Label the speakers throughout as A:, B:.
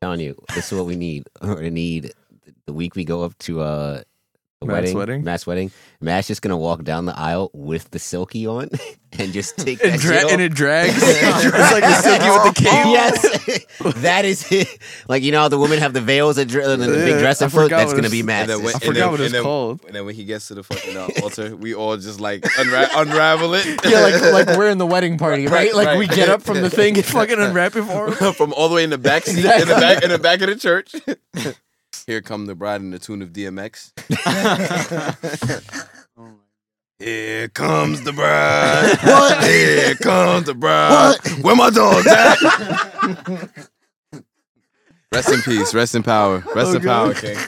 A: telling you, this is what we need. We're gonna need the week we go up to uh the
B: Matt's
A: wedding,
B: wedding?
A: Matt's wedding. Matt's just gonna walk down the aisle with the silky on and just take that
B: It dra-
A: shit off.
B: and it drags. it's like the silky with the cape.
A: yes, that is it. Like you know, how the women have the veils and, dr- and the big
B: Yeah,
A: dressing
B: I
A: float.
B: forgot
A: That's
B: what
A: gonna
B: it's-
A: be Matt's.
C: when-
B: I forgot what it's
C: and then,
B: called.
C: And then when he gets to the fucking uh, altar, we all just like unra- unravel it.
B: Yeah, like like we're in the wedding party, right?
C: Right,
B: Like we
C: right.
B: get up from the thing and fucking unwrap it for him.
C: from all the way in the back seat, in the back in the back of the church. Here come the bride in the tune of DMX. Here comes the bride. What? Here comes the bride. Where my dogs at? rest in peace. Rest in power. Rest in power, King.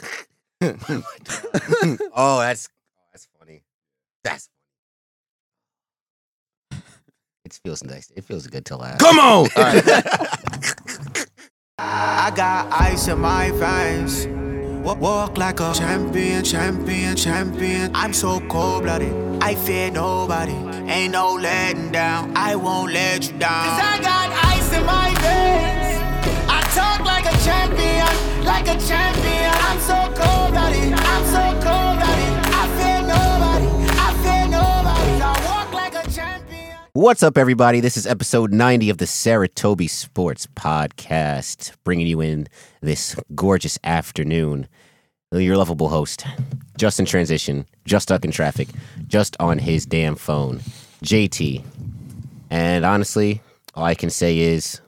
A: oh, that's that's funny. That's funny. It feels nice. It feels good to laugh.
C: Come on.
D: I got ice in my veins. Wa- Walk like a champion, champion, champion. I'm so cold blooded. I fear nobody. Ain't no letting down. I won't let you down. Cause I got ice in my veins. I talk like a champion, like a champion. I'm so cold blooded. I'm so cold blooded. I fear nobody. I fear nobody. I walk like a champion.
A: What's up, everybody? This is episode 90 of the Saratobi Sports Podcast, bringing you in this gorgeous afternoon. Your lovable host, just in transition, just stuck in traffic, just on his damn phone, JT. And honestly, all I can say is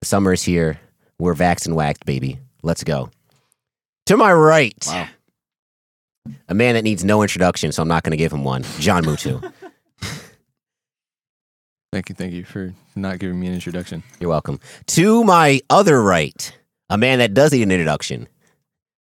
A: the summer is here. We're vaxxed and whacked, baby. Let's go. To my right, a man that needs no introduction, so I'm not going to give him one, John Mutu.
B: Thank you, thank you for not giving me an introduction.
A: You're welcome. To my other right, a man that does need an introduction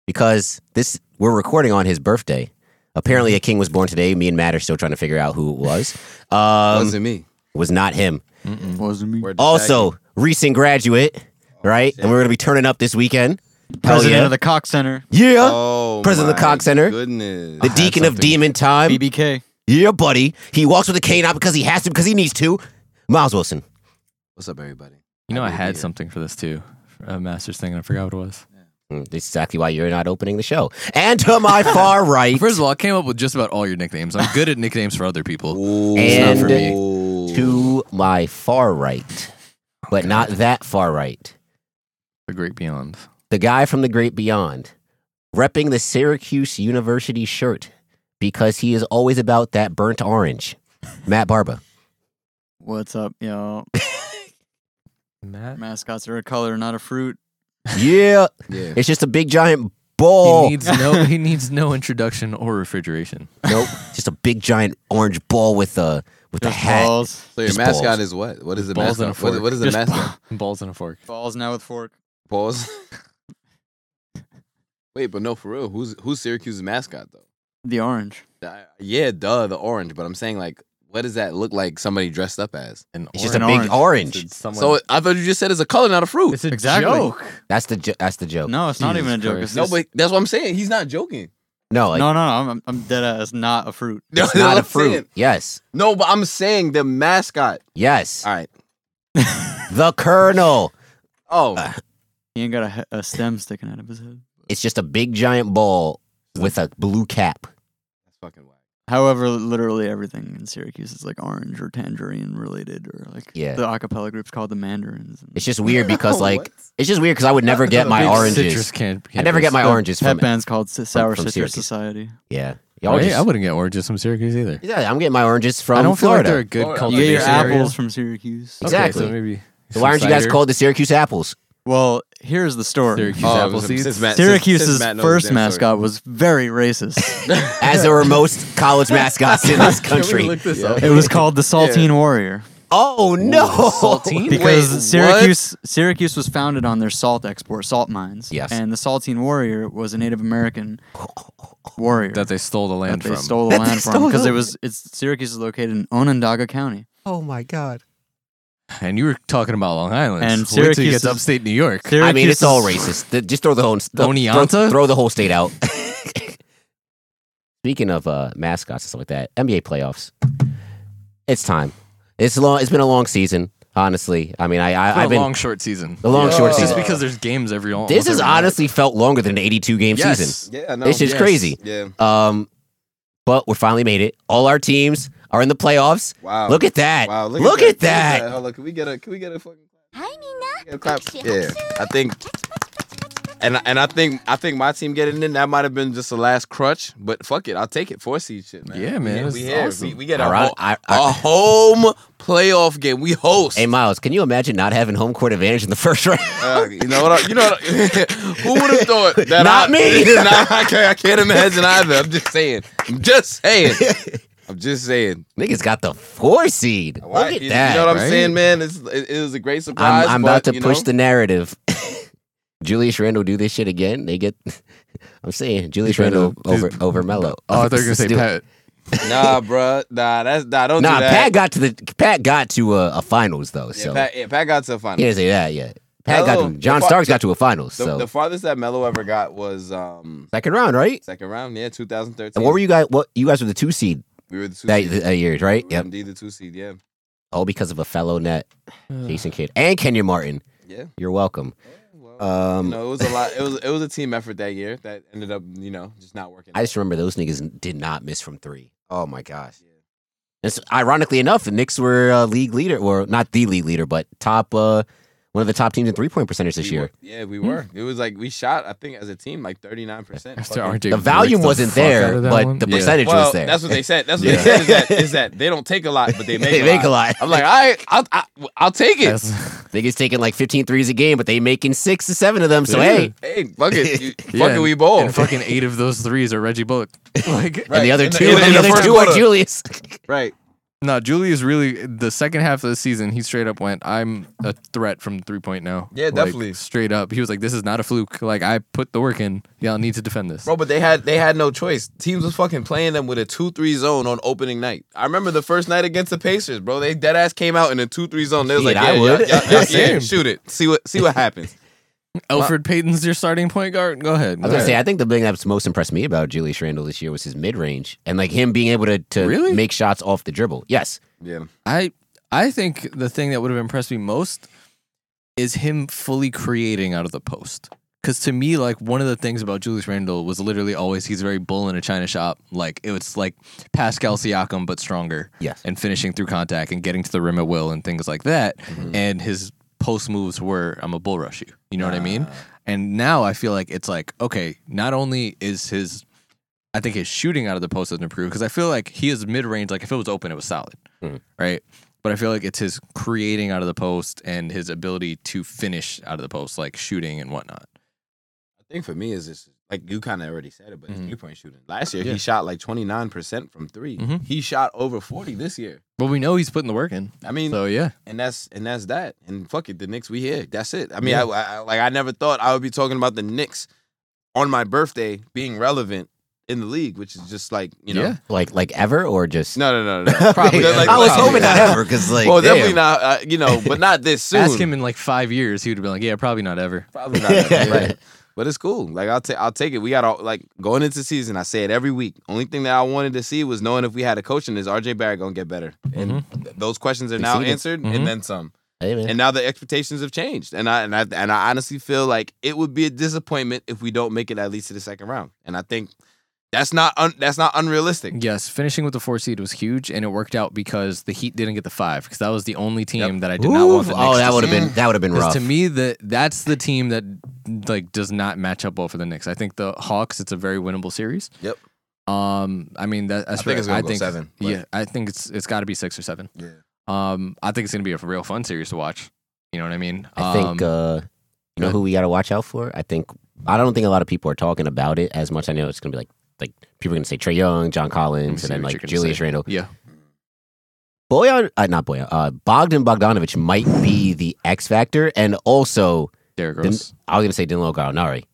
A: because this we're recording on his birthday. Apparently, a king was born today. Me and Matt are still trying to figure out who it was. Um, was,
C: Wasn't me.
A: not him.
E: Wasn't me.
C: We're distracted.
A: Also, recent graduate, right? And we're gonna be turning up this weekend. Hell
E: President
A: yeah.
E: of the Cock Center,
A: yeah.
C: oh,
A: President of the
C: my
A: Cox Center.
C: Goodness.
A: the deacon of demon time.
E: BBK.
A: Yeah, buddy. He walks with a cane, not because he has to, because he needs to. Miles Wilson.
C: What's up, everybody?
B: You know, I
C: Happy to be
B: had
C: here.
B: something for this too, a master's thing, and I forgot what it was.
A: Mm, That's exactly why you're not opening the show. And to my far right.
B: First of all, I came up with just about all your nicknames. I'm good at nicknames for other people.
A: And
B: for me.
A: to my far right, but not that far right.
B: The Great Beyond.
A: The guy from the great beyond, repping the Syracuse University shirt because he is always about that burnt orange. Matt Barba.
E: What's up, yo?
B: Matt.
E: Mascots are a color, not a fruit.
A: Yeah,
C: Yeah.
A: it's just a big giant
B: He
A: ball.
B: needs no. He needs no introduction or refrigeration.
A: nope, just a big giant orange ball with a with a
E: Just
A: hat.
E: balls.
C: So your
A: Just
C: mascot
A: balls.
C: is what? What is the
B: Balls and a
C: mascot? What,
B: fork.
C: what is the
E: Just
C: mascot?
B: Balls and a fork.
E: Balls now with fork.
C: Balls. Wait, but no, for real. Who's who's Syracuse's mascot though?
E: The orange.
C: Uh, Yeah, duh, the orange. But I'm saying like, what does that look like? Somebody dressed up as?
B: An
A: It's just a
E: An
A: big
E: orange.
A: orange.
B: someone,
C: So I thought you just said it's a color, not a fruit.
B: it's a
E: Exactly.
B: joke.
A: That's the jo- that's the joke. No,
E: No, it's not
B: Jesus
E: even a joke.
B: Christ.
E: It's
C: no,
E: just-
C: but that's what I'm saying. He's not joking.
A: like,
E: no, no, no. I'm, I'm dead ass. Not a fruit.
C: That's what
A: not a
C: I'm
A: fruit.
C: saying.
A: Yes,
C: No, but I'm saying the mascot.
A: yes.
C: All right.
A: The Colonel.
C: Oh,
E: He ain't got a, he- a stem sticking out of his head.
A: It's just a big giant ball with a blue cap.
C: that's fucking whack.
E: However, literally everything in Syracuse is like orange or tangerine related, or like
A: Yeah.
E: the acapella group's called the Mandarins. and-
A: It's just weird because like
C: What?
A: it's just weird because I would never get my
B: Big
A: oranges.
B: Citrus can-
A: I never get my
E: the
A: oranges from
E: Headband's called S- Sour
A: from
E: Citrus
A: Syracuse.
E: Society.
A: yeah. Y'all
B: Right?
A: just-
B: I wouldn't get oranges from Syracuse either.
A: yeah, I'm getting my oranges from
B: I don't feel like
A: Florida.
B: they're a good
C: Florida.
E: You
C: Called
E: get
B: cultivation
E: your
B: area.
E: apples from Syracuse.
B: Okay,
A: Exactly.
B: so maybe
A: So why aren't you guys
B: cider,
A: called the Syracuse Apples?
E: Well, here's the story.
B: Syracuse
C: Oh,
B: apple
C: since- since
B: seeds?
C: Matt- since- since
E: Syracuse's
C: Matt knows
E: first
C: the damn story.
E: mascot was very racist.
A: As there were most college mascots in this
B: Can we
A: country.
B: look this
C: Yeah.
B: up?
E: it was called the Saltine Warrior
A: Oh no!
B: saltine?
E: because
C: Wait,
E: Syracuse Syracuse was founded on their salt export, salt mines.
A: Yes.
E: And the Saltine Warrior was a Native American warrior
B: that they stole the
E: that
B: land
E: they
B: from.
E: stole the
A: That they
E: land from
A: stole
E: because
A: the-
E: it was it's Syracuse is located in Onondaga County.
A: Oh my god!
B: and you were talking about Long Island.
E: And
B: Wait till you
E: Syracuse
B: get
E: is-
B: to upstate New York.
A: I mean, it's all
E: Syracuse's-
A: racist. Th- Just throw the whole throw,
B: Oneonta?
A: throw the whole state out. Speaking of uh, mascots and stuff like that, NBA playoffs. It's time. It's long. It's been a long season. Honestly, I mean, I, I
B: For
A: I've
B: a
A: been
B: long short season.
A: the long short
B: It's just
A: season.
B: because there's games every. almost
A: this has
B: every night.
A: honestly felt longer than an 82 game
B: Yes.
A: season.
C: Yeah, no.
A: This shit's
B: yes.
A: crazy.
C: yeah.
A: Um, but we finally made it. All our teams are in the playoffs.
C: Wow.
A: Look at that.
C: Wow. Look,
A: Look
C: at,
A: at that.
C: Hold on. Can we get a? Can we get a fucking?
F: はい、みんな。
C: clap.
F: 拍手拍手
C: Yeah, I think, and and I think I think my team getting in that might have been just the last crutch, but fuck it, I'll take it. Four seed shit, man.
B: Yeah, man,
C: We-
B: it was
C: we here.
B: awesome.
C: We, we get a,
A: All right,
C: ho-
A: I- I-
C: a home playoff game. We host.
A: Hey Miles, can you imagine not having home court advantage in the first round?
C: Uh, you know what? I, you know what I, who would have thought that?
A: Not
C: I,
A: me.
C: nah, I can't, I can't imagine either. I'm just saying. I'm just saying. I'm just saying.
A: Niggas got the four seed.
C: Why-
A: Look at
C: you,
A: that.
C: You know what I'm
B: right?
C: saying, man? It's, it, it was a great surprise.
A: I'm, I'm
C: but,
A: about to
C: you
A: push
C: know,
A: the narrative. Julius Randle do this shit again. They get. I'm saying Julius
B: He's right
A: Randle
B: up. He's-
A: over over Melo.
B: Oh, I thought you were gonna say Pat.
C: Nah, bruh. Nah, that's nah. Don't
A: Nah,
C: do that.
A: Pat got to the Pat got to a, a finals though.
C: Yeah,
A: So
C: Pat, yeah, Pat got to the
A: he
C: finals.
A: didn't say that yet. Pat
C: Melo,
A: got to, John
C: the fu-
A: Starks got to a finals.
C: The,
A: so
C: the farthest that Melo ever got was um
A: second round, right?
C: second round. Yeah, 2013.
A: And what were you guys? What you guys were the two seed
C: We were the two
A: that,
C: seed. Mm-hmm.
A: that year, right?
C: we were
A: Yep.
C: indeed the two seed. Yeah,
A: All because of a fellow net, Jason Kidd and Kenya Martin.
C: yeah.
A: You're welcome.
C: Well,
A: Um,
C: you know, it was a lot. It was it was a team effort that year that ended up you know just not working.
A: I
C: out.
A: just remember those niggas did not miss from three. Oh my gosh. And so, ironically enough, the Knicks were uh, league leader, or not the league leader, but top uh, one of the top teams in three point percentage this
C: We
A: year. Hmm.
C: were- yeah, we were. It was like we shot. I think as a team like 39 percent.
B: After RJ
A: The volume
B: ripped the
A: wasn't
B: fuck out
A: there,
B: of that
A: but
B: one.
A: the
B: Yeah.
A: percentage
C: Well,
A: was there.
C: that's what they said. That's what
A: Yeah.
C: they said is that, is that they don't take a lot, but they make,
A: they
C: a,
A: make
C: lot.
A: a lot.
C: I'm like, all right, I'll, I, I'll take it.
B: That's-
A: Niggas taking like 15 threes a game, but they making six to seven of them. So
B: Yeah.
A: hey,
C: Hey, fuck it, you, fuck
B: yeah,
C: it,
B: and-
C: we bowl.
B: And fucking eight of those threes are Reggie Bullock. Like,
A: and the
C: Right.
A: other
C: In the-
A: two,
C: in the-
A: and
C: in
A: the other
C: the first
A: two are
C: quarter.
A: Julius.
C: right.
B: no, Julius really the second half of the season he straight up went. I'm a threat from three point now.
C: Yeah,
B: Like,
C: definitely.
B: Straight up, he was like, "This is not a fluke. Like I put the work in. Y'all need to defend this."
C: Bro, but they had they had no choice. Teams was fucking playing them with a 2-3 zone on opening night. I remember the first night against the Pacers, bro. They dead ass came out in a 2-3 zone. They was
A: Shit,
C: like,
A: I
C: yeah,
A: would.
C: yeah, yeah, yeah,
B: Same.
C: shoot it. See what see what happens.
B: Alfred Payton's your starting point guard. Go ahead.
A: I was gonna say, I think the thing that's most impressed me about Julius Randle this year was his mid range and like him being able to, to
B: Really?
A: make shots off the dribble. Yes,
C: Yeah.
B: I I think the thing that would have impressed me most is him fully creating out of the post. Because to me, like one of the things about Julius Randle was literally always he's very bull in a china shop. Like it was like Pascal Siakam but stronger.
A: Yes.
B: and finishing through contact and getting to the rim at will and things like that. And his post moves were I'm a bull rush you. You know
C: Ah.
B: what I mean? And now I feel like it's like okay, not only is his I think his shooting out of the post has improved because I feel like he is mid range. Like if it was open, it was solid,
A: Hmm.
B: right? But I feel like it's his creating out of the post and his ability to finish out of the post, like shooting and whatnot.
C: I think for me is this like you kind of already said it, but his
B: Mhm.
C: three point shooting. Last year
B: Yeah.
C: he shot like twenty nine percent from 3
B: Mhm.
C: He shot over forty this year.
B: But we know he's putting the work in.
C: I mean,
B: So yeah,
C: and that's and that's that. And fuck it, the Knicks we here. That's it. I mean,
B: Yeah.
C: I, I like I never thought I would be talking about the Knicks on my birthday being relevant in the league, which is just like you know.
B: Yeah.
A: like like ever or just
C: No, no, no, no.
B: Probably.
C: They're like,
A: I was
C: probably.
A: hoping not ever because like
C: well,
A: damn.
C: definitely not. Uh, you know, but not this soon.
B: ask him in like five years, he would have been like, yeah, probably not ever.
C: Probably not. ever, right. But it's cool. Like I'll take, I'll take it. We got all like going into season. I say it every week. Only thing that I wanted to see was knowing if we had a coach and is RJ Barrett gonna get better. And
A: Mm-hmm.
C: th- those questions are now
A: seen it.
C: answered,
B: Mhm.
C: and then some.
A: Hey, man.
C: And now the expectations have changed. And I and I and I honestly feel like it would be a disappointment if we don't make it at least to the second round. And I think that's not un, that's not unrealistic.
B: Yes, finishing with the four seed was huge, and it worked out because the Heat didn't get the five because that was the only team that I did not want.
A: Oof.
B: The Knicks
A: oh,
B: to
A: that would have
C: see.
A: been that would have been rough.
B: Because to me, that that's the team that like does not match up well for the Knicks. I think the Hawks. It's a very winnable series.
C: Yep.
B: Um, I mean that, that's
C: I think
B: where
C: it's gonna
B: I
C: go
B: think
C: seven, but-
B: yeah, I think it's it's got to be six or seven.
C: Yeah.
B: Um, I think it's gonna be a real fun series to watch. You know what I mean?
A: I think
B: Um,
A: uh, you know
B: ahead.
A: who we got to watch out for. I think I don't think a lot of people are talking about it as much. I know it's gonna be like like people are gonna say Trey Young, John
B: let me
A: Collins,
B: see
A: and then
B: what
A: like
B: you're gonna
A: Julius
B: say.
A: Randle.
B: Yeah.
A: Boyan, uh, not Boyan, uh, Bogdan Bogdanovich might be the X factor, and also
B: Derrick
A: Den-
B: Rose.
A: I was gonna say Danilo Gallinari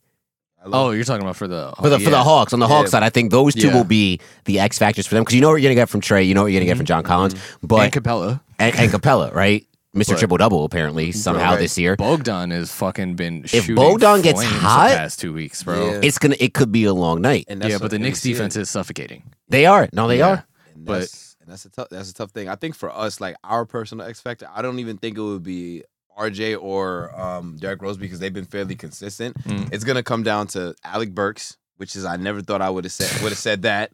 C: I love
B: Oh, you're talking about for the
A: for the for the
B: yeah.
A: Hawks on the Hawks
C: Yeah.
A: side. I think those two
B: Yeah.
A: will be the X factors for them because you know what you're gonna get from Trey, you know what you're gonna get from John Collins,
B: and
A: but
B: Capella.
A: and, and Capella, right? Mister
B: But-
A: Triple Double apparently somehow
C: right.
A: this year.
B: Bogdan has fucking been
A: If
B: shooting
A: Bogdan gets
B: flames the
A: hot-
B: past two weeks, bro.
C: Yeah.
A: It's gonna. It could be a long night.
C: and
B: Yeah,
C: what-
B: but the
C: and
B: Knicks
C: we see it.
B: defense is suffocating.
A: They are. No, they
B: Yeah.
A: are.
C: And
B: but-
C: that's- and that's a tough that's a tough thing. I think for us, like our personal X factor, I don't even think it would be RJ or um, Derek Rose because they've been fairly consistent.
B: Mm.
C: It's gonna come down to Alec Burks, which is I never thought I would have said would have said that.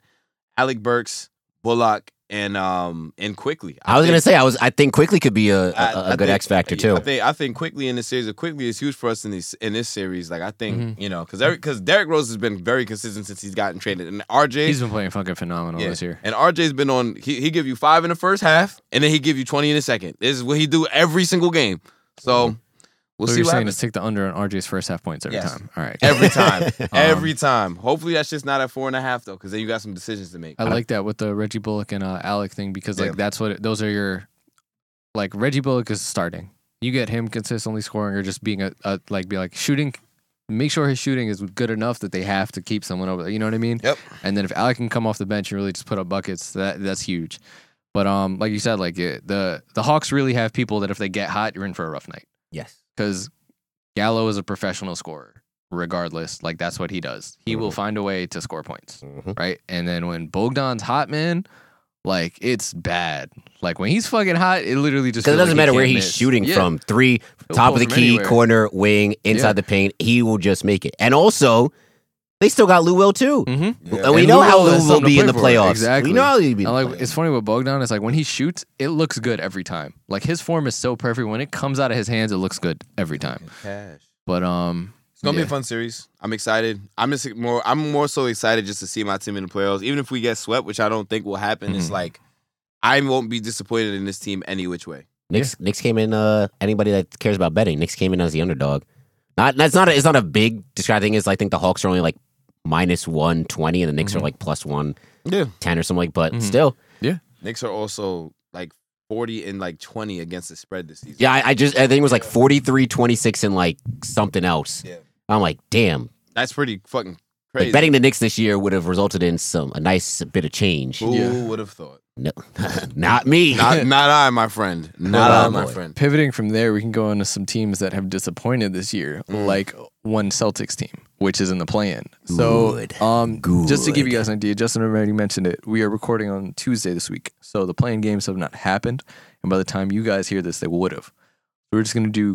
C: Alec Burks, Bullock, and um and quickly.
A: I was
C: think-
A: gonna say I was. I think quickly could be a, a,
C: I-
A: a
C: I
A: good
C: think-
A: X factor too.
C: I think I think quickly in this series, quickly is huge for us in this in this series. Like I think you know because because Derrick Rose has been very consistent since he's gotten traded, and RJ
B: He's been playing fucking phenomenal
C: yeah.
B: this year.
C: And RJ's been on. He he give you five in the first half, and then he give you twenty in the second. This is what he do every single game. So we'll
B: so
C: see
B: you're
C: what
B: saying
C: happens
B: is take the under on RJ's first half points every
C: Yes.
B: time. All right.
C: every time, every time. Hopefully that's just not at four and a half though, because then you got some decisions to make.
B: I like that with the Reggie Bullock and uh, Alec thing because like
C: Yeah.
B: that's what it, those are your like Reggie Bullock is starting. You get him consistently scoring or just being a, a like be like shooting. Make sure his shooting is good enough that they have to keep someone over there. You know what I mean?
C: Yep.
B: And then if Alec can come off the bench and really just put up buckets, that that's huge. But um, like you said, like it, the the Hawks really have people that if they get hot, you're in for a rough night
A: yes.
B: because Gallo is a professional scorer. Regardless, like that's what he does. He
A: Mm-hmm.
B: will find a way to score points
A: Mhm.
B: right? And then when Bogdan's hot, man, like it's bad. Like when he's fucking hot, it literally just
A: Because it
B: feels
A: doesn't
B: like he
A: matter where
B: can't
A: he's
B: miss.
A: shooting
B: Yeah.
A: from three,
B: He'll
A: top
B: pull
A: of the
B: from
A: key,
B: anywhere.
A: corner, wing, inside
B: Yeah.
A: the paint. He will just make it. And also, they still got Lou Will too.
B: Mhm.
A: And we
B: And
A: know
B: Lou
A: how
B: Will has
A: Lou will
B: something to
A: be in
B: play
A: the
B: for.
A: playoffs.
B: Exactly.
A: We know how he'll be. in
B: And,
A: the
B: like
A: playoffs.
B: it's funny with Bogdan is like when he shoots, it looks good every time. Like his form is so perfect. When it comes out of his hands, it looks good every time.
C: Cash.
B: But um,
C: It's gonna be
B: Yeah.
C: a fun series. I'm excited. I'm just more. I'm more so excited just to see my team in the playoffs. Even if we get swept, which I don't think will happen, it's
A: Mm-hmm.
B: Mhm.
C: like I won't be disappointed in this team any which way.
A: Knicks, Knicks came in. Uh, anybody that cares about betting, Knicks came in as the underdog. Not that's not a, it's not a big described thing. Is I think the Hawks are only like minus one twenty, and the Knicks are
B: Mhm.
A: like plus one
C: Yeah,
A: ten or something. Like, but
B: Mhm.
A: still,
C: Knicks are also like 40 and like 20 against the spread this season.
A: yeah, I, I just I think it was like 43, 26 and like something else.
C: Yeah.
A: I'm like, damn,
C: That's pretty fucking
A: Like,
C: crazy.
A: betting the Knicks this year would have resulted in some a nice bit of change.
C: Who
B: Yeah.
C: would have thought?
A: No, not me.
C: Not, not I, my friend. Not
B: Well,
C: I, my
B: boy.
C: friend.
B: pivoting from there, we can go into some teams that have disappointed this year,
C: Mm.
B: like one Celtics team, which is in the play-in. So,
A: Good.
B: um, just to give you
A: Good.
B: guys an idea, Justin already mentioned it. We are recording on Tuesday this week, so the play-in games have not happened, and by the time you guys hear this, they would have. We're just gonna do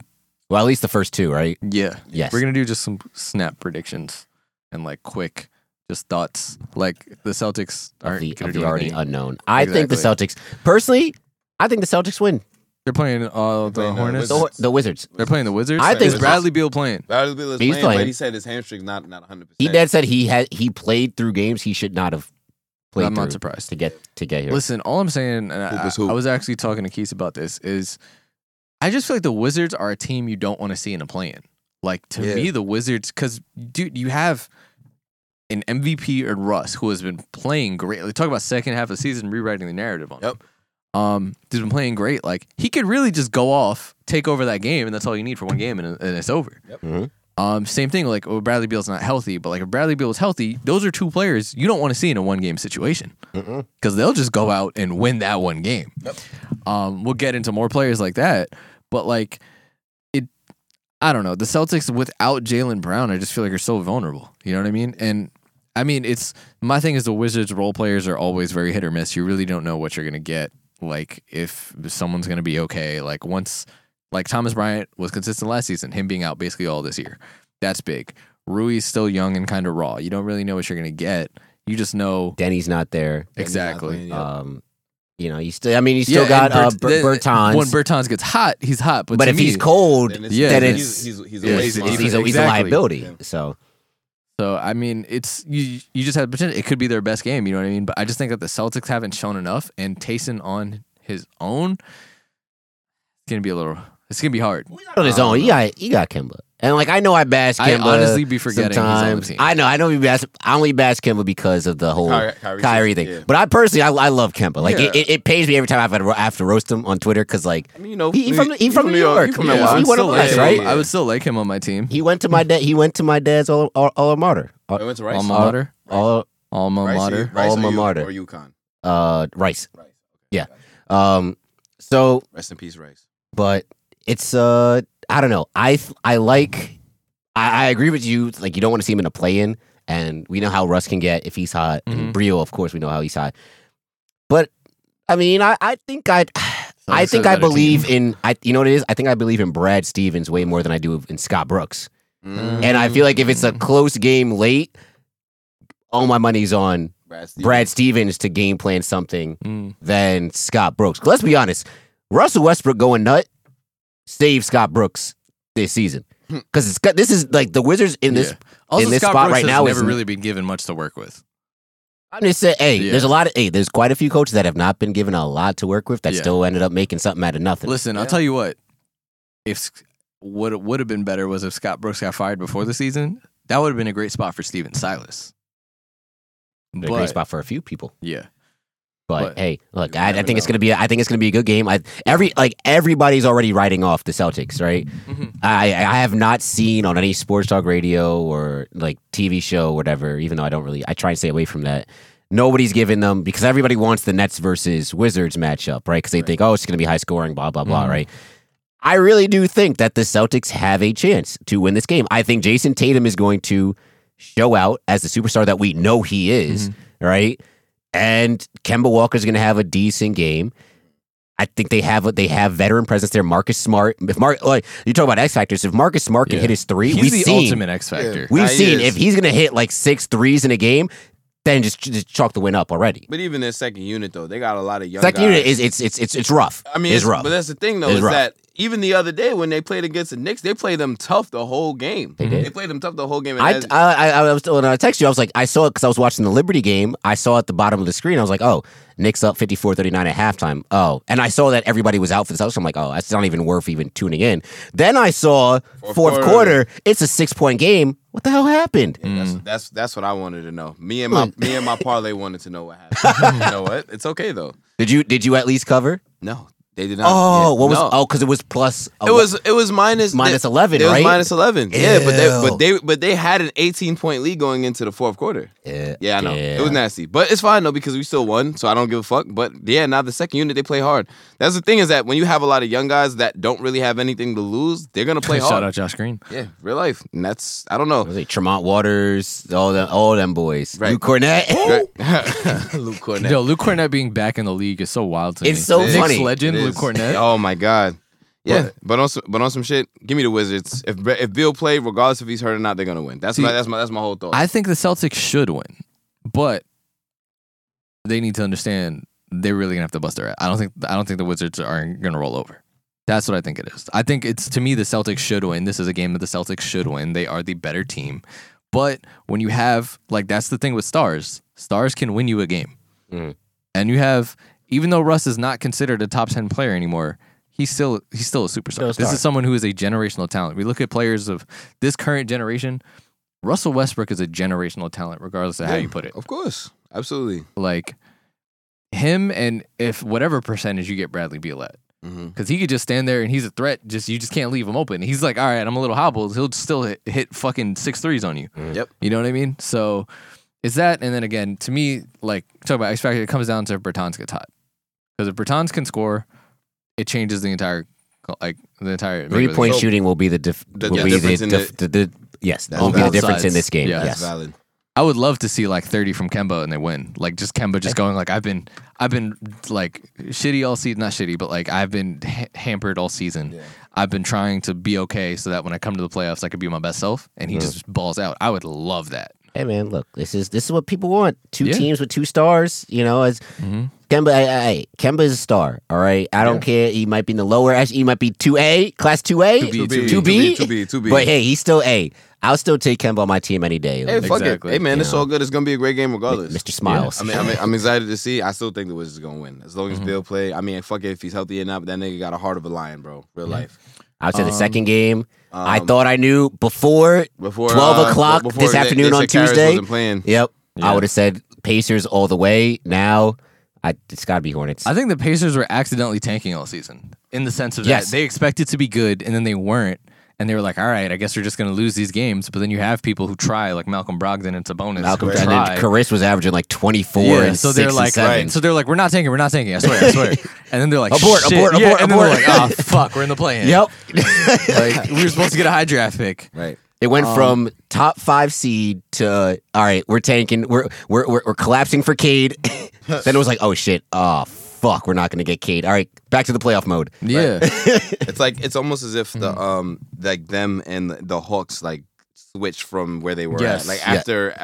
A: well, at least the first two, right?
B: yeah,
A: Yes.
B: we're gonna do just some snap predictions and like quick, just thoughts. Like the Celtics
A: of
B: aren't
A: the,
B: gonna
A: of
B: do
A: the already
B: anything.
A: unknown. I think the
B: Exactly.
A: Celtics, personally, I think the Celtics win.
B: They're playing uh,
C: They're
B: the
C: playing the
B: Hornets.
A: The, Hor- the Wizards.
B: They're playing the Wizards.
A: I
C: think-
B: Is Bradley Beal playing.
C: Bradley Beal is
A: He's
C: playing,
A: playing.
C: but he said his hamstring's not not 100.
A: He dead said he had he played through games he should not have played
B: I'm
A: through
B: not surprised.
A: to get to get here.
B: Listen, all I'm saying, and I,
C: Hoop is hoop.
B: I was actually talking to Keith about this, is I just feel like the Wizards are a team you don't want to see in a play-in. Like to
C: Yeah.
B: me, the Wizards, because dude, you have an MVP and Russ who has been playing great. Like, talk about second half of the season rewriting the narrative on.
C: Yep.
B: him. Um, he's been playing great. Like he could really just go off, take over that game, and that's all you need for one game, and, and it's over.
C: Yep.
A: Mhm.
B: Um, same thing. Like, oh, Bradley Beal's not healthy, but like if Bradley Beal is healthy, those are two players you don't want to see in a one game situation
A: Mm-mm.
B: because they'll just go out and win that one game. Um, we'll get into more players like that, but like it, I don't know. The Celtics without Jalen Brown, I just feel like are so vulnerable. You know what I mean? And I mean, it's my thing is the Wizards role players are always very hit or miss. You really don't know what you're gonna get. Like if someone's gonna be okay. Like once, like Thomas Bryant was consistent last season. Him being out basically all this year, that's big. Rui's still young and kind of raw. You don't really know what you're gonna get. You just know
A: Denny's not there.
B: exactly.
C: Exactly.
A: Um, you know, you still. I mean, you still
B: Yeah,
A: got uh,
B: and Bert-
A: Bert-
B: then
A: Bertans.
B: When Bertans gets hot, he's hot. But,
A: but
B: to
A: if
B: me-
A: he's cold,
C: Then
B: Yeah,
A: then
B: then
A: it's
C: he's, he's, he's
B: yeah,
C: a lazy
A: he's,
B: he's-
A: he's a, he's a
B: exactly.
A: liability.
C: Yeah.
A: So
B: so I mean, it's you. You just have potential. It could be their best game. You know what I mean? But I just think that the Celtics haven't shown enough, and Taysom on his own, it's gonna be a little. It's gonna be hard.
A: on his own, he got he got Kimba, and like I know I bash
B: Um, I
A: Kimba.
B: honestly be forgetting he's on the
A: sometimes.
B: team.
A: I know I know we bash. I only bash Kimba because of the whole
C: Kyrie-
A: Kyrie,
C: Kyrie
A: thing.
C: situation, yeah.
A: But I personally, I, I love Kimba. Like it,
C: Yeah.
A: it, it pains me every time I have to, I have to roast him on Twitter because like
C: I mean, you know,
A: He- he from- he from New York.
C: he from
A: Yeah,
C: Atlanta.
A: he
B: I'm
A: one
B: still
A: of
B: like
A: us,
B: him.
A: right?
B: I would still like him on my team.
A: he went to my dad. He went to my dad's alma all, all marter.
C: I
A: All,
C: went to Rice.
B: Alma mater.
A: all
B: Alma
C: Rice,
B: mater.
C: Rice
A: Alma
C: or U-
A: mater.
C: Or UConn.
A: uh, Rice.
C: Rice.
A: Yeah. Um, so
C: Rest in peace, Rice.
A: but it's uh I don't know. I th- I like I, I agree with you. Like you don't want to see him in a play in, and we know how Russ can get if he's hot.
C: Mm-hmm.
B: Mhm.
A: And Brio, of course, we know how he's hot. But I mean, I, I think I, I
B: this
A: think
B: is a
A: I
B: better
A: believe in I. You know what it is? I think I believe in Brad Stevens way more than I do in Scott Brooks. Mm.
C: Mm.
A: And I feel like if it's
B: Mm-hmm.
A: a close game late, all my money's on
C: Brad Stevens.
A: Brad Stevens to game plan something
B: Mm.
A: than Scott Brooks. Let's be honest, Russell Westbrook going nut saved Scott Brooks this season because this is like the Wizards in this.
B: Hmm. Yeah. Mm. Also,
A: in this
B: Scott
A: spot
B: Brooks
A: right
B: has
A: now
B: never
A: is-
B: really been given much to work with.
A: I'm just saying, hey,
B: Yeah.
A: there's a lot of hey, there's quite a few coaches that have not been given a lot to work with that
B: Yeah.
A: still ended up making something out of nothing.
B: Listen, I'll tell you what. If Sc- what it would have been better was if Scott Brooks got fired before the season, that would have been a great spot for Steven Silas.
A: a great spot for a few people.
B: yeah,
A: But,
B: But
A: hey, look,
B: you
A: I, I
B: never
A: think it's
B: know.
A: gonna be. I think it's gonna be a good game. I every like everybody's already writing off the Celtics, right? I I have not seen on any sports talk radio or like TV show, whatever. Even though I don't really, I try and stay away from that. Nobody's giving them because everybody wants the Nets versus Wizards matchup, right? Because they think, oh, it's gonna be high scoring, blah blah blah,
B: Mhm.
A: right? I really do think that the Celtics have a chance to win this game. I think Jason Tatum is going to show out as the superstar that we know he
B: Mm-hmm.
A: is, right? And Kemba Walker's going to have a decent game. I think they have they have veteran presence there. Marcus Smart, if Mark, like you talk about X factors, if Marcus Smart can
B: Yeah.
A: hit his three,
B: he's
A: we've
B: the
A: seen
B: ultimate X factor.
A: we've
C: Nah, he
A: seen if
C: is.
A: he's going to hit like six threes in a game, then just, just chalk the win up already.
C: But even their second unit though, they got a lot of young.
A: Second
C: guys.
A: unit is it's it's it's it's rough.
C: I mean,
A: it's,
C: it's-
A: rough.
C: But that's the thing though
A: It's
C: is
A: rough.
C: that even the other day when they played against the Knicks, they played them tough the whole game. They
A: did.
C: played them tough the whole game. and
A: I,
C: as-
A: I, I, I was when I texted you, I was like, I saw it because I was watching the Liberty game. I saw at the bottom of the screen, I was like, oh, Knicks up 54 39 at halftime. Oh, and I saw that everybody was out for the Celtics. I'm like, oh, that's not even worth even tuning in. Then I saw fourth,
C: Fourth
A: quarter.
C: quarter. Mm.
A: it's a six point game. What the hell happened?
C: That's, that's that's what I wanted to know. Me and my me and my parlay wanted to know what happened. you know what? It's okay though.
A: Did you did you at least cover?
C: No, they did not.
A: Oh, what was
C: Uh, No.
A: oh because it was plus.
C: It was it was minus
A: Minus
C: it-
A: 11,
C: It was
A: right?
C: minus eleven. Yeah, but they
A: Ew.
C: but they but they had an eighteen point lead going into the fourth quarter.
A: yeah,
C: Yeah, I know it was nasty, but it's fine though because we still won, so I don't give a fuck. But yeah, now the second unit they play hard. That's the thing is that when you have a lot of young guys that don't really have anything to lose, they're gonna play
B: Shout
C: hard.
B: out Josh Green.
C: Yeah, real life, and that's I don't know.
A: Was it Tremont Waters, all them, all them boys,
C: Right.
A: Lou Cornette.
C: Luke Cornett.
B: Yo, Luke Cornett being back in the league is so wild to me.
A: It's so
B: Knicks
A: funny.
B: legend
C: It
B: Luke
C: is.
B: Cornett.
C: Oh my god. Yeah,
B: But-
C: but, on some, but on some shit, give me the Wizards. If Bre- if Bill played, regardless if he's hurt or not, they're gonna win. That's
B: See,
C: my that's my that's my whole thought.
B: I think the Celtics should win, but they need to understand they're really gonna have to bust their ass. I don't think I don't think the Wizards are gonna roll over. That's what I think it is. I think it's to me the Celtics should win. This is a game that the Celtics should win. They are the better team. But when you have like that's the thing with stars. Stars can win you a game.
A: Mhm.
B: And you have even though Russ is not considered a top 10 player anymore, he's still he's still a
A: Still
B: superstar.
A: a
B: this
A: star.
B: is someone who is a generational talent. We look at players of this current generation, Russell Westbrook is a generational talent, regardless of how
C: Yeah,
B: you put it.
C: Of course, absolutely.
B: Like him, and if whatever percentage you get Bradley Beal at,
C: Mhm.
B: because Mm-hmm. he could just stand there and he's a threat. Just you just can't leave him open. He's like, all right, I'm a little hobbled. He'll still hit, hit fucking six threes on you.
C: Yep.
B: You know what I mean? So it's that, and then again, to me, like talk about X Factor, it comes down to if Bertans gets hot because if Bertans can score, it changes the entire like the entire
A: Three point
C: So-
A: shooting will be the dif-
C: The-
A: will
C: yeah,
A: be
C: difference
A: the,
C: in
A: dif- the, the yes that
C: On
A: will be the
C: both
A: difference in
B: sides.
A: this game.
B: Yeah.
C: That's
A: Yes.
C: valid.
B: I would love to see like 30 from Kemba and they win. Like just Kemba just going like I've been I've been like shitty all season, not shitty, but like I've been ha- hampered all season. I've been trying to be okay so that when I come to the playoffs I could be my best self and he just balls out. I would love that.
A: Hey man, look, this is this is what people want. Two
B: Yeah.
A: teams with two stars. You know, as Kemba, I, I, Kemba is a star. All right, I don't care. He might be in the lower. Actually, he might be two A, class two A,
B: 2B,
A: two B,
C: 2B, 2B, 2B.
A: But hey, he's still A. I'll still take Kemba on my team any day.
C: Hey, fuck
B: Exactly.
C: it. Hey man,
A: You
C: it's all good. It's gonna be a great game regardless.
A: Mr. Smiles.
C: I mean, I mean, I'm excited to see. I still think the Wizards are gonna win as long
B: Mm-hmm.
C: as Bill play. I mean, fuck it if he's healthy or not. But that nigga got a heart of a lion, bro. Real life.
A: I would say the second game. I
C: um,
A: thought I knew before
C: Before
A: twelve
C: uh,
A: o'clock
C: before
A: this
C: they- they
A: afternoon
C: said
A: on
C: Karras
A: Tuesday.
C: wasn't playing.
A: Yep, I
B: Yeah.
A: would have said Pacers all the way. Now, I it's got to be Hornets.
B: I think the Pacers were accidentally tanking all season in the sense of
A: Yes.
B: that they expected to be good and then they weren't. And they were like, all right, I guess we're just going to lose these games. But then you have people who try, like Malcolm Brogdon and Sabonis.
A: Malcolm
B: who
A: and then
B: try.
A: Caris was averaging like twenty four and
B: so
A: six
B: they're
A: and
B: like,
A: seven.
B: so they're like, we're not tanking, we're not tanking. I swear, I swear. and then they're like,
A: Abort,
B: shit.
A: abort,
B: yeah,
A: abort,
B: and then they're
A: abort.
B: like, oh fuck, we're in the play.
A: Yep,
B: like we were supposed to get a high draft pick.
C: Right.
A: it went
B: Um,
A: from top five seed to uh, all right. We're tanking. We're we're we're, we're collapsing for Cade. then it was like, oh shit, oh fuck. fuck, we're not going to get Cade. All right, back to the playoff mode.
B: Yeah.
C: It's like it's almost as if
B: Mm-hmm.
C: the um like them and the- the Hawks like switched from where they were
B: Yes.
C: at. Like
B: Yeah.
C: after uh,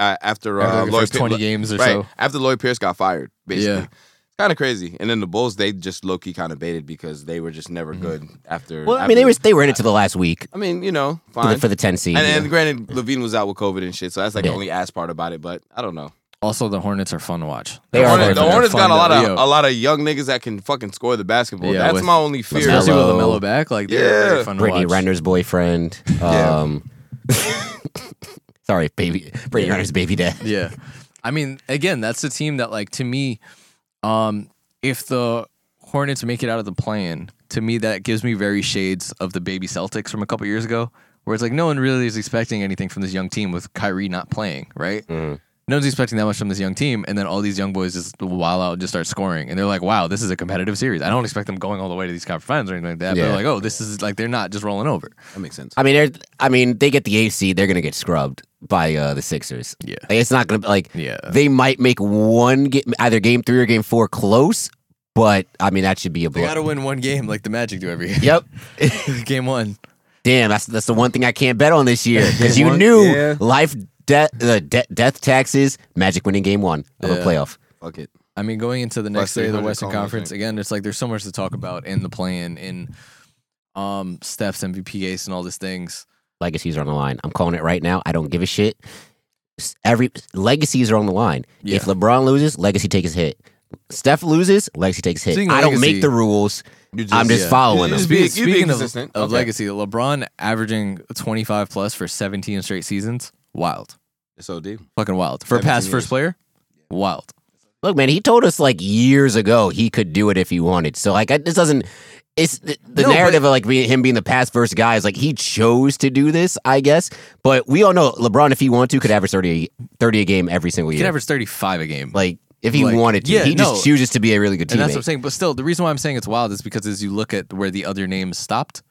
B: After
C: after, uh,
B: like the
C: Lloyd
B: first
C: Pier-
B: 20 games or
C: right,
B: so.
C: After Lloyd Pierce got fired, basically.
B: Yeah.
C: It's kind of crazy. And then the Bulls they just low key kind of baited because they were just never
B: Mm-hmm.
C: good after
A: Well, I
C: after-
A: mean, they were they were in it to the last week
C: I mean, you know,
A: for
C: fine.
A: the, for the ten seed.
C: and,
A: yeah.
C: and granted, Levine was out with COVID and shit, so that's like
A: Yeah.
C: the only ass part about it. But I don't know.
B: Also, the Hornets are fun to watch.
A: They
B: They're
A: are
C: The
A: fun
B: fun
A: to
C: Hornets,
A: watch.
B: to-
C: the Hornets
B: fun
C: got a
B: to-
C: lot of
B: yo,
C: a lot of young niggas that can fucking score the basketball.
B: Yeah,
C: that's
B: with-
C: my only fear.
B: especially with
A: Lamelo.
B: Lamelo back. Like they're
C: Yeah.
B: very fun to
A: Brittany
B: watch.
A: Renner's boyfriend.
C: Yeah.
A: Um, sorry, baby. Brittany Renner's baby dad.
B: Yeah. I mean, again, that's a team that like to me, um, if the Hornets make it out of the plan, to me that gives me very shades of the baby Celtics from a couple years ago, where it's like no one really is expecting anything from this young team with Kyrie not playing, right?
A: Mm-hmm.
B: No one's expecting that much from this young team, and then all these young boys just wild out and just start scoring, and they're like, "Wow, this is a competitive series." I don't expect them going all the way to these conference finals or anything like that. But
A: Yeah.
B: they're like, "Oh, this is like they're not just rolling over."
C: That makes sense.
A: I mean, they're, I mean, they get the eighth seed, they're gonna get scrubbed by uh, the Sixers.
B: Yeah.
A: like, it's not gonna like.
B: Yeah.
A: they might make one ga- either game three or game four close, but I mean that should be a
B: They got to
A: blow.
B: win one game like the Magic do every year.
A: Yep.
B: game one.
A: Damn, that's that's the one thing I can't bet on this year because you
C: One-
A: knew
C: yeah.
A: life, death, uh, de- death taxes, Magic winning game one of a
B: Yeah.
A: playoff.
C: Fuck it.
B: I mean, going into the
C: Plus
B: next day of the
C: 300
B: Western
C: column, I
B: Conference,
C: think.
B: again, it's like there's so much to talk about in the plan, in um, Steph's MVP ace and all these things.
A: Legacies are on the line. I'm calling it right now. I don't give a shit. S- Every legacies are on the line.
B: Yeah.
A: If LeBron loses, legacy takes a hit. Steph loses, legacy takes a hit.
B: Speaking of
A: I don't
B: legacy,
A: make the rules.
C: You
A: I'm just
B: yeah.
A: following them.
C: You just be-
B: Spe-
C: you be
B: speaking of, of
C: consistent. Okay.
B: legacy, LeBron averaging 25 plus for 17 straight seasons, wild.
C: It's OD.
B: Fucking wild. For a
C: 17
B: past
C: years.
B: first player, wild.
A: Look, man, he told us like years ago he could do it if he wanted. So like, I, this doesn't. It's the the
B: No, but-
A: narrative of like being, him being the past first guy is like he chose to do this, I guess. But we all know LeBron, if he wanted to, could average 30, 30 a game every single
B: He
A: year.
B: can average 35 a game.
A: like if he
B: like,
A: wanted to,
B: yeah,
A: he just
B: no.
A: chooses to be a really good
B: and that's what I'm
A: teammate.
B: saying. But still, the reason why I'm saying it's wild is because as you look at where the other names stopped,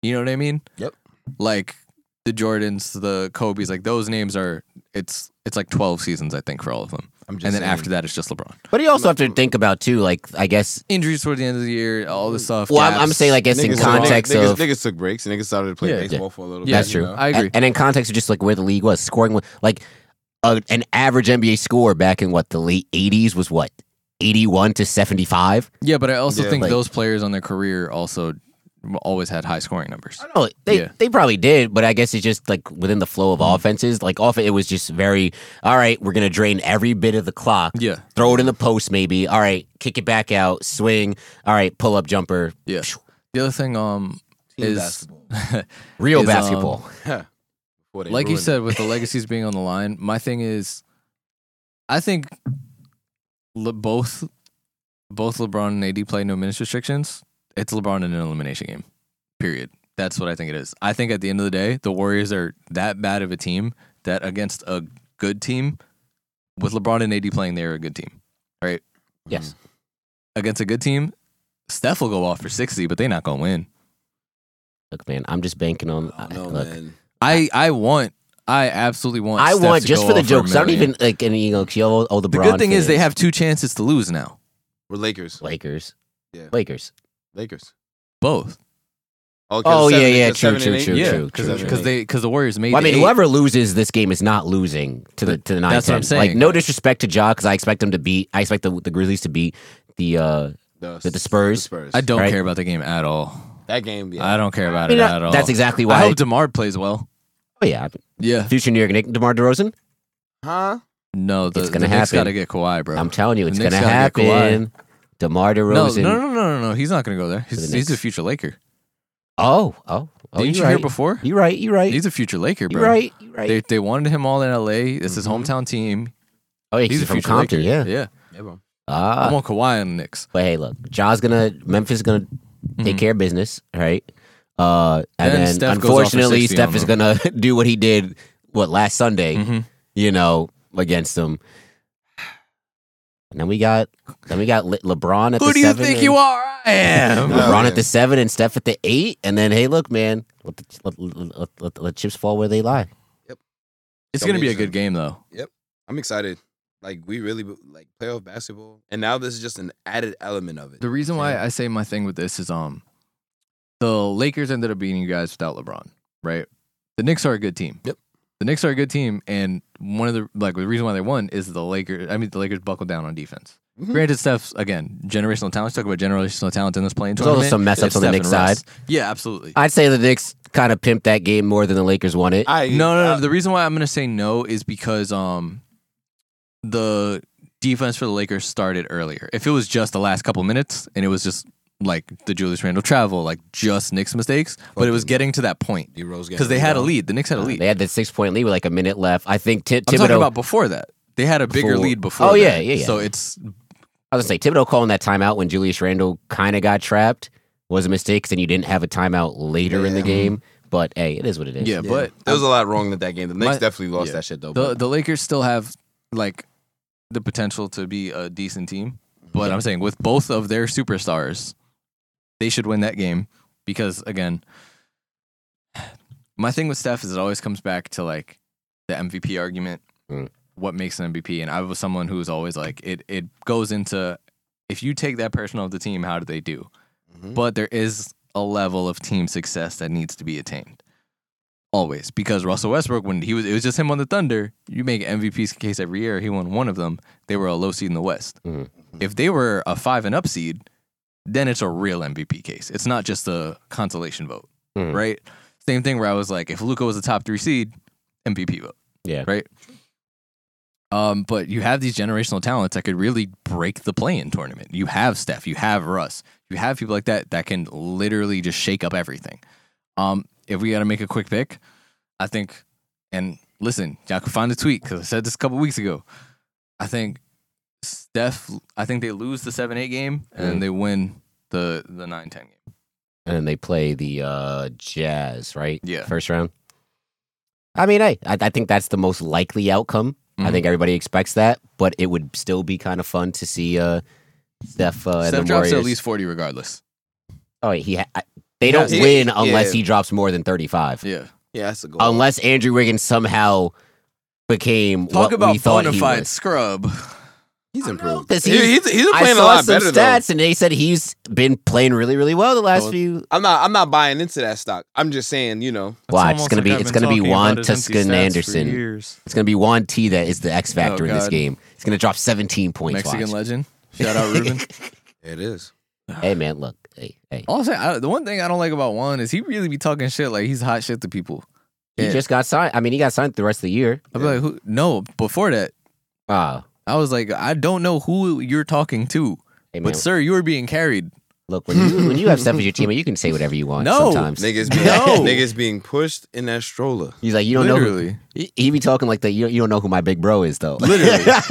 B: you know what I mean?
C: Yep.
B: Like the Jordans, the Kobe's, like those names are it's it's like 12 seasons I think for all of them.
C: I'm just
B: and then
C: saying.
B: after that, it's just LeBron.
A: But you also have to think about too, like I guess.
B: Injuries toward the end of the year, all this stuff.
A: Well, I'm, I'm
B: gaps.
A: saying, I guess, in
C: Niggas took-
A: context
C: niggas,
A: of
C: niggas, niggas took breaks. Niggas started to play
B: Yeah.
C: baseball for a little
B: Yeah,
C: bit.
A: that's true.
C: You know?
B: I agree.
A: And, in context of just like where the league was, scoring was like a, an average NBA score back in what the late '80s was what 81 to 75.
B: yeah, but I also
C: Yeah,
B: think
A: like-
B: those players on their career also always had high scoring numbers.
A: I don't know. They
B: Yeah.
A: they probably did, but I guess it's just like within the flow of offenses. Like off, it was just very all right. We're gonna drain every bit of the clock.
B: Yeah.
A: Throw it in the post, maybe. All right, kick it back out, swing. All right, pull up jumper.
B: Yeah. The other thing um is
A: Real
B: Is, um,
A: basketball.
C: Boy, they
B: like you
C: ruined
B: said
C: it.
B: with the legacies being on the line my thing is i think le- both both lebron and ad play no minutes restrictions it's lebron in an elimination game period that's what i think it is i think at the end of the day the warriors are that bad of a team that against a good team with lebron and ad playing they're a good team right
A: yes.
B: against a good team steph will go off for 60 but they're not going to win
A: Look, man, I'm just banking on.
C: I don't know,
A: look,
C: man.
B: i i want i absolutely want
A: I
B: Steph
A: want
B: to
A: just
B: go
A: for the
B: off a
A: jokes. I don't
B: million.
A: even like any you know. 'cause You all owe the
B: The good thing is they have two chances to lose now.
C: We're Lakers.
A: Lakers.
C: Yeah.
A: Lakers.
C: Lakers.
B: Both.
A: Oh,
C: because
A: yeah,
C: seven-
A: yeah,
C: because
A: true,
C: seven and
A: true, true,
C: eight? Yeah,
A: true,
C: because
A: true,
C: seven
A: true.
C: and
B: Because they because the Warriors made.
A: Well, I mean,
B: the eight.
A: whoever loses this game is not losing to the to the nine.
B: That's what I'm saying.
A: Like, no disrespect to Ja, because I expect them to beat. I expect the the Grizzlies to beat the. uh
C: eight.
A: The Spurs.
C: Spurs.
B: I don't
A: right?
B: care about the game at all.
C: That game. Yeah.
B: I don't care about
A: You
B: it
A: know,
B: at all.
A: That's exactly
B: I
A: why.
B: hope Demar plays well.
A: oh yeah,
B: Yeah.
A: future New York Nick Demar Derozan.
C: huh?
B: No, the,
A: It's gonna
B: the Knicks
A: happen.
B: got to get Kawhi, bro.
A: I'm telling you,
B: The
A: it's
B: Knicks
A: gonna
B: gotta get Kawhi.
A: happen. Demar
B: no,
A: Derozan.
B: no, no, no, no, no. He's not gonna go there.
A: the
B: He's,
A: Knicks.
B: he's a future Laker.
A: Oh, oh, oh.
B: Didn't you
A: you're right.
B: hear before?
A: You're right. You're right.
B: He's a future Laker, bro.
A: You're right. You're right.
B: They they wanted him all in L.A. It's his hometown team.
A: oh, yeah, 'cause
B: He's, a
A: from
B: future
A: Compton.
B: Laker.
A: Yeah.
B: yeah. I
A: Ah.
B: want Kawhi on the Knicks.
A: But hey, look, Ja's gonna Memphis is gonna take care of business, right? Uh, and
B: Mm-hmm. Then
A: then,
B: Steph goes off for
A: unfortunately,
B: 60
A: Steph
B: on
A: is
B: them. Mm-hmm.
A: gonna do what he did what last Sunday, you know, against them. And then we got then we got Le- LeBron at
B: Who
A: the
B: do you
A: seven
B: think
A: and-
B: you are? I am.
A: LeBron
C: yeah.
A: at the seven and Steph at the eight, and then hey, look, man, let the, let, let, let, let the chips fall where they lie.
B: It's
C: Don't
B: gonna be a
C: lose
B: good game though.
C: I'm excited. Like we really be- like playoff basketball, and now this is just an added element of it.
B: The reason why I say my thing with this is um the Lakers ended up beating you guys without LeBron, right? The Knicks are a good team.
C: Yep.
B: The Knicks are a good team, and one of the like the reason why they won is the Lakers. I mean, the Lakers buckled down on defense.
C: Mhm.
B: Granted, Steph's again generational talent. Let's talk about generational talent in this playing
A: There's also
B: tournament.
A: some mess ups
B: It's
A: on the
B: Steph
A: Knicks
B: and Russ.
A: side.
B: Yeah, absolutely.
A: I'd say the Knicks kind of pimped that game more than the Lakers won it.
C: I
B: no, no,
C: I-
B: no. The reason why I'm gonna say no is because um the defense for the Lakers started earlier. If it was just the last couple minutes and it was just like the Julius Randle travel, like just Knicks mistakes, but it was getting to that point
C: D Rose
B: because they had a lead. The Knicks had a lead.
A: they had that six point lead with like a minute left. I think Ti-
B: I'm talking
A: Thibodeau.
B: about before that. They had a bigger
A: Before-
B: lead before.
A: Oh, yeah,
B: that.
A: yeah, yeah.
B: So it's
A: I was gonna say Thibodeau calling that timeout when Julius Randle kind of got trapped was a mistake. 'cause Then you didn't have a timeout later in the
C: Yeah.
A: game. But hey, it is what it is.
B: yeah,
C: Yeah.
B: but
C: there was a lot wrong with that game. The Knicks
B: My-
C: definitely lost
B: yeah.
C: that shit though.
B: the
C: but-
B: the Lakers still have like the potential to be a decent team, but I'm saying with both of their superstars, they should win that game because again, my thing with Steph is it always comes back to like the MVP argument.
A: Mm.
B: What makes an MVP? And I was someone who was always like it. It goes into if you take that person off the team, how do they do?
C: Mhm.
B: But there is a level of team success that needs to be attained always because Russell Westbrook when he was it was just him on the Thunder. You make an MVP's case every year. He won one of them. They were a low seed in the West.
A: Mhm.
B: If they were a five and up seed, then it's a real MVP case. It's not just a consolation vote,
A: Mhm.
B: right? Same thing where I was like, if Luca was a top three seed, MVP vote.
A: Yeah.
B: Right. Um, but you have these generational talents that could really break the play-in tournament. You have Steph, you have Russ, you have people like that that can literally just shake up everything. Um, if we got to make a quick pick, I think, and listen, y'all can find the tweet because I said this a couple weeks ago. I think Steph, I think they lose the seven eight game and then
A: Mm.
B: they win the the nine ten game.
A: and then they play the uh, Jazz, right?
B: Yeah.
A: First round. I mean, hey, I, I think that's the most likely outcome. I
B: Mhm.
A: think everybody expects that, but it would still be kind of fun to see uh, Steph uh, and
B: Steph
A: the
B: drops
A: Warriors.
B: to at least forty regardless.
A: oh, he ha- I- they
B: Yeah,
A: don't
C: he-
A: win unless
C: yeah.
A: he drops more than thirty-five.
B: Yeah,
C: yeah, that's a goal.
A: Unless Andrew Wiggins somehow became
B: talk
A: what
B: about
A: we thought he
B: bonafide
A: was.
B: scrub.
C: he's improved.
A: 'cause
C: He-
A: he's-
C: he's, he's
A: I
C: playing a
A: saw
C: lot
A: some
C: better though.
A: stats, and they said he's been playing really, really well the last
B: Oh,
A: few.
C: I'm not. I'm not buying into that stock. I'm just saying, you know,
A: Watch, it's gonna be it's gonna be Juan Tuscan Anderson. It's gonna be Juan T that is the X factor in this
B: Oh, God.
A: game. He's gonna drop 17 points.
B: Mexican
A: watch.
B: legend. Shout out Ruben.
C: it is.
A: Hey man, look, hey, hey.
B: All I'm saying, I, the one thing I don't like about Juan is he really be talking shit like he's hot shit to people.
A: He
B: Yeah.
A: just got signed. I mean, he got signed the rest of the year.
B: I'd be like, who? No, before that,
A: Ah,
B: I was like, I don't know who you're talking to,
A: hey man.
B: but sir, you were being carried.
A: look, when you, when you have Steph as your teammate, you can say whatever you want.
B: No,
A: sometimes
C: Niggas being,
B: No.
C: niggas being pushed in that stroller.
A: he's like, you don't know.
B: literally,
A: Who, he- he be talking like that. You, you don't know who my big bro is though.
B: literally.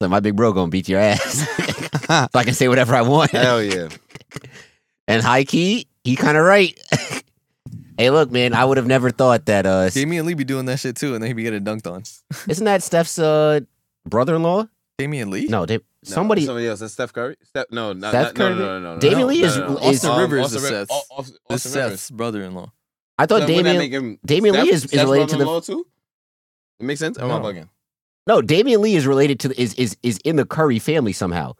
A: Like, my big bro gonna beat your ass. so I can say whatever I want.
C: Hell yeah.
A: And high key, he kind of right. hey, look, man, I would have never thought that. Uh,
B: Damian Lee be doing that shit too, and then he be getting dunked on.
A: isn't that Steph's uh, brother-in-law?
B: Damian Lee?
A: No, they,
C: No,
A: somebody.
C: somebody else. That's Steph Curry. Steph, no, no,
A: Steph
C: no, no,
A: Curry?
C: no, no, no, no,
A: Damian
C: no,
A: Lee
C: no,
A: is-
C: no, no.
A: is- Austin
B: Rivers
C: Austin
B: is
C: Rivers.
B: Seth's-
C: Au- Aus-
B: This
C: Austin Rivers.
B: Seth's brother-in-law.
A: I thought
C: So wouldn't that
A: Damian.
C: make him
A: Damian Lee
C: Steph-
A: is- is
C: Steph's
A: related to the-
C: brother-in-law too? It makes sense. Or Am I
B: No.
C: bugging?
A: No, Damian Lee is related to the, is is is in the Curry family somehow.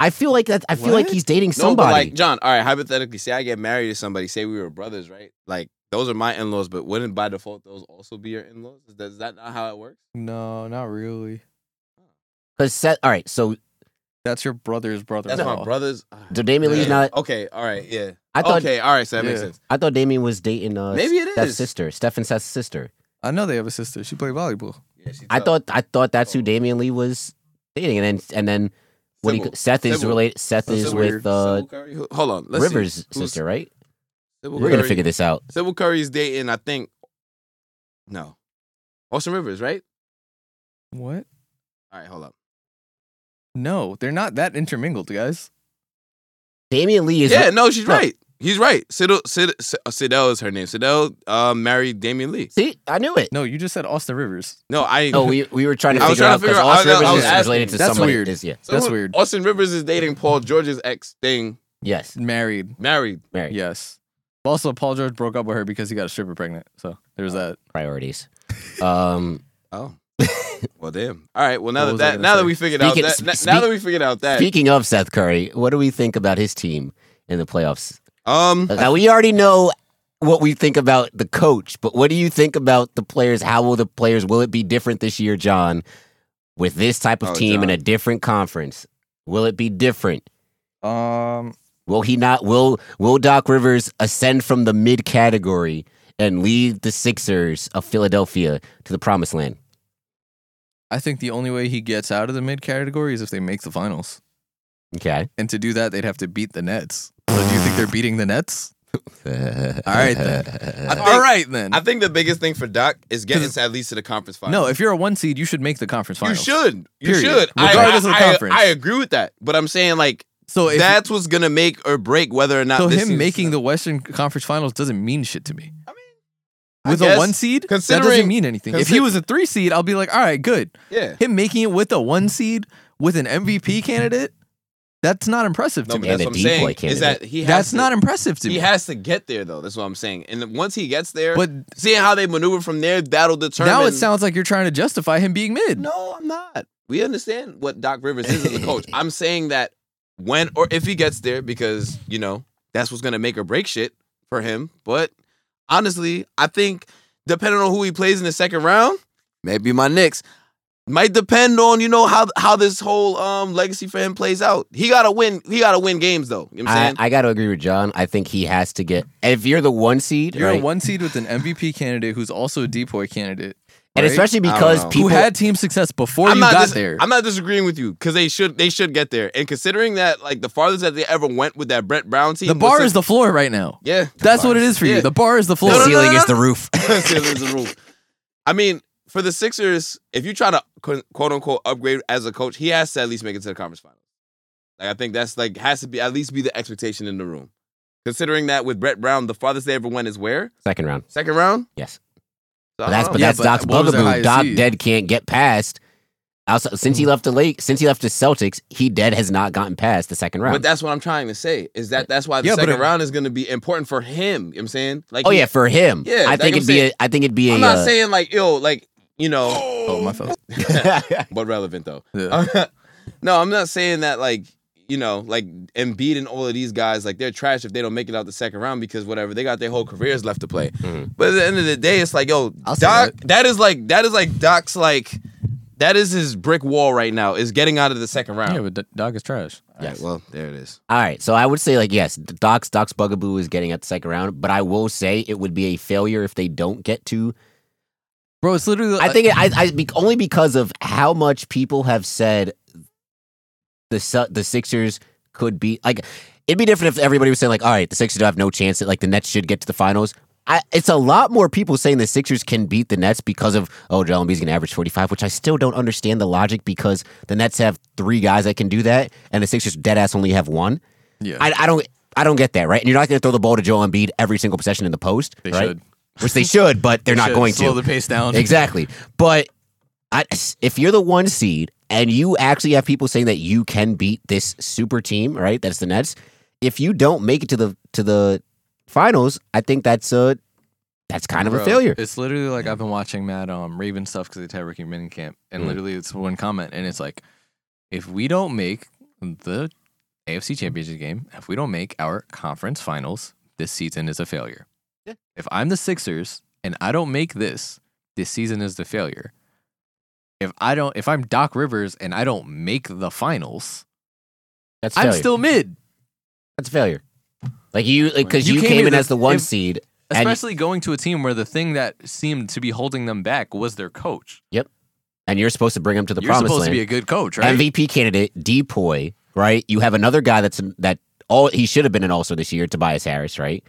A: I feel like that. I feel like
B: What?
A: he's dating
C: No, but
A: somebody.
C: like John. All right, hypothetically, say I get married to somebody. Say we were brothers, right? Like those are my in-laws, but wouldn't by default those also be your in-laws? Is that, is that not how it works?
B: No, not really.
A: Because Seth. All right, so
B: That's your brother's brother-in-law.
C: That's my brothers. ah,
A: so Damian Lee's
C: Yeah.
A: not.
C: Okay, all right, yeah.
A: I thought
C: okay, all right, so that makes
B: Yeah.
C: sense.
A: I thought Damian was dating. Uh,
C: Maybe it
A: Steph's
C: is.
A: sister, Steph and Seth's sister.
B: I know they have a sister. She played volleyball.
C: Yeah, she
A: I
C: tough.
A: thought I thought that's
C: Oh.
A: who Damian Lee was dating, and then and then what he,
C: Sybil.
A: Seth is
C: Sybil.
A: related. Seth
B: Sybil.
A: is
B: Sybil.
A: with uh,
C: Sybil Curry? Who- Hold on, let's see.
A: Rivers'
C: Who's-
A: sister, right?
C: Sybil
A: We're gonna
C: Curry-
A: figure this out.
C: Sybil Curry's dating, I think. No, Austin Rivers, right?
B: What?
C: All right, hold up.
B: No, they're not that intermingled, guys.
A: Damian Lee is
C: yeah, no, she's
A: no.
C: right. He's right. Sidel, Sid, Sid, Sidel is her name. Sidel uh, married Damian Lee.
A: See, I knew it.
B: No, you just said Austin Rivers.
C: No, I.
A: No,
B: Oh,
A: we, we were trying to
C: I
A: figure out
C: was trying to
A: because
C: figure out-
A: Austin
C: I- I- I
A: Rivers
C: was
A: is
C: asking-
A: related to
B: That's
A: somebody.
B: weird.
A: Is, yeah.
B: That's
C: Someone-
B: weird.
C: Austin Rivers is dating Paul George's ex thing,
A: Yes.
B: Married.
C: married.
A: Married.
B: Yes. Also, Paul George broke up with her because he got a stripper pregnant. So there's that.
A: Priorities. Um.
C: Oh. Well, damn. All right. Well,
B: What
C: now that,
B: was I
C: that
B: gonna
C: now that
B: say?
C: we figured
A: Speaking-
C: out that
A: spe-
C: now- now that
A: speak-
C: we figured out that
A: Speaking of Seth Curry, what do we think about his team in the playoffs? Uh,
C: um
A: Now we already know what we think about the coach, but what do you think about the players? How will the players? Will it be different this year, John? With this type of
C: Oh,
A: team in
C: John.
A: a different conference, will it be different?
B: Um,
A: Will he not? Will Will Doc Rivers ascend from the mid category and lead the Sixers of Philadelphia to the promised land?
B: I think the only way he gets out of the mid category is if they make the finals.
A: Okay.
B: And to do that, they'd have to beat the Nets. But do you think they're beating the Nets? All right then.
C: I think-
B: All right then.
C: I think the biggest thing for Doc is getting us at least to the conference finals.
B: no, if you're a one seed, you should make the conference
C: you
B: finals.
C: should. You
B: Period.
C: should. I-
B: Regardless
C: I,
B: of the
C: I-
B: conference.
C: I, agree with that. But I'm saying like
B: So if,
C: that's what's gonna make or break whether or not
B: so
C: this
B: him
C: season's
B: making
C: gonna-
B: the Western Conference Finals doesn't mean shit to me.
C: I mean, I
B: With
C: guess,
B: a one seed, that doesn't
C: considering-
B: mean anything. if
C: consi-
B: he was a three seed, I'll be like, all right, good.
C: yeah.
B: Him making it with a one seed with an MVP candidate, that's not impressive
C: No,
B: to
C: but
B: me.
A: And
C: that's
A: a
C: what I'm
A: decoy
C: saying
A: candidate.
C: is that he has
B: That's
C: to,
B: not impressive to
C: he
B: me.
C: has to get there though. That's what I'm saying. And once he gets there,
B: but
C: seeing how they maneuver from there, that'll determine.
B: now it sounds like you're trying to justify him being mid.
C: No, I'm not. We understand what Doc Rivers is as a coach. I'm saying that when or if he gets there, because you know that's what's gonna make or break shit for him. But honestly, I think depending on who he plays in the second round, maybe my Knicks might depend on you know how how this whole um legacy for him plays out. He gotta win. He gotta win games though. You know what I'm
A: I,
C: saying?
A: I got to agree with John. I think he has to get. If you're the one seed,
B: You're
A: right?
B: a one seed with an MVP candidate who's also a depoy candidate.
A: and
B: right?
A: especially
C: don't
A: because
C: know.
A: people
B: who had team success before
C: I'm
B: you
C: not
B: got
C: dis-
B: there.
C: I'm not disagreeing with you because they should they should get there. And considering that like the farthest that they ever went with that Brett Brown team,
B: the bar
C: was-
B: is the floor right now.
C: yeah.
B: That's what it is for
C: Yeah.
B: you. The bar is the floor.
A: the
C: No, no, no,
A: ceiling
C: no,
A: is
C: no.
A: the roof.
C: ceiling's the roof. I mean, for the Sixers, if you try to qu- quote unquote upgrade as a coach, he has to at least make it to the conference finals. Like I think that's like has to be at least be the expectation in the room. Considering that with Brett Brown, the farthest they ever went is where
A: Second round.
C: second round.
A: Yes.
C: So I
A: But that's but
C: don't know.
B: Yeah,
A: that's
B: but
A: Doc's
B: what was their
A: bugaboo.
B: highest
A: Doc
B: seed?
A: dead can't get past. Outside, since he left the lake, since he left the Celtics, he dead has not gotten past the second round.
C: But that's what I'm trying to say is that that's why the
B: Yeah, but
C: second
B: it-
C: round is going to be important for him. You know what I'm saying, like,
A: oh
C: he-
A: yeah, for him.
C: Yeah,
A: I
C: like
A: think
C: I'm
A: it'd be. A,
C: saying-
A: I think it'd be a.
C: I'm not
A: uh,
C: saying like yo, like you know,
B: Oh, my phone.
C: but relevant though.
B: Yeah.
C: I'm not- no, I'm not saying that like you know like Embiid and all of these guys like they're trash if they don't make it out the second round because whatever they got their whole careers left to play.
A: Mhm.
C: But at the end of the day, it's like yo,
B: I'll say
C: Doc, that is like that is like Doc's like that is his brick wall right now is getting out of the second round.
B: Yeah, but d- dog is trash.
A: Yes.
C: well, there it is.
A: All right, so I would say like yes, Doc's Doc's bugaboo is getting at the second round, but I will say it would be a failure if they don't get to
B: Bro, it's literally.
A: I think it, I, I be, only because of how much people have said the Su- the Sixers could be like it'd be different if everybody was saying like all right the Sixers have no chance that like the Nets should get to the finals. I, it's a lot more people saying the Sixers can beat the Nets because of oh Joel Embiid's gonna average forty five, which I still don't understand the logic because the Nets have three guys that can do that and the Sixers dead ass only have one.
B: Yeah.
A: I, I don't I don't get that right. And you're not gonna throw the ball to Joel Embiid every single possession in the post,
B: They
A: right?
B: should.
A: Which they should, but they're not
B: Should
A: going to
B: slow the pace down.
A: exactly. But I, if you're the one seed and you actually have people saying that you can beat this super team, right? That's the Nets. If you don't make it to the to the finals, I think that's a that's kind of a
B: Bro,
A: failure.
B: It's literally like I've been watching Mad um, Raven stuff because they had Ricky Minicamp, and
A: Mhm.
B: literally it's one comment, and it's like, if we don't make the AFC Championship game, if we don't make our conference finals, this season is a failure. If I'm the Sixers and I don't make this, this season is the failure. If I don't, if I'm Doc Rivers and I don't make the finals,
A: That's a
B: I'm
A: failure.
B: still mid.
A: that's a failure. Like you, because
B: You
A: you,
B: came
A: came
B: in
A: in
B: the-
A: as the one
B: if-
A: seed. And-
B: Especially going to a team where the thing that seemed to be holding them back was their coach.
A: and you're supposed to bring him to the
B: You're
A: promised
B: supposed
A: land.
B: to be a good coach, right?
A: MVP candidate, Depoy, right? You have another guy that's that all he should have been an also this year, Tobias Harris, right?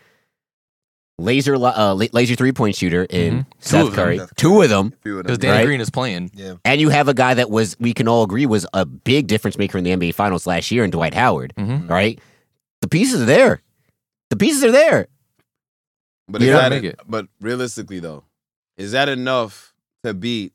A: Laser, li- uh, la- laser three point shooter in
B: Mhm. Two of
A: Seth
B: them.
A: Curry, two of them,
B: Because Dan
A: Right?
B: Green is playing.
A: and you have a guy that was we can all agree was a big difference maker in the NBA Finals last year, in Dwight Howard,
B: Mm-hmm.
A: right? The pieces are there, the pieces are there.
C: But
A: You
C: is
A: don't
C: that
B: make
C: a-
B: it.
C: but realistically though, is that enough to beat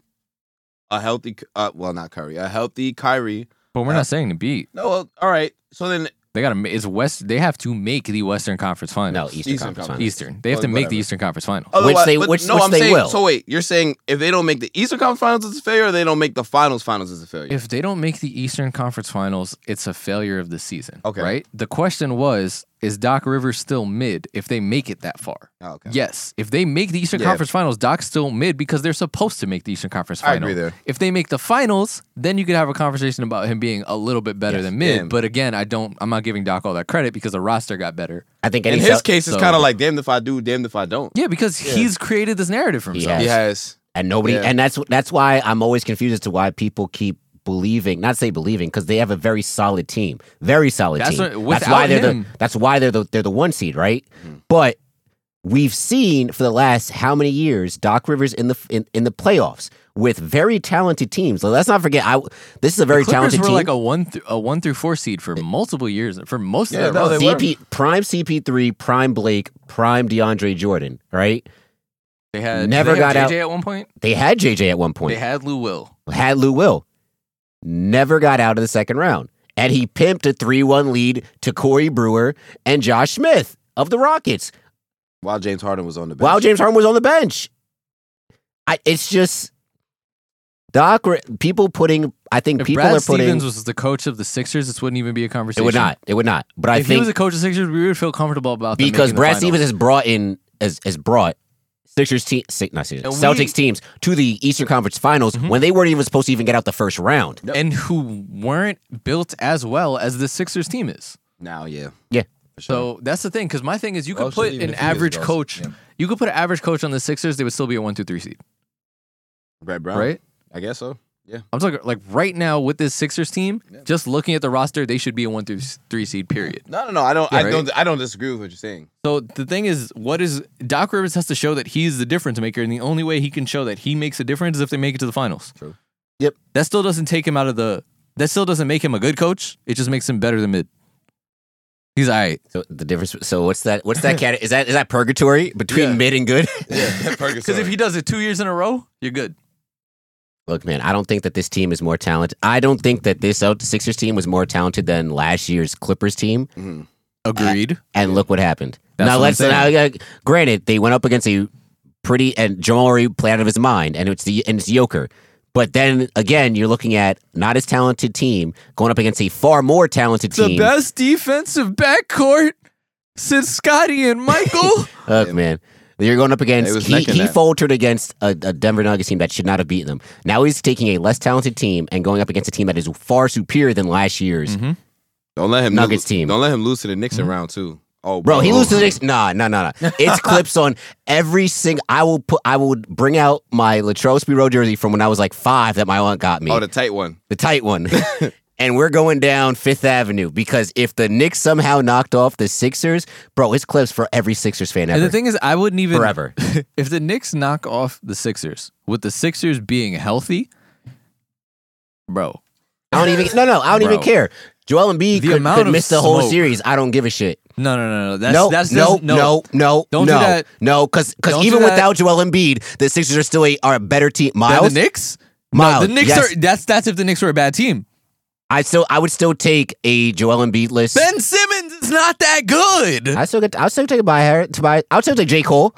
C: a healthy? Uh, well, not Curry, a healthy Kyrie.
B: But we're not saying to beat.
C: No, well, all right. So then,
B: They got to. It's West. They have to make the Western Conference
A: No,
B: Finals.
A: Eastern,
C: Eastern
A: Conference.
C: Conference.
A: Finals.
B: Eastern. They have
C: Oh,
B: to make
C: whatever.
B: the Eastern Conference Final.
A: Which they-
C: but
A: which-
C: no,
A: which
C: I'm
A: they
C: saying,
A: will.
C: So wait, you're saying if they don't make the Eastern Conference Finals, it's a failure. Or they don't make the Finals Finals, it's a failure.
B: If they don't make the Eastern Conference Finals, it's a failure of the season.
C: Okay.
B: Right. The question was, is Doc Rivers still mid if they make it that far?
C: Oh, okay.
B: Yes. If they make the Eastern
C: Yeah.
B: Conference Finals, Doc's still mid because they're supposed to make the Eastern Conference
C: I
B: Final.
C: agree there.
B: If they make the finals, then you could have a conversation about him being a little bit better
A: Yes.
B: than mid.
C: Yeah.
B: But again, I don't. I'm not giving Doc all that credit because the roster got better.
A: I think
C: In
A: any
C: his
A: Cel-
C: case, it's
B: so-
C: kind of like damned if I do, damned if I don't.
B: Yeah, because he's created this narrative for
A: He
B: himself.
A: has.
C: He has.
A: and nobody
C: Yeah.
A: and that's that's why I'm always confused as to why people keep believing not say believing because they have a very solid team very solid
B: That's
A: team
B: what-
A: that's why
B: without
A: they're
B: him-
A: the that's why they're the they're the one seed right but we've seen for the last how many years Doc Rivers in the in, in the playoffs with very talented teams let's not forget I this is a very
B: Clippers
A: talented
B: were
A: team
B: like a one th- a one through four seed for multiple years for most
C: Yeah,
B: of
C: no,
B: their
C: they
B: run.
C: were.
A: CP prime CP3 prime Blake prime DeAndre Jordan right
B: They had did
A: Never
B: they have
A: got
B: JJ at one point.
A: they had JJ at one point
B: They had Lou Will.
A: had Lou Will, never got out of the second round. And he pimped a 3 1 lead to Corey Brewer and Josh Smith of the Rockets
C: While James Harden was on the bench.
A: while James Harden was on the bench. I, it's just, Doc, Ri- people putting, I think
B: If
A: people
B: Brad
A: are putting,
B: Stevens was the coach of the Sixers, this wouldn't even be a
A: it
B: conversation.
A: would not, it would not. But I
B: if he
A: think
B: was a coach of Sixers, we would feel comfortable about them
A: because
B: making the
A: Brad
B: finals.
A: Stevens has brought in, has, has brought Sixers team, not Sixers,
B: And we- Mm-hmm.
A: Celtics teams to the Eastern Conference Finals when they weren't even supposed to even get out the first round.
B: and who weren't built as well as the Sixers team is.
C: now, yeah.
A: Yeah.
C: For sure.
B: So that's the thing, because my thing is, you could
F: Also,
B: put
F: even
B: an
F: if he is
B: average
F: Russell,
B: coach,
F: yeah.
B: you could put an average coach on the Sixers, they would still be a one, two, three seed,
C: Brett Brown.
B: right?
C: I guess so.
B: I'm talking like right now with this Sixers team, just looking at the roster, they should be a one through s- three seed. Period.
C: No, no, no. I don't.
B: Yeah,
C: I
B: right?
C: don't. I don't disagree with what you're saying.
B: So the thing is, what is Doc Rivers has to show that he's the difference maker, and the only way he can show that he makes a difference is if they make it to the finals.
C: True.
A: Yep.
B: That still doesn't take him out of the. That still doesn't make him a good coach. It just makes him better than mid. He's all right.
A: So the difference. So what's that? What's that cat? Is that is that purgatory between mid and good?
C: Yeah,
B: Because if he does it two years in a row, you're good.
A: Look, man, I don't think that this team is more talented. I don't think that this Celt- Sixers team was more talented than last year's Clippers team.
C: Mm-hmm.
B: Agreed.
A: And look what happened.
B: That's
A: now
B: what I'm
A: let's. Now,
B: saying.
A: uh, granted, they went up against a pretty and Jamal Murray played out of his mind, and it's the and it's Joker. But then again, you're looking at not as talented team going up against a far more talented
B: the
A: team.
B: best defensive backcourt since Scotty and Michael.
A: Look, man. You're going up
C: It
A: against
C: was
A: he,
C: neck and
A: he
C: neck.
A: faltered against a, a Denver Nuggets team that should not have beaten them. Now he's taking a less talented team and going up against a team that is far superior than last year's.
B: Mm.
C: don't let him
A: Nuggets
C: lose,
A: team. Mm-hmm.
C: Don't let him lose to the Knicks in round two. Oh,
A: Bro, he
C: bro.
A: loses to the Knicks. Nah, nah, nah, nah. It's clips on every single. I will put. I would bring out my Latrell Spiro jersey from when I was like five that my aunt got me,
C: Oh, the
A: the-,
C: tight one.
A: tight one. and we're going down Fifth Avenue because if the Knicks somehow knocked off the Sixers, bro, it's clips for every Sixers fan
B: And
A: ever.
B: the thing is, I wouldn't even
A: Forever.
B: if the Knicks knock off the Sixers with the Sixers being healthy, bro.
A: I don't even. No, no, I don't even
B: Bro.
A: care. Joel Embiid
B: The
A: could,
B: amount
A: could
B: of
A: miss the whole
B: smoke.
A: series. I don't give a shit.
B: No, no, no, no. That's
A: no,
B: that's
A: no,
B: that's-
A: no, no, no,
B: Don't do
A: no,
B: that.
A: No, because
B: Don't do
A: even
B: that.
A: without Joel Embiid, the Sixers are still a, are a better team.
B: Than
A: Miles,
B: the Knicks.
A: Miles,
B: the Knicks
A: yes.
B: are that's that's if the Knicks were a bad team.
A: I still, I would still take a Joel Embiid list.
B: Ben Simmons is not that good.
A: I still get, I would still take a by Harris. To buy, I would still take J Cole.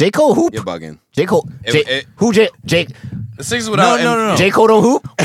A: J Cole hoop.
C: You're bugging.
A: J Cole.
C: It-
A: J,
C: it-
A: who J J
C: The Sixers without
B: no,
C: M-
B: no, no.
A: J Cole don't hoop.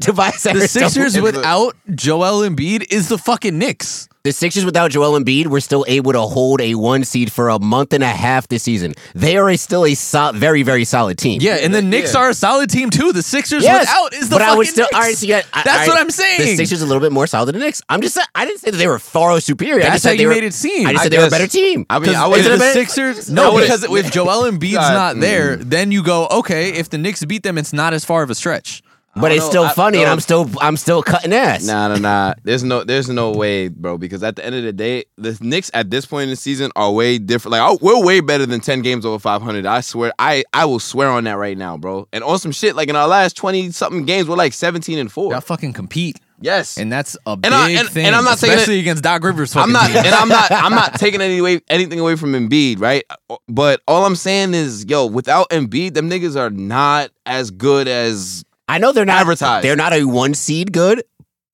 A: Tobias
B: the
A: Harris don't-
B: Sixers
C: If the-
B: without Joel Embiid is the fucking Knicks.
A: The Sixers without Joel Embiid were still able to hold a one seed for a month and a half this season. They are a, still a sol- very, very solid team.
B: Yeah, and the Knicks are a solid team too. The Sixers
A: Yes,
B: without is the
A: but
B: fucking
A: I would still.
B: Knicks.
A: All right, so yeah, I-
B: That's
A: all
B: what
A: right,
B: I'm saying.
A: The Sixers are a little bit more solid than the Knicks. I'm just. sa- I didn't say that they were far superior. I
B: That's
A: just said
B: how
A: they
B: you
A: were,
B: made it seem.
A: I just
C: I
A: said they were a
C: guess-
A: better team.
C: I mean, I
B: If
C: was
A: Isn't it
B: the
A: a bit-
B: Sixers,
C: I
B: no,
C: would've-
B: because if Joel Embiid's
C: God, Mm.
B: not there, then you go okay. If the Knicks beat them, it's not as far of a stretch.
A: but
C: I
A: it's
C: don't
A: still
C: know, I-
A: funny, and
C: no.
A: I'm still. I'm still cutting ass.
C: Nah, nah, nah. There's no, there's no way, bro. Because at the end of the day, the Knicks at this point in the season are way different. Like, oh, we're way better than ten games over 500. I swear, I, I will swear on that right now, bro. And on some shit, like in our last 20 something games, we're like 17 and four.
B: Y'all fucking compete,
C: Yes,
B: and that's a big
C: I- and-
B: thing.
C: and I'm not saying
B: especially against Doc Rivers.
C: I'm
B: fucking
C: not,
B: team.
C: and I'm not, I'm not taking any away, anything away from Embiid, right? But all I'm saying is, yo, without Embiid, them niggas are not as good as
A: I know they're not
C: Advertised.
A: They're not a one seed good,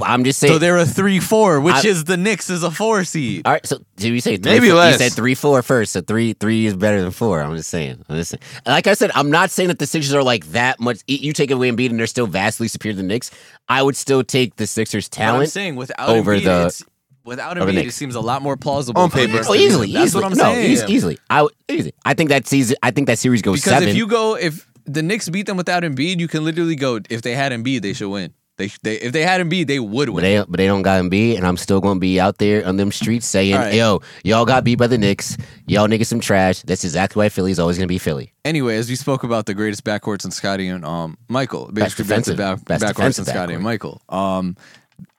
A: I'm just saying.
B: So they're a three four, which
A: I-
B: is the Knicks is a four seed.
A: all right, so did you say three,
C: Maybe
A: four?
C: less.
A: You said three four first, so three three is better than four. I'm just saying. I'm just saying. And Like I said, I'm not saying that the Sixers are like that much. e, You take away Embiid and they're still vastly superior to the Knicks. I would still take the Sixers
B: But I'm
A: talent.
B: saying without
A: over
B: Embiid,
A: the-
B: it's- without
A: over the
B: Embiid, it
A: Knicks.
B: seems a lot more plausible
C: On
B: for the
C: paper.
B: Knicks
A: Oh,
B: to win.
A: easily,
B: That's
A: easily.
B: what I'm
A: no,
B: saying.
A: eas- easily. I would, easy. I think that season. I think that series goes
B: Because
A: seven.
B: if you go, if the Knicks beat them without Embiid, you can literally go. If they had Embiid, they should win. They, sh- they if they had Embiid, they would
A: But
B: win.
A: they, but they don't got beat, and I'm still gonna be out there on them streets saying,
B: All right.
A: "Yo, y'all got beat by the Knicks. Y'all niggas some trash." That's exactly why Philly's always gonna be Philly.
B: Anyway, as we spoke about the greatest backcourts in Scotty and um Michael, basically
A: defensive-
B: back,
A: best
B: backcourts in
A: defensive
B: Scotty
A: backcourt.
B: and Michael. Um,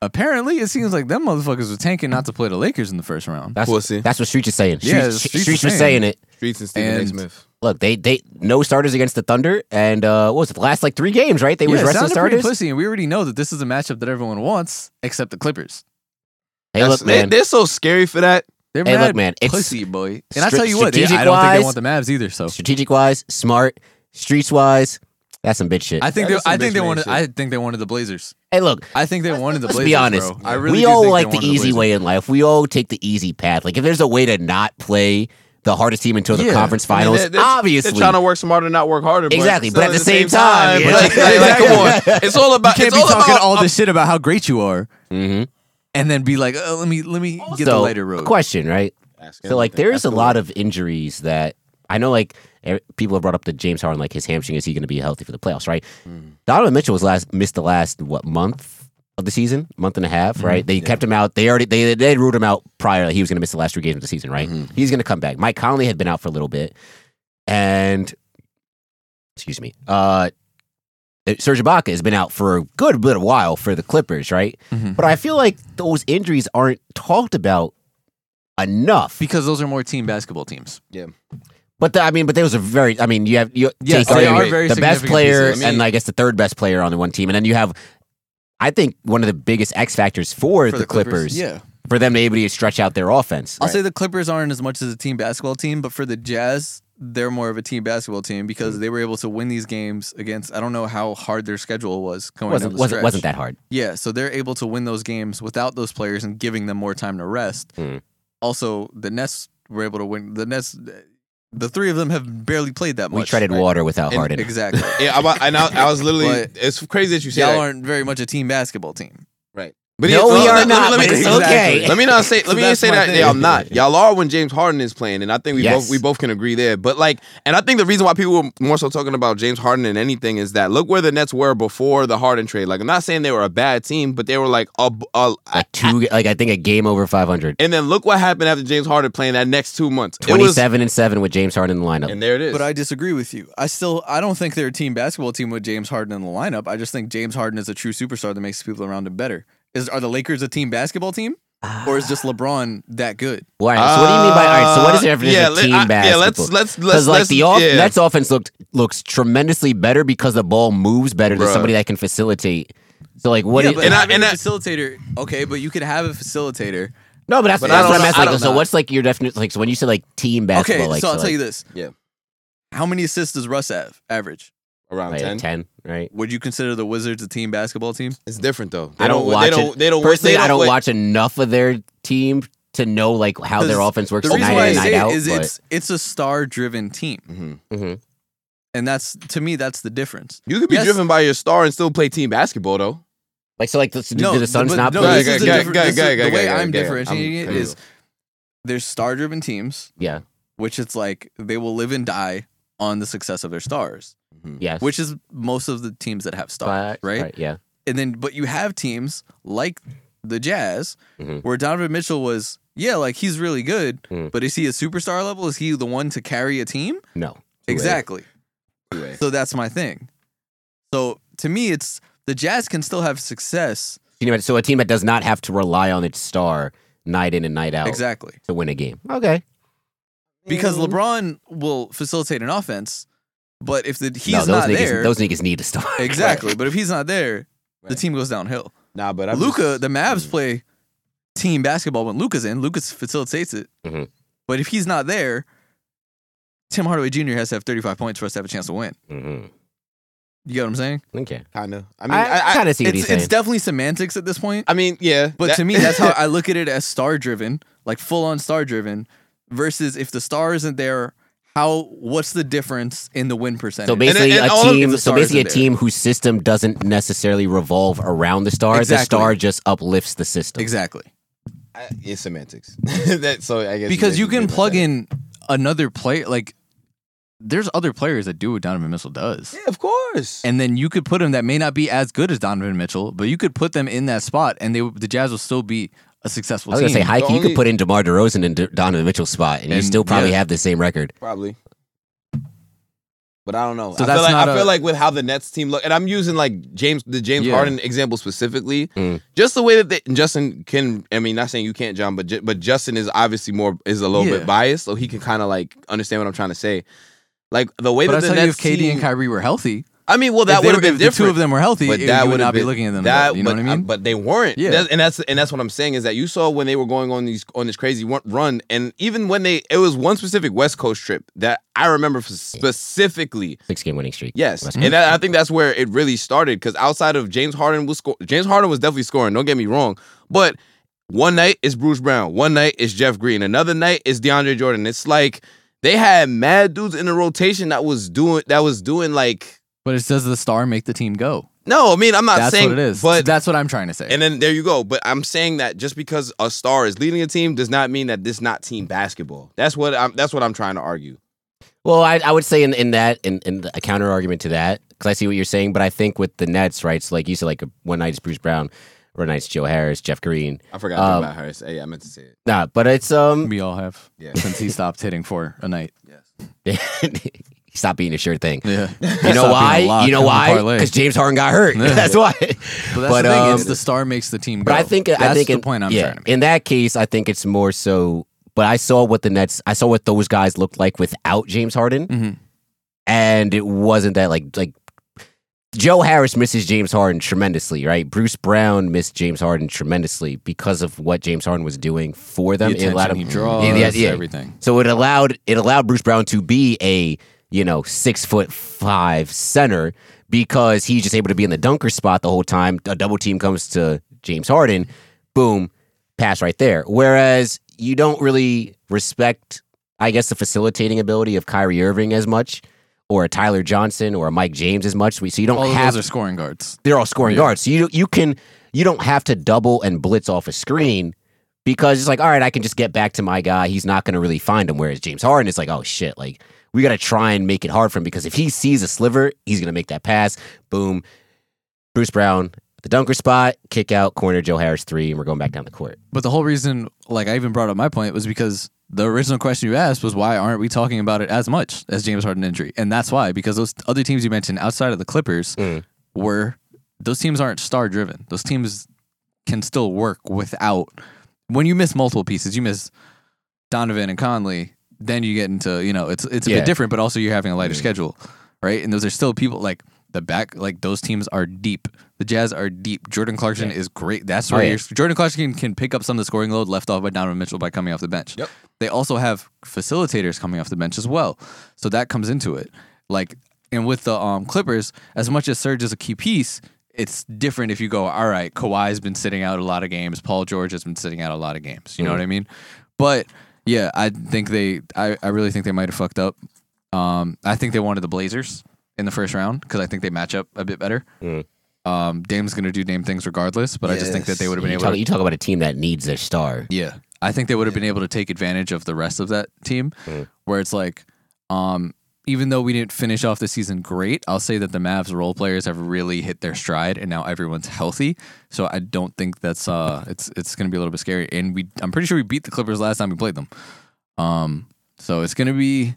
B: apparently, it seems like them motherfuckers were tanking not to play the Lakers in the first round.
A: That's
C: Pussy.
A: that's what Streets is saying.
B: Yeah,
A: Streets,
B: Streets is
A: Streets was
B: saying.
A: saying it.
C: Streets and Stephen A.
B: And-
C: Smith.
A: Look, they they no starters against the Thunder, and uh, what was it the last like three games? Right, they
B: yeah,
A: was
B: it
A: resting
B: sounded pretty
A: starters.
B: pussy, and we already know that this is a matchup that everyone wants, except the Clippers.
A: Hey,
C: That's-
A: look, man.
C: They, are so scary for that.
B: They're
A: Hey, look,
B: mad
A: man, it's-
B: pussy boy. And I tell you
A: str-
B: what, they, I don't think they
A: strategic-wise-
B: want the Mavs either. So
A: Strategic wise, smart. Streets wise, that's some bitch shit.
B: I think
C: That
B: they,
C: is some
B: I think
C: bitch
B: they
C: man
B: wanted
C: shit.
B: I think they wanted the Blazers.
A: hey, look,
B: I think they wanted the
A: Let's
B: Blazers.
A: be honest.
B: bro. I really
A: we
B: do
A: all
B: think they
A: like the
B: wanted
A: easy
B: Blazers.
A: way in life. We all take the easy path. Like if there's a way to not play the hardest team until the
B: Yeah.
A: conference
C: I mean,
A: finals,
C: they're- they're-
A: obviously.
C: they're trying to work smarter, not work harder.
A: Exactly,
C: still
A: but at the same time, yeah.
C: but like, like, like, come on, it's all
B: You
C: about.
B: can't
C: it's
B: be
C: all
B: talking
C: about, Mm-hmm.
B: all this shit about how great you are,
A: Mhm.
B: and then be like, oh, "Let me, let me get the
A: So,
B: lighter road."
A: a question, right? So like there is a lot of injuries that I know like er- people have brought up the James Harden like his hamstring is he going to be healthy for the playoffs, right?
B: Hmm.
A: Donovan Mitchell was last missed the last what month of the season, month and a half, right?
B: Hmm.
A: They kept him out. They already they they ruled him out prior that he was going to miss the last three games of the season,
B: Hmm.
A: right? He's going to come back. Mike Conley had been out for a little bit, and excuse me, uh, Serge Ibaka has been out for a good bit of while for the Clippers, right?
B: Mhm.
A: But I feel like those injuries aren't talked about enough.
B: because those are more team basketball teams.
A: But the, I mean, but there was a very. I mean, you have you
B: Yes,
A: take
C: they
A: away
C: are
B: very
A: the best
B: significant
A: player
B: pieces.
C: I mean-
A: and I guess the third best player on the one team, and then you have, I think, one of the biggest X factors for, the, Clippers,
B: yeah.
A: for them to be able to stretch out their offense.
B: I'll say the Clippers aren't as much as a team basketball team, but for the Jazz, they're more of a team basketball team
C: Mm.
B: because they were able to win these games against. I don't know how hard their schedule was going.
A: wasn't
B: down the
A: wasn't,
B: stretch.
A: wasn't that hard?
B: Yeah, so they're able to win those games without those players and giving them more time to rest.
C: Hmm.
A: Mm.
B: Also, the Nets were able to win. The Nets, the three of them have barely played that much.
A: We treaded
B: right?
A: water without
B: And-
A: Harden.
B: Exactly.
C: Yeah, I'm- and I, I was literally.
B: But-
C: it's crazy that you say
B: Y'all
C: that.
B: aren't very much a team basketball team.
C: But
A: No,
C: yeah,
A: we
C: let-
A: are
C: let-
A: not,
C: Let me,
A: but it's
C: let me-
A: okay.
C: let me not say.
B: So
C: Let me
B: that's
C: say
B: my
C: that
B: thing.
C: y'all not. Y'all are when James Harden is playing, and I think we
A: Yes.
C: both we both can agree there. But like, and I think the reason why people were more so talking about James Harden than anything is that look where the Nets were before the Harden trade. Like, I'm not saying they were a bad team, but they were like a, a
A: A two, like I think, a game over five hundred.
C: And then look what happened after James Harden playing that next two months. It was-
A: Twenty-seven and seven with James Harden in the lineup.
C: and there it is.
B: But I disagree with you. I still I don't think they're a team basketball team with James Harden in the lineup. I just think James Harden is a true superstar that makes people around him better. Is are the Lakers a team basketball team? Or is just
A: Ah.
B: LeBron that good?
A: Well, all right, so what do you mean by all right? So what is the
C: Uh,
A: definition
C: yeah,
A: of
C: let-
A: team
C: I-
A: basketball?
C: yeah, let's- let's- let's-
A: 'Cause, like
C: let's-
A: the off,
C: yeah.
A: Nets offense looked looks tremendously better because the ball moves better than
C: Bruh.
A: somebody that can facilitate. So like what?
B: yeah,
A: do you,
B: but
C: and I-
B: having
C: and
B: a
C: I-
B: facilitator. Okay, but you could have a facilitator.
A: no, but that's,
C: but I
A: that's
C: don't
A: what I'm
C: know-
A: asking.
C: I
A: Like,
C: don't
A: so
C: know.
A: what's like your definition? Like so when you say like team basketball,
B: okay,
A: like
B: so I'll
A: like,
B: tell you this.
C: Yeah.
B: How many assists does Russ have average?
C: around
A: like,
C: 10.
A: ten, right?
B: Would you consider the Wizards a team basketball team?
C: It's different though.
A: I don't watch
C: They
A: it.
C: don't. They don't.
A: Personally,
C: they
A: I don't
C: wait.
A: watch enough of their team to know like how their
B: 'Cause
A: offense works
B: The
A: Oh, night
B: reason why I
A: in night
B: say
A: out.
B: it is
A: but-
B: it's it's a star-driven team,
C: Mhm.
A: Mhm.
B: and that's to me that's the difference.
C: You could be
B: Yes.
C: driven by your star and still play team basketball though.
A: Like so, like the, do
B: no,
A: the Suns
B: but-
A: not
B: no,
A: play?
B: this is the
C: Guy, guy,
B: different-
C: guy,
B: this is-
C: guy, guy,
B: the way
C: guy,
B: I'm
C: guy, guy.
B: differentiating
C: I'm-
B: it is there's star-driven teams,
A: yeah,
B: which it's like they will live and die on the success of their stars,
C: Mm-hmm.
A: yes.
B: which is most of the teams that have stars,
A: But-
B: right?
A: Yeah.
B: And then, but you have teams like the Jazz,
A: Mhm.
B: where Donovan Mitchell was, yeah, like he's really good,
A: Mhm.
B: but is he a superstar level? Is he the one to carry a team?
A: No.
B: Exactly.
C: Anyway.
B: So that's my thing. So to me, it's the Jazz can still have success.
A: You know, so a team that does not have to rely on its star night in and night out
B: Exactly.
A: to win a game. Okay.
B: Because LeBron will facilitate an offense, but if the, he's
A: no, those
B: not
A: niggas,
B: there,
A: Those niggas need a star.
B: exactly. But if he's not there, the
C: Right.
B: team goes downhill.
C: Nah, but I'm
B: Luca,
C: just-
B: the
A: Mm.
B: Mavs play team basketball when Luca's in. Luca facilitates it.
A: Mhm.
B: But if he's not there, Tim Hardaway Jr. has to have 35 points for us to have a chance to win.
A: Mhm.
B: You get what I'm saying?
A: mm-hmm. Okay.
C: Kinda. I mean,
A: I,
C: I, I,
A: kind of see what he's
B: It's,
A: saying.
B: it's definitely semantics at this point.
C: I mean, yeah.
B: But
C: that-
B: to me, that's how I look at it as star driven, like full on star driven, versus if the star isn't there, how what's the difference in the win percentage?
A: so basically,
C: and all
A: a
C: of
A: team.
B: the
A: So
B: stars
A: basically,
B: are
A: a
B: there.
A: team whose system doesn't necessarily revolve around the star. The
B: Exactly.
A: star just uplifts the system.
B: exactly.
C: I- it's semantics. that so I guess
B: Because you can plug
C: in.
B: in another player like there's other players that do what Donovan Mitchell does.
C: Yeah, of course.
B: And then you could put them that may not be as good as Donovan Mitchell, but you could put them in that spot and they would- the Jazz will still be a
A: I
B: successful
A: was
B: team.
A: gonna say, Heike,
C: The
A: you could
C: only-
A: put in DeMar DeRozan in D- Donovan Mitchell's spot, and, you
B: And-
A: still probably
B: yeah.
A: have the same record.
C: Probably. But I don't know.
B: So
C: I
B: that's
C: feel like
B: not
C: I
B: a-
C: feel like with how the Nets team look, and I'm using like James the James
B: Yeah.
C: Harden example specifically,
A: Mm.
C: just the way that they, Justin can. I mean, not saying you can't, John, but Ju- but Justin is obviously more is a little
B: Yeah.
C: bit biased, so he can kind of like understand what I'm trying to say. Like the way
B: but I
C: that
B: tell
C: the
B: you,
C: Nets
B: if KD
C: team,
B: and Kyrie were healthy,
C: I mean, well,
B: if
C: that
B: they
C: would
B: were-
C: have been
B: if
C: different.
B: The two of them were healthy,
C: but
B: it-
C: that
B: you would
C: would've
B: not be
C: been-
B: looking at them.
C: That,
B: though, you know
C: but,
B: what I mean?
C: but they weren't.
B: Yeah.
C: That- and that's and that's what I'm saying is that you saw when they were going on these on this crazy one- run, and even when they it was one specific West Coast trip that I remember f- specifically.
A: Six game winning streak.
C: Yes,
A: West
C: and that, I think that's where it really started because outside of James Harden was sco- James Harden was definitely scoring. Don't get me wrong, but one night is Bruce Brown, one night is Jeff Green, another night is DeAndre Jordan. It's like they had mad dudes in the rotation that was doing that was doing like
B: But it's does the star make the team go?
C: no, I mean I'm not
B: That's
C: saying
B: what it is.
C: but
B: that's what I'm trying to say.
C: and then there you go. But I'm saying that just because a star is leading a team does not mean that this not team basketball. That's what I'm. That's what I'm trying to argue.
A: Well, I, I would say in, in that in, in a counter argument to that, because I see what you're saying, but I think with the Nets, right? So like you said, like one night is Bruce Brown, one night's Joe Harris, Jeff Green.
C: I forgot
A: Um,
C: about Harris. Yeah, I meant to say it.
A: Nah, but it's um,
B: we all have
C: Yeah.
B: since he stopped hitting for a night.
A: stop being a sure thing.
B: Yeah,
A: You know why? You know why? Because James Harden got hurt. That's why.
B: But that's
A: But,
B: the thing.
A: um,
B: it's the star makes the team go.
A: But I think
B: that's
A: I think
B: the
A: in-
B: point I'm
A: yeah,
B: trying to make.
A: In that case, I think it's more so. But I saw what the Nets, I saw what those guys looked like without James Harden,
B: Mhm.
A: and it wasn't that like like Joe Harris misses James Harden tremendously, right? Bruce Brown missed James Harden tremendously because of what James Harden was doing for them.
B: the
A: It allowed
B: attention
A: him-
B: he draws,
A: Yeah, yeah, yeah.
B: everything.
A: so it allowed it allowed Bruce Brown to be a you know six foot five center because he's just able to be in the dunker spot the whole time. A double team comes to James Harden, boom, pass right there. Whereas you don't really respect, I guess, the facilitating ability of Kyrie Irving as much, or a Tyler Johnson, or a Mike James as much. So you don't
B: All of
A: have
B: Oh, those are scoring guards.
A: they're all scoring
B: Yeah.
A: guards. So you you can you don't have to double and blitz off a screen because it's like, all right, I can just get back to my guy. He's not gonna really find him. Whereas James Harden is like, oh shit, like we gotta try and make it hard for him because if he sees a sliver, he's gonna make that pass. Boom. Bruce Brown, the dunker spot, kick out, corner Joe Harris three, and we're going back down the court.
B: But the whole reason, like I even brought up my point, was because the original question you asked was why aren't we talking about it as much as James Harden injury, and that's why because those other teams you mentioned outside of the Clippers
A: Mm.
B: were those teams aren't star driven. Those teams can still work without when you miss multiple pieces. You miss Donovan and Conley, then you get into you know it's it's a
A: Yeah. Mm.
B: bit different, but also you're having a lighter schedule, right? And those are still people like the back like those teams are deep. The Jazz are deep. Jordan Clarkson is great. That's
A: Oh,
B: where
A: yeah.
B: your Jordan Clarkson can, can pick up some of the scoring load left off by Donovan Mitchell by coming off the bench.
C: Yep.
B: They also have facilitators coming off the bench as well, so that comes into it. Like and with the um, Clippers, as much as Serge is a key piece. It's different if you go, all right, Kawhi's been sitting out a lot of games. Paul George has been sitting out a lot of games. You
A: Mm-hmm.
B: know what I mean? But yeah, I think they. I, I really think they might have fucked up. Um, I think they wanted the Blazers in the first round because I think they match up a bit better.
A: Mm.
B: Um, Dame's gonna do Dame things regardless, but I just think that they would have been
A: You E-
B: able.
A: talk,
B: to,
A: you talk about a team that needs their star.
B: yeah, I think they would have been able to take advantage of the rest of that team,
A: Mm.
B: where it's like, um, even though we didn't finish off the season great, I'll say that the Mavs role players have really hit their stride, and now everyone's healthy. So I don't think that's uh, it's it's gonna be a little bit scary, and we I'm pretty sure we beat the Clippers last time we played them. Um, so it's gonna be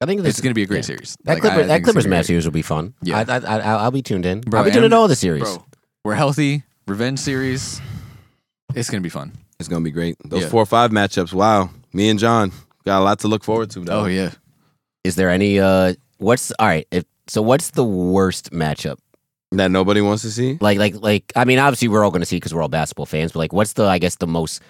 A: I think
B: it's
A: this,
B: gonna be a great
A: yeah.
B: series.
A: that,
B: Like, I- I
A: Clipper,
B: think
A: that
B: it's gonna
A: Clippers
B: be
A: match
B: great.
A: series will be fun.
B: Yeah.
A: I, I, I, I'll- I'll be tuned in.
B: Bro,
A: I'll be tuned
B: and-
A: in to all the series.
B: Bro, we're healthy. Revenge series. It's gonna be fun.
C: It's gonna be great. Those
B: Yeah.
C: four or five matchups. Wow. Me and John got a lot to look forward to. Though.
B: Oh yeah.
A: Is there any uh what's all right, if so what's the worst matchup?
C: That nobody wants to see.
A: Like like like I mean obviously we're all going to see cuz we're all basketball fans, but like what's the I guess the most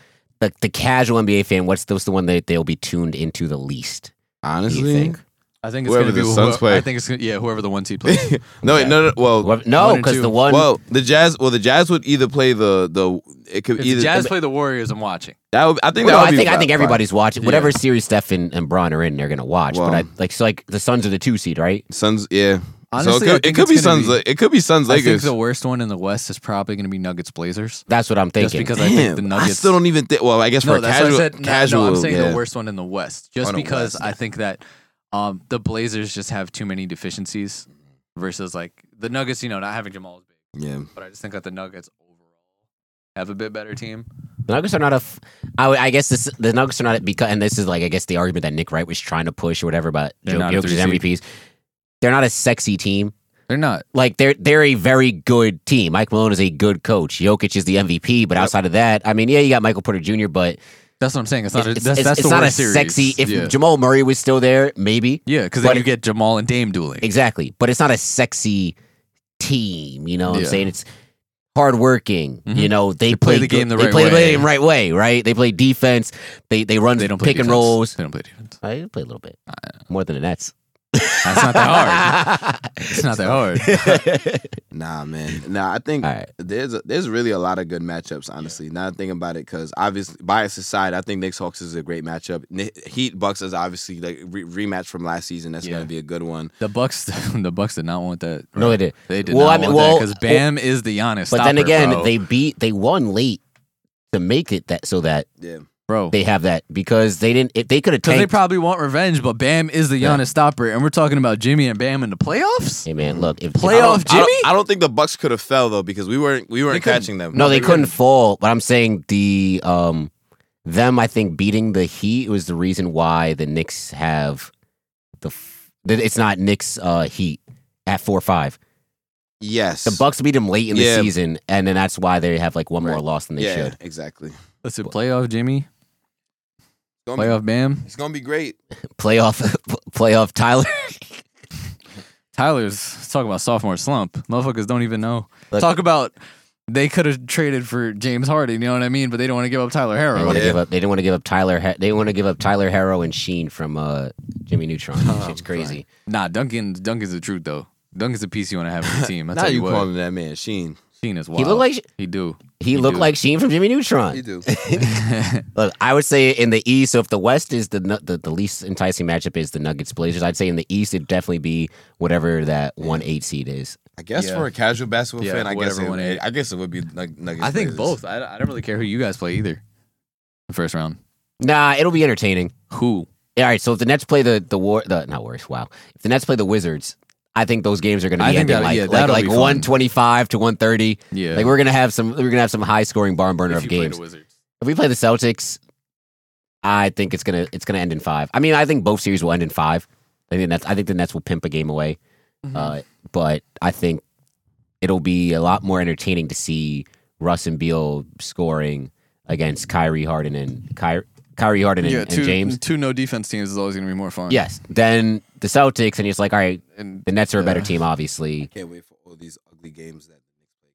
A: like the casual NBA fan, what's the, what's the one that they'll be tuned into the least? Do you
C: Honestly,
A: think?
B: I think it's
C: Whoever
B: gonna be
C: the
B: who-
C: Suns play.
B: I think it's gonna, yeah, whoever the one seed plays.
C: No, wait, no, no. Well,
A: Well, no,
B: One and
A: because
B: two.
A: the one.
C: well, the Jazz. Well, the Jazz would either play the the. It could
B: If
C: either
B: the Jazz play the Warriors, I'm watching.
C: That would, I think
A: Well,
C: that
A: no,
C: would
A: I
C: be
A: think I
C: fine.
A: think everybody's watching
B: Yeah.
A: whatever series Steph and, and Braun are in. They're gonna watch.
C: Well.
A: but I like so like the Suns are the two seed, right?
C: Suns. Yeah.
B: Honestly,
C: so
B: I
C: it could, it
B: think
C: could be
B: it's gonna
C: Suns.
B: be-
C: Be, it could be Suns
B: I think
C: Lakers.
B: the worst one in the West is probably going to be Nuggets Blazers.
A: That's what I'm thinking.
B: Just because I
C: Damn,
B: think the
C: I,
B: Nuggets.
C: still don't even think. Well, I guess
B: no,
C: for
B: that's
C: casual,
B: what I said. No,
C: casual.
B: no, I'm saying
C: yeah.
B: the worst one in the West, just
C: On the
B: because
C: West,
B: I think that um, the Blazers just have too many deficiencies versus like the Nuggets. You know, not having Jamal is big,
C: Yeah.
B: but I just think that the Nuggets overall have a bit better team.
A: The Nuggets are not a. F- I, would- I guess this the Nuggets are not because, and this is like I guess the argument that Nick Wright was trying to push or whatever about
B: They're
A: Joe
B: not a
A: Jokic's
B: three seed.
A: MVPs. They're not a sexy team.
B: They're not.
A: Like they're they're a very good team. Mike Malone is a good coach. Jokic is the MVP, but outside of that, I mean, yeah, you got Michael Porter Jr., but
B: That's what I'm saying. It's not.
A: it's,
B: a, that's
A: it's-
B: that's
A: it's
B: the
A: not a
B: worst series.
A: sexy. If
B: yeah,
A: Jamal Murray was still there, maybe
B: because
A: but
B: then you
A: it-
B: get Jamal and Dame dueling.
A: Exactly. But it's not a sexy team. You know what I'm
B: Yeah.
A: saying? It's hardworking.
B: Mhm.
A: You know, they,
B: play
A: play
B: the game the
A: they
B: right
A: play
B: way.
A: the game right way, right? They play defense. They they run
B: they don't play
A: pick and
B: defense.
A: rolls.
B: They don't play defense.
A: I play a little bit. More than the Nets.
B: That's not that hard. It's not that hard.
C: Nah, man. Nah, I think
A: All right.
C: there's a, there's really a lot of good matchups. Honestly, now that I think about it, because obviously bias aside, I think Knicks Hawks is a great matchup. Ni- Heat Bucks is obviously like re- rematch from last season. That's
B: Yeah.
C: gonna be a good one.
B: The Bucks, the Bucks did not want that.
A: No, they did.
B: They did
A: Well,
B: not
A: I mean-
B: want
A: well,
B: that because Bam is the honest.
A: But then
B: stopper,
A: again,
B: bro.
A: they beat they won late to make it that so that
C: Yeah.
B: bro,
A: they have that because they didn't if they could have
B: because
A: tanked
B: they probably want revenge. But Bam is the Giannis stopper, and we're talking about Jimmy and Bam in the playoffs.
A: Hey man, look, if
C: I don't-
B: Playoff
C: I don't-
B: Jimmy?
C: I don't, think the Bucks could have fell though because we weren't we weren't
B: couldn't.
C: catching them.
A: No, they couldn't fall. But I'm saying the um them. I think beating the Heat was the reason why the Knicks have the. F- that it's not Knicks uh, Heat at four five.
C: Yes.
A: The Bucks beat them late in
C: Yeah.
A: the season, and then that's why they have like one more
C: Right.
A: loss than they
C: Yeah,
A: should.
C: exactly. It's
B: Listen, playoff Jimmy,
A: Um,
C: gonna, be,
B: playoff Bam.
C: it's gonna be great.
A: Playoff, playoff Tyler.
B: Tyler's let's talk about sophomore slump. Motherfuckers don't even know.
A: Look-
B: talk about they could have traded for James Harden. You know what I mean? But they don't want to give up Tyler
A: They want
B: Harrow.
A: to
C: Yeah.
A: give up. They didn't want to give up Tyler. Har- They want to give up Tyler Harrow and Sheen from uh, Jimmy Neutron.
C: Oh,
A: It's crazy.
B: Nah, Duncan. Duncan's the truth though. Duncan's the piece you want to have in your team. I
C: Now
B: tell you
C: you
B: what,
C: calling that man Sheen?
B: Sheen is wild.
A: He looked like
B: he do.
A: he, looked
B: do.
A: like Sheen from Jimmy Neutron.
C: You do.
A: Look, I would say in the East. So if the West is the nu- the, the least enticing matchup is the Nuggets Blazers, I'd say in the East it'd definitely be whatever that one eight seed is.
C: I guess
B: Yeah.
C: for a casual basketball
B: Yeah,
C: fan, I guess
B: whatever
C: it,
B: one it-
C: I guess it would be Nug- Nuggets.
B: I think
C: Blazers.
B: both. I, I don't really care who you guys play either. The first round.
A: Nah, it'll be entertaining.
B: Who?
A: All right, so if the Nets play the the war the not Warriors, wow. If the Nets play the Wizards, I think those games are going to
B: I
A: be
B: think
A: ending
B: that-
A: like
B: yeah,
A: like,
B: that'll
A: like
B: be fun.
A: one twenty five to one thirty.
B: Yeah.
A: Like we're gonna have some we're gonna have some high scoring barn burner of games.
B: Wizards.
A: If we play the Celtics, I think it's gonna it's gonna end in five. I mean, I think both series will end in five. I think that's I think the Nets will pimp a game away, uh, but I think it'll be a lot more entertaining to see Russ and Beal scoring against Kyrie Harden and Kyrie, Kyrie Harden and,
B: yeah,
A: and
B: two,
A: James.
B: two no defense teams is always going to be more fun.
A: Yes, then the Celtics, and it's like, all right,
B: And
A: the Nets are a better
B: Yeah.
A: team, obviously.
C: Can't wait for all these ugly games that the Knicks play.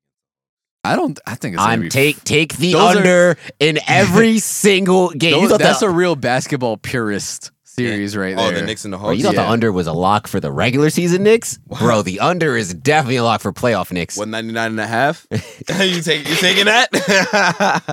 B: I don't I think it's gonna
A: I'm
B: be-
A: take take the
B: Those are-
A: under in every single game. You
B: Those-
A: thought the-
B: that's a real basketball purist series right
C: Oh,
B: there.
C: the Knicks and the
A: Bro,
C: Hawks.
A: you thought
B: yeah.
A: the under was a lock for the regular season Knicks? Bro, the under is definitely a lock for playoff Knicks.
C: 199 and a half. you take you taking that?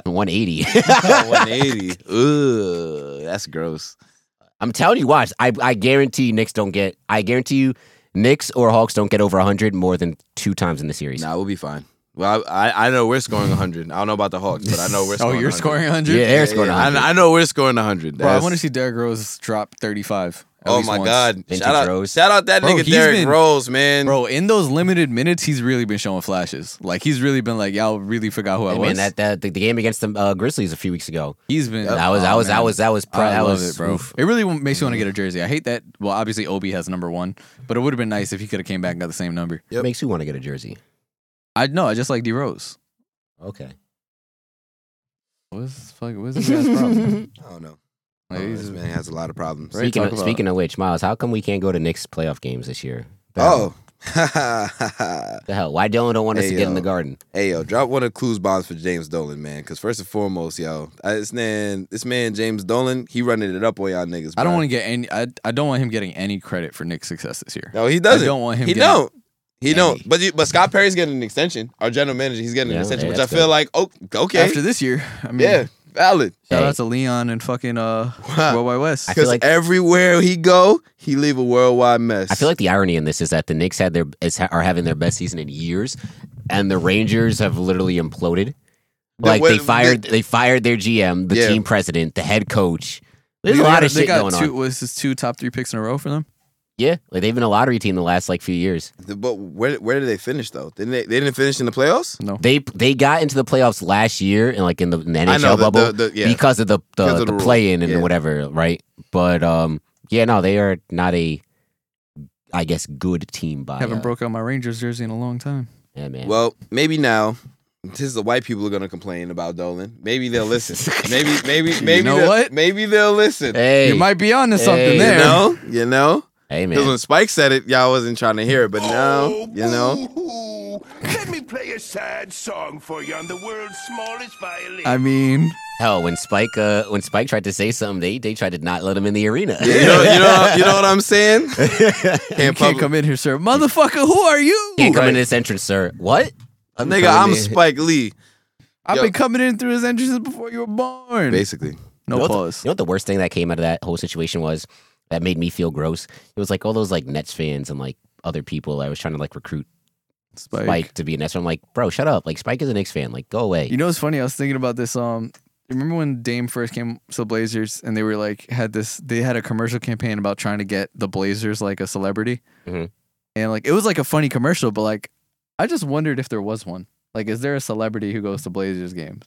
A: 180.
C: 180. Ugh, that's gross.
A: I'm telling you, watch. I, I guarantee Knicks don't get, I guarantee you, Knicks or Hawks don't get over 100 more than two times in the series.
C: Nah, we'll be fine. Well, I, I- I know we're scoring 100. I don't know about the Hawks, but I know we're
B: oh,
C: scoring
B: you're
C: 100.
B: scoring 100?
A: Yeah, they're scoring
C: Yeah,
A: 100.
C: I, I know we're scoring 100.
B: Bro, I
C: That's-
B: want to see Derrick Rose drop 35. at
C: Oh
B: least
C: my
B: once.
C: God!
A: Vintage
C: Shout out,
A: Rose.
C: shout out that
B: Bro,
C: nigga
B: he's
C: Derrick
B: been-
C: Rose, man.
B: Bro, in those limited minutes, he's really been showing flashes. Like, he's really been like, y'all really forgot who I
A: Hey,
B: was.
A: man, that, that the, the game against the uh, Grizzlies a few weeks ago.
B: he's been.
A: That was,
B: oh,
A: that was, that
B: man.
A: was, that was, pri-
B: I
A: that
B: love
A: was,
B: it, bro.
A: oof.
B: It really makes you want to
C: Mm.
B: get a jersey. I hate that. Well, obviously Obi has number one, but it would have been nice if he could have came back and got the same number.
C: Yep.
A: Makes you want to get a jersey.
B: I know. I just like D Rose.
A: Okay.
B: What's fuck? What's this guy's problem?
C: I don't know.
B: Like,
C: Oh,
B: he's-
C: this man has a lot of problems.
B: Right,
A: Speaking
B: talk
A: of,
B: about-
A: speaking of which, Miles, how come we can't go to Knicks playoff games this year?
C: Oh,
A: The hell? Why Dylan don't want us
C: Hey,
A: to get in
C: yo.
A: the garden?
C: Oh. Hey yo, drop one of Clues bombs for James Dolan, man. Cause first and foremost, yo, I- this man, this man James Dolan, he running it up on y'all niggas.
B: I don't
C: bro.
B: want to get any. I, I don't want him getting any credit for Nick's success this year.
C: No, he doesn't.
B: I don't want him
C: He
B: getting-
C: don't. He
A: Hey.
C: don't. But you, but Scott Perry's getting an extension. Our general manager, he's getting
A: Yeah,
C: an extension,
A: hey,
C: which I
A: that's
C: feel
A: good.
C: like oh, okay,
B: After this year, I mean,
C: yeah, valid.
B: shout
A: Hey.
B: out to Leon and fucking uh,
C: Wow.
B: World Wide West.
A: I feel
C: Because
A: like-
C: everywhere he go, he leave a worldwide mess.
A: I feel like the irony in this is that the Knicks had their is, ha- are having their best season in years, and the Rangers have literally imploded.
C: The-
A: Like they
C: well,
A: fired they fired their GM, the
C: Yeah.
A: team president, the head coach. There's
B: They
A: a lot
B: got-
A: of
B: they
A: shit
B: got
A: going
B: two,
A: on.
B: Was this two top three picks in a row for them?
A: Yeah, like they've been a lottery team the last like few years.
C: The- but where where did they finish though? Didn't they? They didn't finish in the playoffs.
A: They they got into the playoffs last year and like in the, in the
C: I
A: NHL
C: know the-
A: bubble
C: the- the- yeah.
A: because of the the,
C: Because of the
A: the
C: rules.
A: play in and
C: Yeah.
A: whatever, right? But um, yeah, no, they are not a, I guess, good team by
B: Haven't
A: uh,
B: broke out my Rangers jersey in a long time.
A: Yeah, man.
C: Well, maybe now. Since the white people are gonna complain about Dolan, maybe they'll listen. maybe, maybe, maybe,
B: know
C: they'll-
B: what?
C: maybe they'll listen.
A: hey,
B: You might be on to something
A: Hey.
C: you
B: there.
C: know, you know.
A: hey
C: Because when
A: man,
C: Spike said it, y'all wasn't trying to hear it, but now, you know.
G: Let me play a sad song for you on the world's smallest violin.
B: I mean,
A: hell, when Spike uh when Spike tried to say something, they they tried to not let him in the arena.
C: You know, you know, you know what I'm saying?
B: you
C: Can't,
B: can't
C: public-
B: come in here, sir. Motherfucker, who are you?
A: Can't come
B: Right.
A: in this entrance, sir. What?
C: Nigga, I'm Spike Lee.
B: I've
C: Yo.
B: been coming in through his entrances before you were born.
C: Basically.
B: No
A: you know what the-
B: pause.
A: you know what the worst thing that came out of that whole situation was that made me feel gross. It was like all those like Nets fans and like other people I was trying to like recruit
B: Spike.
A: Spike to be a Nets. fan. I'm like, bro, shut up. Like Spike is a Knicks fan. Like, go away.
B: You know what's funny? I was thinking about this. Um, remember when Dame first came to the Blazers and they were like had this? They had a commercial campaign about trying to get the Blazers like a celebrity,
A: Mhm.
B: and like it was like a funny commercial, but like I just wondered if there was one. Like, is there a celebrity who goes to Blazers games?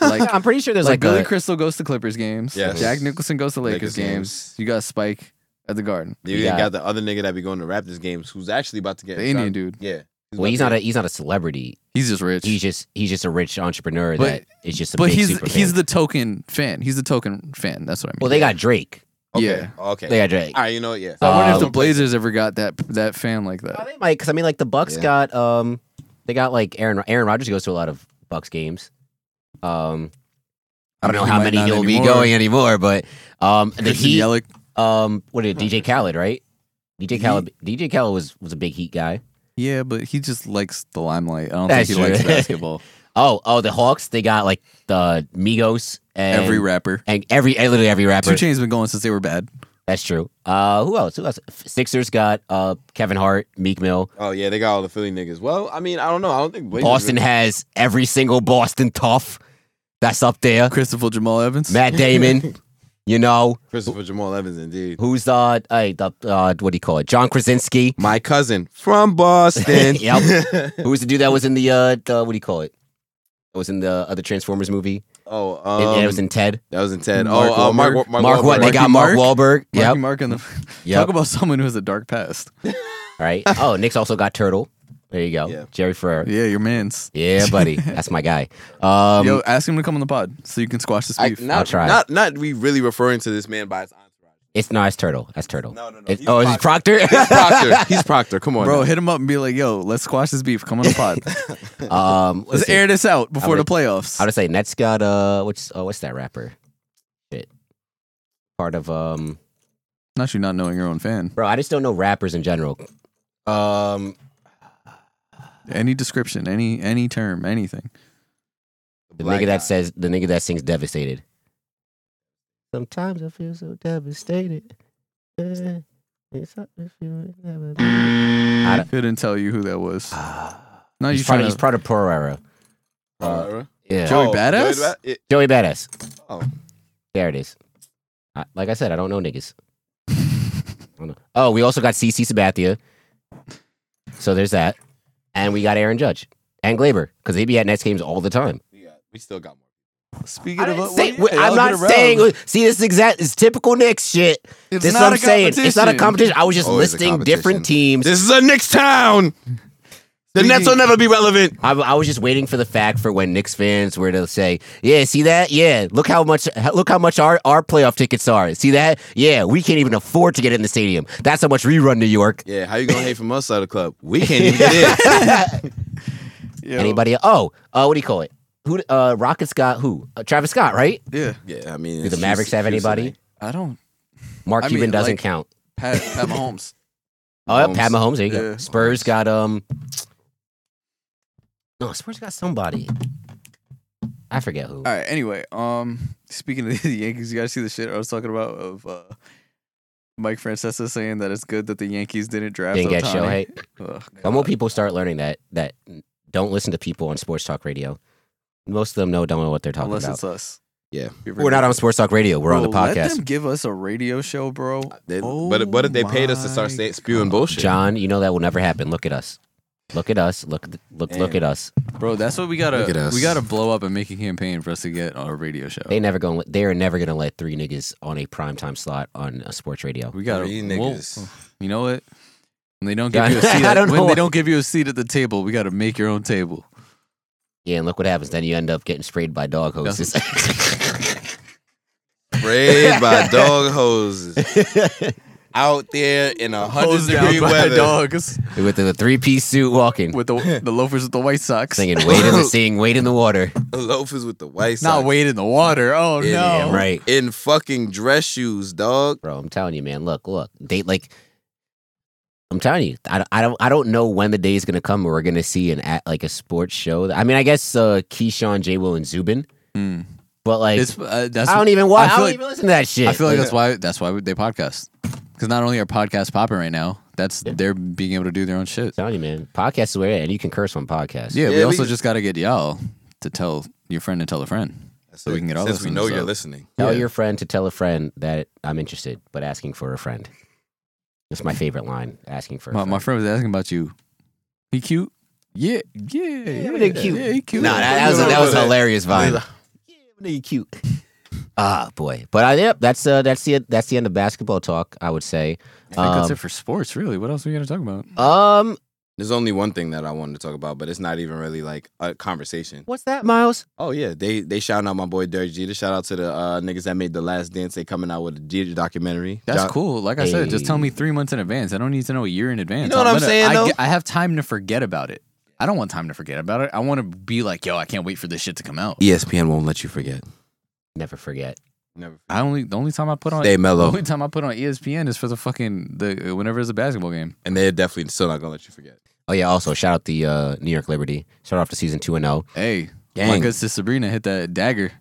B: Like,
A: I'm pretty sure there's
B: like,
A: like,
B: Billy
A: a-
B: Crystal goes to Clippers games.
C: Yes.
B: Jack Nicholson goes to Lakers,
C: Lakers
B: games.
C: games.
B: You got Spike at the Garden.
C: You
A: Yeah.
C: got the other nigga that be going to Raptors games who's actually about to get
B: The Indian dude.
C: Yeah.
A: well, he's
C: about
A: not
C: to
A: a he's not a celebrity.
B: He's just rich.
A: He's just he's just a rich entrepreneur
B: But-
A: that is just a
B: but
A: big
B: he's
A: super
B: he's
A: fan.
B: the token fan. He's the token fan. That's what I mean.
A: well, they got Drake.
C: get-
B: yeah.
C: Okay.
A: They
C: okay.
A: got Drake.
C: All right, you know what? Yeah.
B: So I wonder if the
A: Um,
B: Blazers ever got that that fan like
A: Oh,
B: that.
A: they might because I mean, like the Bucks
C: Yeah.
A: got um, they got like Aaron Aaron Rodgers goes to a lot of Bucks games. Um, I don't know
B: He
A: how
B: might
A: many
B: not
A: he'll be
B: anymore.
A: going anymore, but um, the
B: Christian
A: Heat,
B: Yelich.
A: um, what did DJ Khaled right? DJ Khaled, DJ Khaled was was a big Heat guy.
B: Yeah, but he just likes the limelight. I don't
A: That's
B: think he likes
A: true.
B: basketball.
A: Oh, oh, the Hawks they got like the Migos and
B: Every rapper.
A: and every and literally every rapper.
B: Two Chain's been going since they were bad.
A: That's true. Uh, who else? Who else? Sixers got uh Kevin Hart, Meek Mill.
C: Oh, yeah, they got all the Philly niggas. Well, I mean, I don't know. I don't think Blazers
A: Boston has every single Boston tough that's up there.
B: Christopher Jamal Evans.
A: Matt Damon, you know.
C: Christopher Jamal Evans, indeed.
A: Who's uh, hey, the uh, what do you call it? John Krasinski.
C: My cousin from Boston.
A: Yep. Who was the dude that was in the uh, the, what do you call it? That was in the other Transformers movie.
C: oh,
A: It-
C: um,
A: it was in Ted.
C: that was in Ted.
B: Mark
C: oh, uh, Mark,
B: Wahlberg.
C: Mark,
A: Mark what? They
C: Wahlberg.
A: got Mark,
B: Marky
A: Wahlberg.
B: Marky
A: Yep.
B: Mark and the
A: Yep.
B: talk about someone who has a dark past.
A: All right. Oh, Nick's also got Turtle. There you go.
C: Yeah.
A: Jerry Ferrer.
B: Yeah, your man's.
A: Yeah, buddy. That's my guy. Um,
B: Yo, ask him to come on the pod so you can squash this
C: I,
B: beef.
C: not,
A: try.
C: Not, not we really referring to this man by his entourage.
A: it's no, it's Turtle. That's Turtle.
C: No, no, no.
A: It's-
C: He's
A: oh, is it Proctor?
C: Proctor. He's Proctor. Come on.
B: Bro,
C: now.
B: hit him up and be like, "Yo, let's squash this beef. Come on the pod.
A: um,
B: let's
A: listen,
B: air this out before the playoffs."
A: I would say Nets got uh, what's oh, what's that rapper? Shit. Part of um,
B: Not you not knowing your own fan.
A: Bro, I just don't know rappers in general. Um,
B: Any description, any any term, anything.
A: the
C: Black
A: nigga
C: guy.
B: uh,
A: that says the nigga that sings "Devastated." Sometimes I feel so devastated. Eh, it's not if you never- I don't-
B: Couldn't tell you who that was. No,
A: Uh, Ah. he's, part of,
B: you trying
A: he's
B: to
A: part of Pearl Era.
C: Uh,
A: Yeah,
B: Joey
C: oh,
B: Badass?
C: Joey Ba- it-
A: Joey Badass.
C: oh.
A: There it is. I, like I said, I don't know niggas. I don't know. Oh, we also got CC Sabathia. So there's that, and we got Aaron Judge and Glaber because they be at Nets games all the time.
C: We, got, we still got more.
B: speaking
A: I
B: of.
A: didn't
B: what-
A: say,
B: what-
A: I'm
B: I'll
A: not
B: get around.
A: saying. See, this is exact is typical Knicks shit.
B: It's
A: this is
B: not
A: what
B: a
A: I'm saying. It's not a
B: competition.
A: competition. I was just
C: Always a
A: listing different teams.
C: This is a Knicks town. The Nets will never be relevant.
A: I, I was just waiting for the fact for when Knicks fans were to say, "Yeah, see that? Yeah, look how much look how much our, our playoff tickets are. See that? Yeah, we can't even afford to get in the stadium. That's how much we run New York.
F: Yeah, how you gonna hate from us side of the club? We can't even get in.
E: Yo,
A: Anybody? Oh, uh, what do you call it? Who? Uh, Rockets got who? Uh, Travis Scott, right?
B: Yeah.
F: Yeah, I mean,
A: Do the
F: it's
A: Mavericks
F: Houston-
A: have anybody?
E: I don't.
A: Mark
B: I mean,
A: Cuban doesn't
B: like-
A: count.
B: Pat, Pat Mahomes.
A: Oh, yeah,
F: Mahomes.
A: Pat Mahomes. There you go.
B: Yeah,
A: Spurs got um. No, Spurs got somebody. I forget who.
E: All right. Anyway, um, speaking of the Yankees, you guys see the shit I was talking about of uh, Mike Francesa saying that it's good that the Yankees didn't draft.
A: Didn't get
E: Ohtani.
A: Shohei.
E: Ugh,
A: When will
E: God.
A: people start learning that that don't listen to people on sports talk radio? Most of them know don't know what they're talking
E: Unless
A: about.
E: it's us.
F: Yeah.
A: We're not on sports talk radio. We're on the
E: Bro, Let
A: podcast.
E: them give us a radio show, bro.
F: They-
E: Oh
F: but but if they paid us to start
E: my
F: sta- spewing bullshit,
A: John, you know that will never happen. Look at us. Look at us. Look at- look look at us.
B: Bro, that's what we
F: Look at
B: gotta
F: us.
B: we gotta blow up and make a campaign for us to get on a radio show.
A: They never going. to They are never going to let three niggas on a primetime slot on a sports radio.
B: We gotta
F: Three
B: we'll-
F: niggas.
B: you know what? When they don't
A: Yeah,
B: give you a
A: I
B: seat at,
A: don't
B: when
A: know
B: they
A: what-
B: don't give you a seat at the table, we gotta make your own table.
A: Yeah, and look what happens. Then you end up getting sprayed by dog hoses.
F: sprayed by dog hoses out there in a hundred
B: Hosed down
F: degree
B: by
F: weather.
B: dogs
A: with the three piece suit walking,
B: with the the loafers with the white socks.
A: singing "Wait in the Sing, Wait in the Water."
F: Loafers with the white
B: Not
F: socks.
B: wait in the water. Oh
F: Yeah,
B: no.
A: Damn right.
F: in fucking dress shoes, dog.
A: bro. I'm telling you, man. Look, look. They like. I'm telling you, I, I don't I don't know when the day is gonna come where we're gonna see an at like a sports show. I mean, I guess uh, Keyshawn, J. Will, and Zubin,
B: Mm.
A: but like
B: It's uh, that's
A: I don't even watch. I,
B: I feel
A: don't
B: like-
A: even listen to that shit.
B: I feel like that's why that's why they podcast. Because not only are podcasts popping right now, that's they're being able to do their own shit.
A: I'm telling you, man. Podcasts are where it- and you can curse on podcasts.
B: Yeah, we
F: we
B: also
F: can-
B: just got to get y'all to tell your friend to tell a friend. So we can get all
F: Since
B: those
F: we
B: things
F: know you're
B: up.
F: listening.
A: Tell
B: Yeah.
A: your friend to tell a friend that I'm interested, but asking for a friend. That's my favorite line. Asking for a
B: My,
A: friend.
B: my friend was asking about you. He cute? Yeah, yeah, yeah,
A: nigga cute.
B: Yeah, he cute.
A: Nah, that, that was a, that was a hilarious vibe. Yeah, you cute. Ah, boy. But I yep, that's uh, that's the that's the end of basketball talk. I would say.
B: I think that's
A: Um,
B: it for sports. Really, what else are we gonna talk about?
A: Um,
F: There's only one thing that I wanted to talk about, but it's not even really like a conversation.
A: what's that, Miles?
F: Oh yeah, they they shout out my boy Derek Jeter. Shout out to the uh, niggas that made the Last Dance. They coming out with a Jeter documentary.
B: That's
F: John-
B: cool. Like I said, just tell me
A: Hey.
B: three months in advance. I don't need to know a year in advance.
F: know what I'm
B: gonna-
F: saying,
B: I,
F: though?
B: get- I have time to forget about it. I don't want time to forget about it. I want to be like, yo, I can't wait for this shit to come out.
F: ESPN won't let you forget.
A: Never forget.
F: Never.
B: I only the only time I put on
F: Stay
B: the
F: mellow,
B: only time I put on E ESPN is for the fucking the whenever it's a basketball game.
F: and they're definitely still not gonna let you forget.
A: Oh yeah. Also, shout out the uh, New York Liberty. Start off the season two and oh. zero.
B: Hey, my
F: Dang.
B: good sister Sabrina hit that dagger.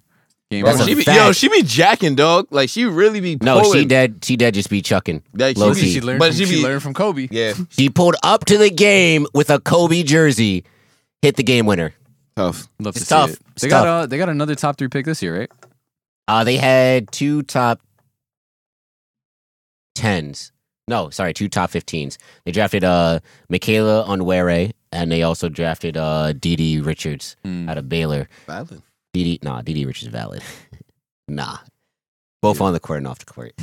B: Game
A: That's
B: one.
A: a
F: she be,
A: fact.
F: yo, she be jacking, dog. Like she really be.
A: No, she
F: pulling.
A: dead. She dead. Just be chucking.
F: Like,
A: low
B: She,
A: key.
B: she learned
F: But
B: from,
F: she
B: she
F: be-
B: learned from Kobe.
F: Yeah,
A: She pulled up to the game with a Kobe jersey. Hit the game winner.
F: tough.
B: Love to
A: It's
B: see
A: tough.
B: it.
A: It's
B: They got
A: tough.
B: uh, they got another top three pick this year, right?
A: Uh, they had two top tens. No, sorry, two top fifteens. They drafted uh Michaela Onwere, and they also drafted uh Didi Richards
F: Hmm.
B: Mm.
A: out of Baylor.
F: Violent.
A: DD, nah, DD Rich is valid. nah. Both on the court and off the court.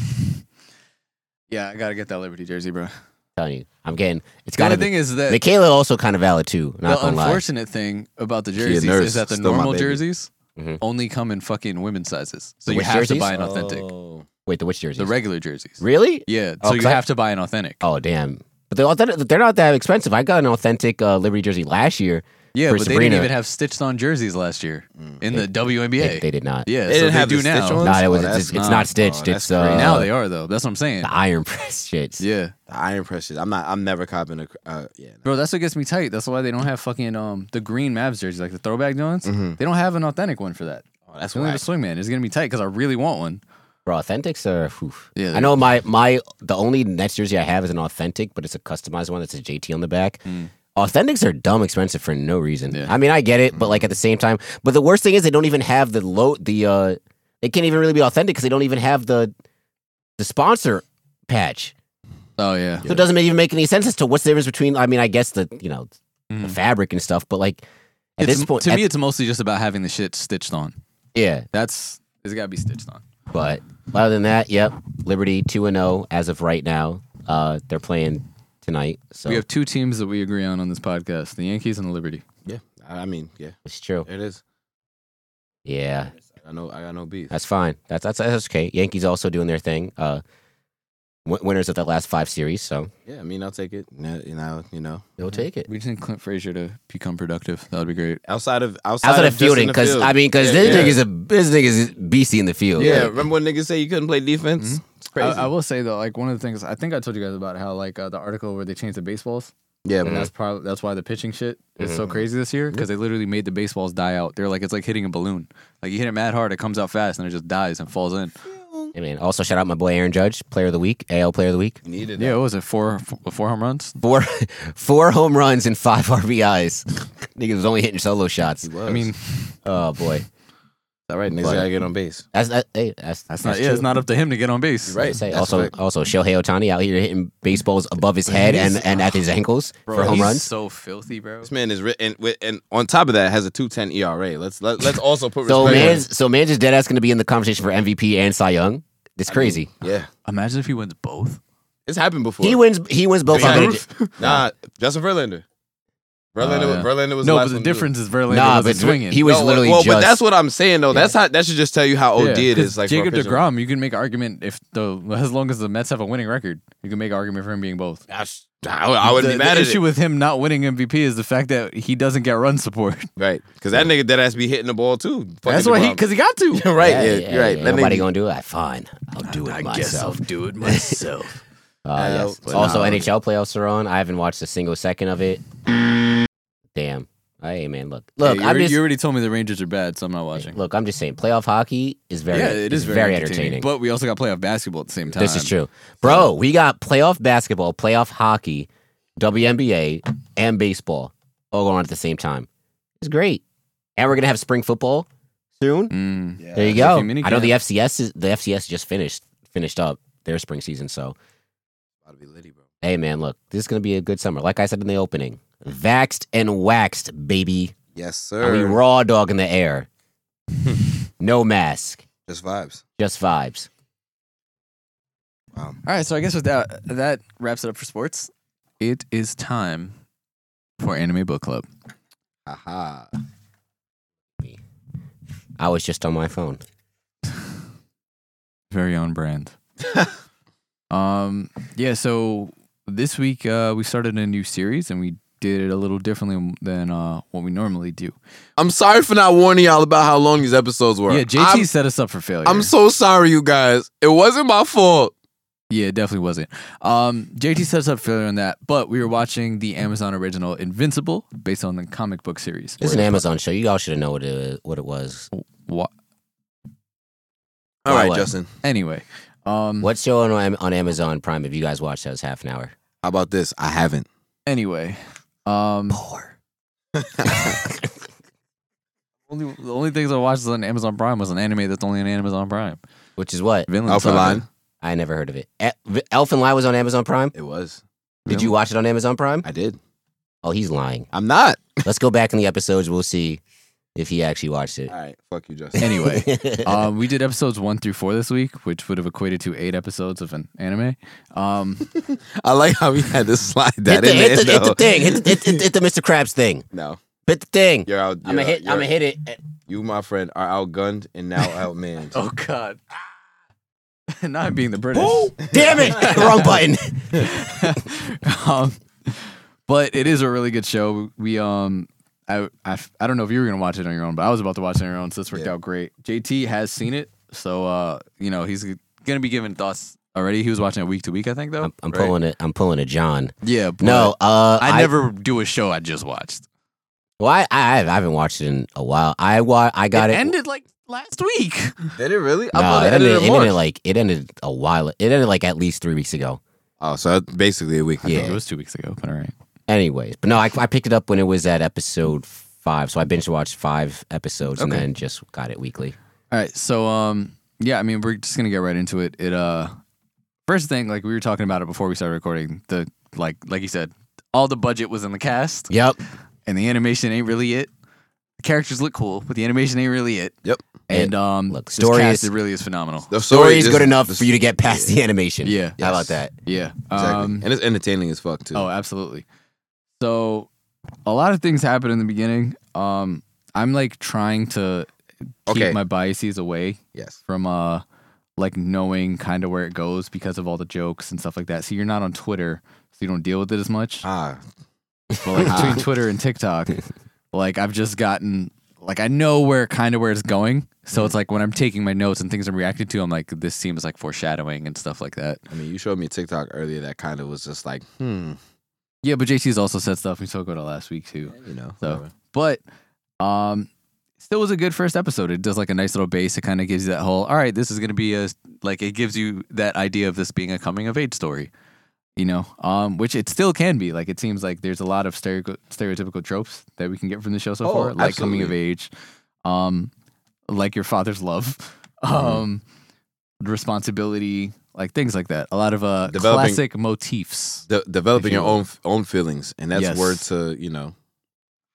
B: Yeah, I gotta get that Liberty jersey, bro.
A: telling you. I'm getting it's
B: The
A: gotta
B: only
A: be
B: thing is that
A: Michaela also kind of valid too, not
B: the
A: gonna lie.
B: unfortunate thing about the
F: a
B: jerseys
F: nurse.
B: is that the
F: Still my
B: normal
F: baby.
B: jerseys
A: Mhm.
B: only come in fucking women's sizes, so
A: The
B: you
A: which
B: have
A: jerseys?
B: to buy an authentic.
F: Oh.
A: Wait, the which jerseys?
B: The regular jerseys,
A: really?
B: yeah.
A: Oh,
B: So you
A: 'cause I-
B: have to buy an authentic.
A: Oh damn. But they're authentic, they're not that expensive. I got an authentic uh, Liberty jersey last year.
B: yeah,
A: for
B: but they
A: Sabrina.
B: didn't even have stitched on jerseys last year in the WNBA.
A: They, they did not.
B: yeah,
F: Mm. They
B: so
F: didn't
B: they
F: have
B: do
F: the stitch
B: now.
F: ones?
A: Nah, it was-
F: Oh,
A: it's-
F: that's
A: it's
F: nice.
A: not stitched,
F: that's
A: it's, uh,
F: crazy.
B: now they are though. That's what I'm saying.
A: The iron press shits.
B: Yeah,
F: The iron pressures. I'm not. I'm never copping a. Uh, yeah. no.
B: bro, that's what gets me tight. That's why they don't have fucking um the green Mavs jerseys, like the throwback ones.
A: Mm-hmm.
F: Mhm.
B: They don't have an authentic one for that.
F: Oh, that's
B: It's only
F: why.
B: the swingman. It's gonna be tight because I really want one.
A: Bro, authentics are oof.
B: Yeah,
A: I
B: they-
A: know my my the only Nets jersey I have is an authentic, but it's a customized one that says JT on the back. Authentics are dumb expensive for no reason.
B: Hmm. Yeah. Hmm.
A: I mean, I get it, but like at the same time, but the worst thing is they don't even have the low the uh they can't even really be authentic because they don't even have the the sponsor patch.
B: Oh yeah,
A: So it doesn't even make any sense as to what's the difference between. I mean, I guess the you know the
B: Mhm.
A: fabric and stuff, but like at
B: It's-
A: this point,
B: to
A: at-
B: me, it's mostly just about having the shit stitched on.
A: yeah,
B: That's it's gotta be stitched on.
A: oh But other than that, yep, Liberty 2 and 0 as of right now. Uh, they're playing tonight. So
B: We have two teams that we agree on on this podcast: the Yankees and the Liberty.
F: Yeah, I I mean, yeah,
A: it's true.
F: it is.
A: Yeah,
F: I know, I got no beef.
A: that's fine. That's that's, that's okay. Yankees also doing their thing. Uh, w- winners of the last five series, so
F: Yeah, I mean, I'll take it. Now- You know, you know,
A: they'll take it.
B: We just need Clint Frazier to become productive. That would be great.
F: outside of outside,
A: Outside
F: of
A: of
F: just in
A: fielding,
F: the
A: because
F: field.
A: I mean, because
F: Yeah,
A: this
F: yeah.
A: nigga's a this nigga's beastie in the field.
F: Yeah,
A: Like,
F: remember when niggas say you couldn't play defense? It's crazy.
B: I, I will say though, like one of the things I think I told you guys about how like uh, the article where they changed the baseballs.
F: yeah,
B: And
F: man.
B: that's probably that's why the pitching shit is so crazy this year because they literally made the baseballs die out. They're like it's like hitting a balloon. Like you hit it mad hard, it comes out fast, and it just dies and falls in.
A: I mean, also shout out my boy Aaron Judge, Player of the Week, AL Player of the Week.
F: needed.
B: Yeah, what was it four four home runs?
A: Four, four home runs and five RBIs. Nigga was only hitting solo shots.
F: that.
B: I mean,
A: Oh boy,
F: all right, niggas
A: but-
F: gotta get on base.
A: that's that. Hey, that's that's,
B: it's not, yeah, it's not up to him to get on base.
F: You're right.
A: Say,
F: That's
A: also,
F: fact.
A: also Shohei Otani out here hitting baseballs above his head and, and at his ankles for home
B: he's
A: runs.
B: So filthy, bro.
F: This man is written with, and on top of that has a two ten ERA. Let's let, let's also put
A: So
F: respect
A: man's so man's just dead ass going to be in the conversation for MVP and Cy Young. It's crazy.
F: on- Yeah,
B: Imagine if he wins both.
F: it's happened before.
A: he wins. He wins both.
F: Yeah.
A: on the-
F: nah, Justin Verlander. Verlander,
B: Oh,
F: was
B: yeah.
F: Verlander was
B: no,
F: last one
B: but the
F: to do it.
B: difference is Verlander
A: Nah,
B: wasn't
A: but
B: swinging.
A: he was literally
F: well,
A: just.
F: but that's what I'm saying though. That's how that should just tell you how OD it
B: 'cause
F: is. Like for a
B: Jacob
F: pitcher.
B: Degrom, you can make argument if the as long as the Mets have a winning record, you can make argument for him being both.
F: That's- I, I wouldn't
B: the,
F: be mad
B: the
F: at
B: issue
F: it.
B: with him not winning MVP is the fact that he doesn't get run support.
F: right, because that nigga dead ass be hitting the ball too. Fucking
B: That's why he
F: DeGrom.
B: because he got to.
F: right,
A: Yeah,
F: yeah,
A: yeah, yeah,
F: right.
A: yeah.
F: That nigga-
A: Nobody gonna do it. Ah, Fine, I'll do it myself.
B: do it myself.
A: Uh,
F: I'll-
A: yes.
F: but
A: Also,
F: nah.
A: NHL playoffs are on. I haven't watched a single second of it. Damn. Hey man, look, look.
B: you,
A: I'm
B: already,
A: just
B: you already told me the Rangers are bad, so I'm not watching.
A: look. I'm just saying, playoff hockey is very,
B: yeah, it is
A: very, entertaining.
B: But we also got playoff basketball at the same time.
A: This is true. Bro, we got playoff basketball, playoff hockey, WNBA, and baseball all going on at the same time. It's great. And we're going to have spring football soon.
B: Mm. Yeah.
A: there you
B: Rookie
A: go.
B: mini
A: I know
B: camp.
A: the FCS is, the FCS just finished finished up their spring season, so Hey man, look, this is going to be a good summer. Like I said in the opening, vaxxed and waxed, baby.
F: Yes,
A: I
F: sir.
A: mean, raw dog in the air. no mask,
F: Just vibes.
A: just vibes.
F: Wow.
E: All right, so I guess with that, that wraps it up for sports.
B: It is time for Anime Book Club.
F: Aha.
A: I was just on my phone.
B: Very on brand. um, yeah, so this week uh, we started a new series and we did it a little differently than uh, what we normally do.
C: I'm sorry for not warning y'all about how long these episodes were.
B: Yeah, JT
C: I'm,
B: set us up for failure.
C: I'm so sorry, you guys. It wasn't my fault.
B: Yeah, it definitely wasn't. Um, JT set us up failure on that, but we were watching the Amazon original Invincible based on the comic book series.
A: It's an Amazon show. You all should have known what it, what it was.
F: Mm.
B: Wha-
A: Why
C: All right,
A: what?
C: Justin.
B: anyway, um,
A: What show on Am- on Amazon Prime have you guys watched that was half an hour?
F: How about this? I haven't.
B: Anyway, um,
A: Four.
B: only, the only things I watched on Amazon Prime was an anime that's only on Amazon Prime.
A: Which is what?
B: Vinland
F: Alpha
B: Saga.
F: Line.
A: I never heard of it. E- Elf and Lie was on Amazon Prime?
F: It was.
A: Did you watch it on Amazon Prime?
F: I did.
A: Oh, he's lying.
F: I'm not.
A: Let's go back in the episodes. We'll see if he actually watched it.
F: All right. Fuck you, Justin.
B: Anyway, um, we did episodes one through four this week, which would have equated to eight episodes of an anime. Um,
F: I like how we had to slide
A: hit,
F: that
A: the,
F: in there.
A: hit, the, hit
F: though.
A: the thing. Hit, hit, hit, hit the Mr. Krabs thing.
F: No,
A: Hit the thing.
F: you're out.
A: I'm gonna
F: you're-
A: hit. I'm gonna
F: you're-
A: hit it.
F: You, my friend, are outgunned and now outmanned.
B: oh God, not being the British.
A: Damn it! Wrong button.
B: um, but it is a really good show. We um, I, I I don't know if you were gonna watch it on your own, but I was about to watch it on your own, so this worked
F: Yeah.
B: out great. JT has seen it, so uh, you know he's gonna be giving thoughts already. He was watching it week to week, I think, though.
A: I'm, I'm
B: right?
A: pulling it. I'm pulling a John.
B: Yeah. but
A: No, uh,
B: I, never do a show I just watched.
A: Well, I, I, I haven't watched it in a while. I wa- I got it.
B: ended like last week.
F: Did it really?
A: No,
F: thought
A: it
F: they
A: ended,
F: edited
A: it
F: more.
A: ended like it ended a while. It ended like at least three weeks ago.
F: Oh, so basically a week.
A: Yeah.
B: it was two weeks ago, but all right.
A: Anyways, but no, I, I picked it up when it was at episode five, so I binge watched five episodes and
B: Okay.
A: then just got it weekly.
B: All right, so um, yeah, I mean, we're just gonna get right into it. It uh, first thing, like we were talking about it before we started recording. The like, like you said, all the budget was in the cast,
A: Yep,
B: and the animation ain't really it. The characters look cool, but the animation ain't really it.
F: Yep.
H: And um,
A: look,
H: this
A: story
H: cast,
A: is-
H: it really is phenomenal.
C: The
A: Story is
C: is-
A: good enough
C: the-
A: for you to get past the animation.
H: Yeah.
A: How about that?
H: Yeah,
C: Exactly.
H: Um,
C: and it's entertaining as fuck too.
H: oh, absolutely.
B: So a lot of things happen in the beginning. Um, I'm like trying to keep
C: Okay.
B: my biases away
C: yes.
B: from uh like knowing kind of where it goes because of all the jokes and stuff like that. So you're not on Twitter, so you don't deal with it as much.
C: Ah,
B: But like between Twitter and TikTok, like I've just gotten like I know where kind of where it's going. So
C: Mm-hmm.
B: it's like when I'm taking my notes and things I'm reacting to, I'm like, this seems like foreshadowing and stuff like that.
C: I mean, you showed me a TikTok earlier that kind of was just like, hmm,
B: Yeah, but JC's also said stuff we spoke about it last week too.
C: you know.
B: So,
C: whatever.
B: But um still was a good first episode. It does like a nice little base. It kind of gives you that whole, all right, this is going to be a like it gives you that idea of this being a coming of age story. You know, um, which it still can be. Like it seems like there's a lot of stereotyp- stereotypical tropes that we can get from the show so
C: Oh,
B: far, like coming of
C: absolutely.
B: age, um, like your father's love,
C: Mm-hmm.
B: um, responsibility, like things like that. A lot of uh,
C: Developing-
B: classic motifs.
C: De- developing
B: If you
C: your
B: will.
C: own own feelings, and that's
B: Yes. Mm-hmm.
C: word to you know,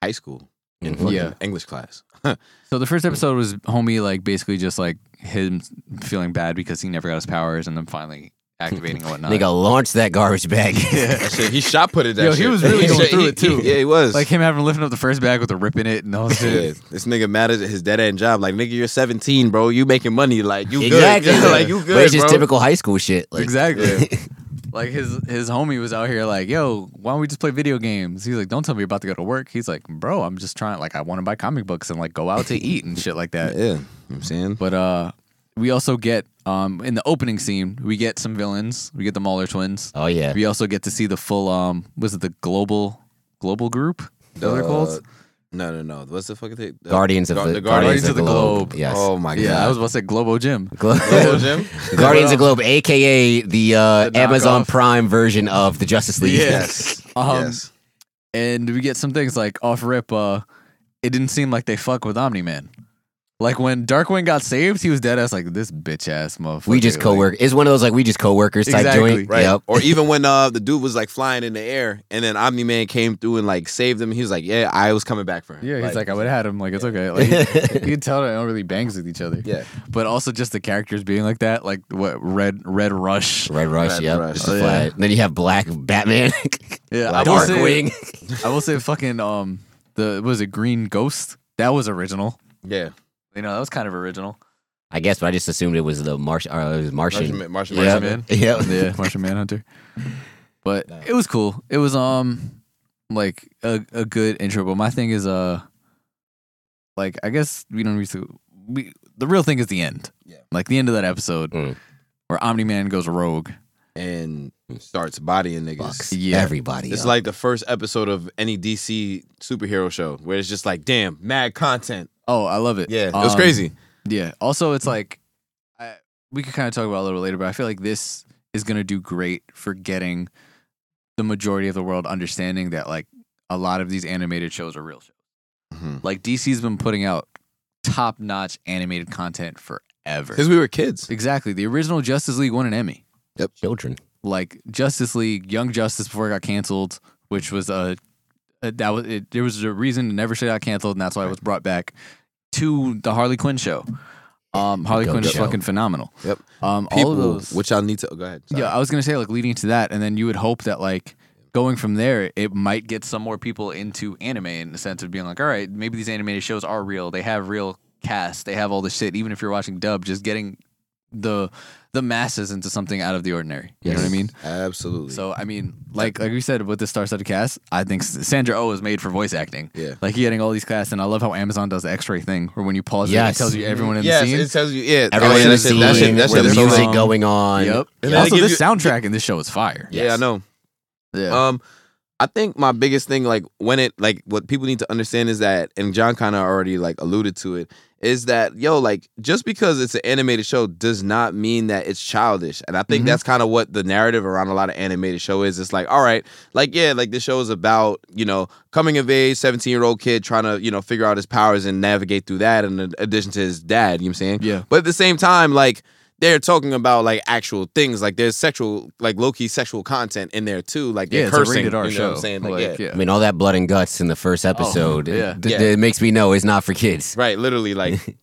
C: high school in
A: Mm-hmm.
C: fucking
B: Yeah.
C: English class.
B: So the first episode was homie like basically just like him feeling bad because he never got his powers and then finally activating and whatnot.
A: Nigga, launch that garbage bag.
C: That shit, he shot put it. That
B: Yo, he
C: shit.
B: was really going through it,
C: he-
B: too.
C: yeah, he was.
B: like him having to lift up the first bag with a rip in it and all this
C: yeah,
B: shit.
C: this nigga mad at his dead end job. Like nigga, you're 17, bro. You making money. Like you
A: exactly.
C: good. like you good,
A: But it's just
C: bro.
A: typical high school shit. Like,
B: Exactly. like his his homie was out here like, yo, why don't we just play video games? He's like, don't tell me you're about to go to work. He's like, bro, I'm just trying like I want to buy comic books and like go out to eat and shit like that.
C: Yeah, you know what I'm saying.
B: But uh, we also get um in the opening scene we get some villains. We get the Mauler twins.
A: Oh yeah.
B: We also get to see the full um was it the global global group? Is that what they're
C: Uh,
B: called?
C: No, no, no. What's the fucking thing? The-
A: Guardians of
C: Gar-
A: the,
B: Guardians of the Globe.
A: Yes.
C: Oh my god.
B: Yeah, I was about to say Globo Gym.
A: Glo-
C: Hello, Jim.
A: Guardians of the Globe, aka the, uh,
B: The
A: Amazon
B: knockoff.
A: Prime version of the Justice League.
C: yes.
B: Um,
C: yes.
B: And we get some things like off rip, uh, it didn't seem like they fuck with Omni Man. Like when Darkwing got saved, he was dead ass like this bitch ass motherfucker.
A: We just
B: Like,
A: co-work. It's one of those like we just co-workers type
B: Exactly.
A: joint.
C: Right.
A: Yep.
C: Or even when uh the dude was like flying in the air and then Omni Man came through and like saved him. He was like, Yeah, I was coming back for him.
B: Yeah, he's like, I would have had him. Like it's okay. Like you can tell they don't really bangs with each other.
C: Yeah.
B: But also just the characters being like that, like what Red Red Rush.
A: Red Rush.
C: Red
A: yep.
C: Rush.
A: Mr.
B: Oh, yeah.
A: Flag. Then you have Black Batman,
B: Yeah, I will say-
A: Darkwing.
B: I will say fucking um the was it Green Ghost? That was original.
C: Yeah.
B: You know, that was kind of original.
A: I guess, but I just assumed it was the Marsh. Or it was Martian.
C: Martian, Martian,
A: Yeah.
C: Martian
B: Martian Man.
A: Yep.
B: Yeah, Martian Manhunter. But it was cool. It was um like a a good intro. But my thing is uh like I guess we don't need to we the real thing is the end. Yeah. Like the end of that episode
A: Mm.
B: where Omni Man goes rogue.
C: And starts bodying niggas.
A: Fucks
B: Yeah.
A: Everybody.
C: It's
A: up.
C: like the first episode of any DC superhero show where it's just like, damn, mad content.
B: Oh, I love it.
C: Yeah, it was
B: Um,
C: crazy.
B: Yeah. Also, it's like I, we could kind of talk about it a little later, but I feel like this is going to do great for getting the majority of the world understanding that like a lot of these animated shows are real shows.
C: Mhm.
B: Like DC's been putting out top notch animated content forever.
C: Because we were kids.
B: Exactly. The original Justice League won an Emmy.
A: children.
B: Like Justice League, Young Justice before it got canceled, which was a, a that was it, there was a reason it never should have got canceled, and that's why it was brought back to the Harley Quinn show. Um, Harley
A: Dope
B: Quinn is
A: show.
B: fucking phenomenal.
C: Yep.
B: Um, all
C: People,
B: of those.
C: which I'll need to oh, go ahead. Sorry.
B: yeah, I was gonna say like leading to that, and then you would hope that like going from there, it might get some more people into anime in the sense of being like, all right, maybe these animated shows are real. They have real casts. They have all this shit. Even if you're watching dub, just getting the the masses into something out of the ordinary. You know what I mean?
C: Absolutely.
B: So I mean, like like we said with the star-studded cast, I think S- Sandra Oh is made for voice acting.
C: Yeah.
B: like you're getting all these casts, and I love how Amazon does the X-ray thing, where when you pause, it,
A: Yes.
B: it tells you everyone in
C: yes,
B: the scene.
C: it tells you. Yeah,
A: Everyone
C: Oh, yeah,
A: in the
C: that shit-
A: scene.
C: that shit- that
B: where
A: the
C: shit
B: they're
C: was
A: music
B: from.
A: going on.
B: Yep.
C: And then
B: also,
C: they give
B: this
C: you-
B: soundtrack in this show is fire.
C: Yeah, I know.
B: Yeah.
C: Um, I think my biggest thing, like when it, like what people need to understand is that, and John kind of already like alluded to it, is that yo, like just because it's an animated show does not mean that it's childish, and I think
B: Mhm.
C: that's kind of what the narrative around a lot of animated show is. It's like, all right, like yeah, like this show is about you know coming of age, seventeen year old kid trying to you know figure out his powers and navigate through that, in addition to his dad, you know what I'm saying?
B: Yeah.
C: But at the same time, like they're talking about like actual things, like there's sexual, like low key sexual content in there too, like
B: yeah,
C: they're
B: it's
C: cursing.
B: a rated R
C: you know
B: show.
C: what I'm saying? Like, yeah.
A: I mean, all that blood and guts in the first episode.
B: yeah.
A: d-
C: Yeah.
A: d- it makes me know it's not for kids.
C: Right, literally like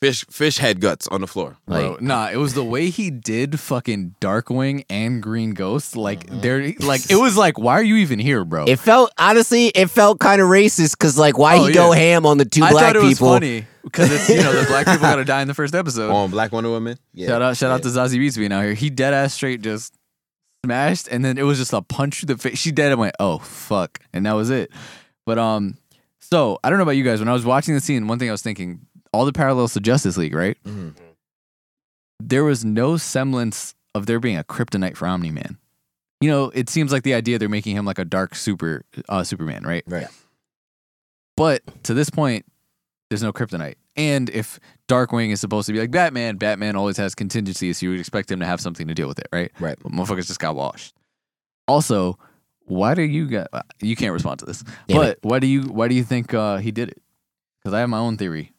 C: fish fish head guts on the floor.
A: Like,
B: Bro, nah, it was the way he did fucking Darkwing and Green Ghost. Like
C: Mm-hmm.
B: there, like it was like, why are you even here, bro?
A: It felt honestly, it felt kind of racist because like why
B: Oh,
A: he go
B: yeah.
A: ham on the two
B: I
A: black
B: thought it was
A: people?
B: funny because it's you know the black people gotta die in the first episode.
C: On Black Wonder Woman. Oh, Yeah.
B: shout out, shout out to Zazie Beats being out here. He dead ass straight just smashed, and then it was just a punch to the face. She dead and went, oh fuck, and that was it. But um, so I don't know about you guys. When I was watching the scene, one thing I was thinking: all the parallels to Justice League, right?
C: Mm-hmm.
B: There was no semblance of there being a kryptonite for Omni Man. You know, it seems like the idea they're making him like a dark super uh, Superman, right?
A: Right.
B: But to this point, there's no kryptonite. And if Darkwing is supposed to be like Batman, Batman always has contingencies, so you would expect him to have something to deal with it, right?
A: Right.
B: But motherfuckers just got washed. Also, why do you got uh, you can't respond to this.
A: Damn
B: but why do you why do you think uh, he did it? Because I have my own theory.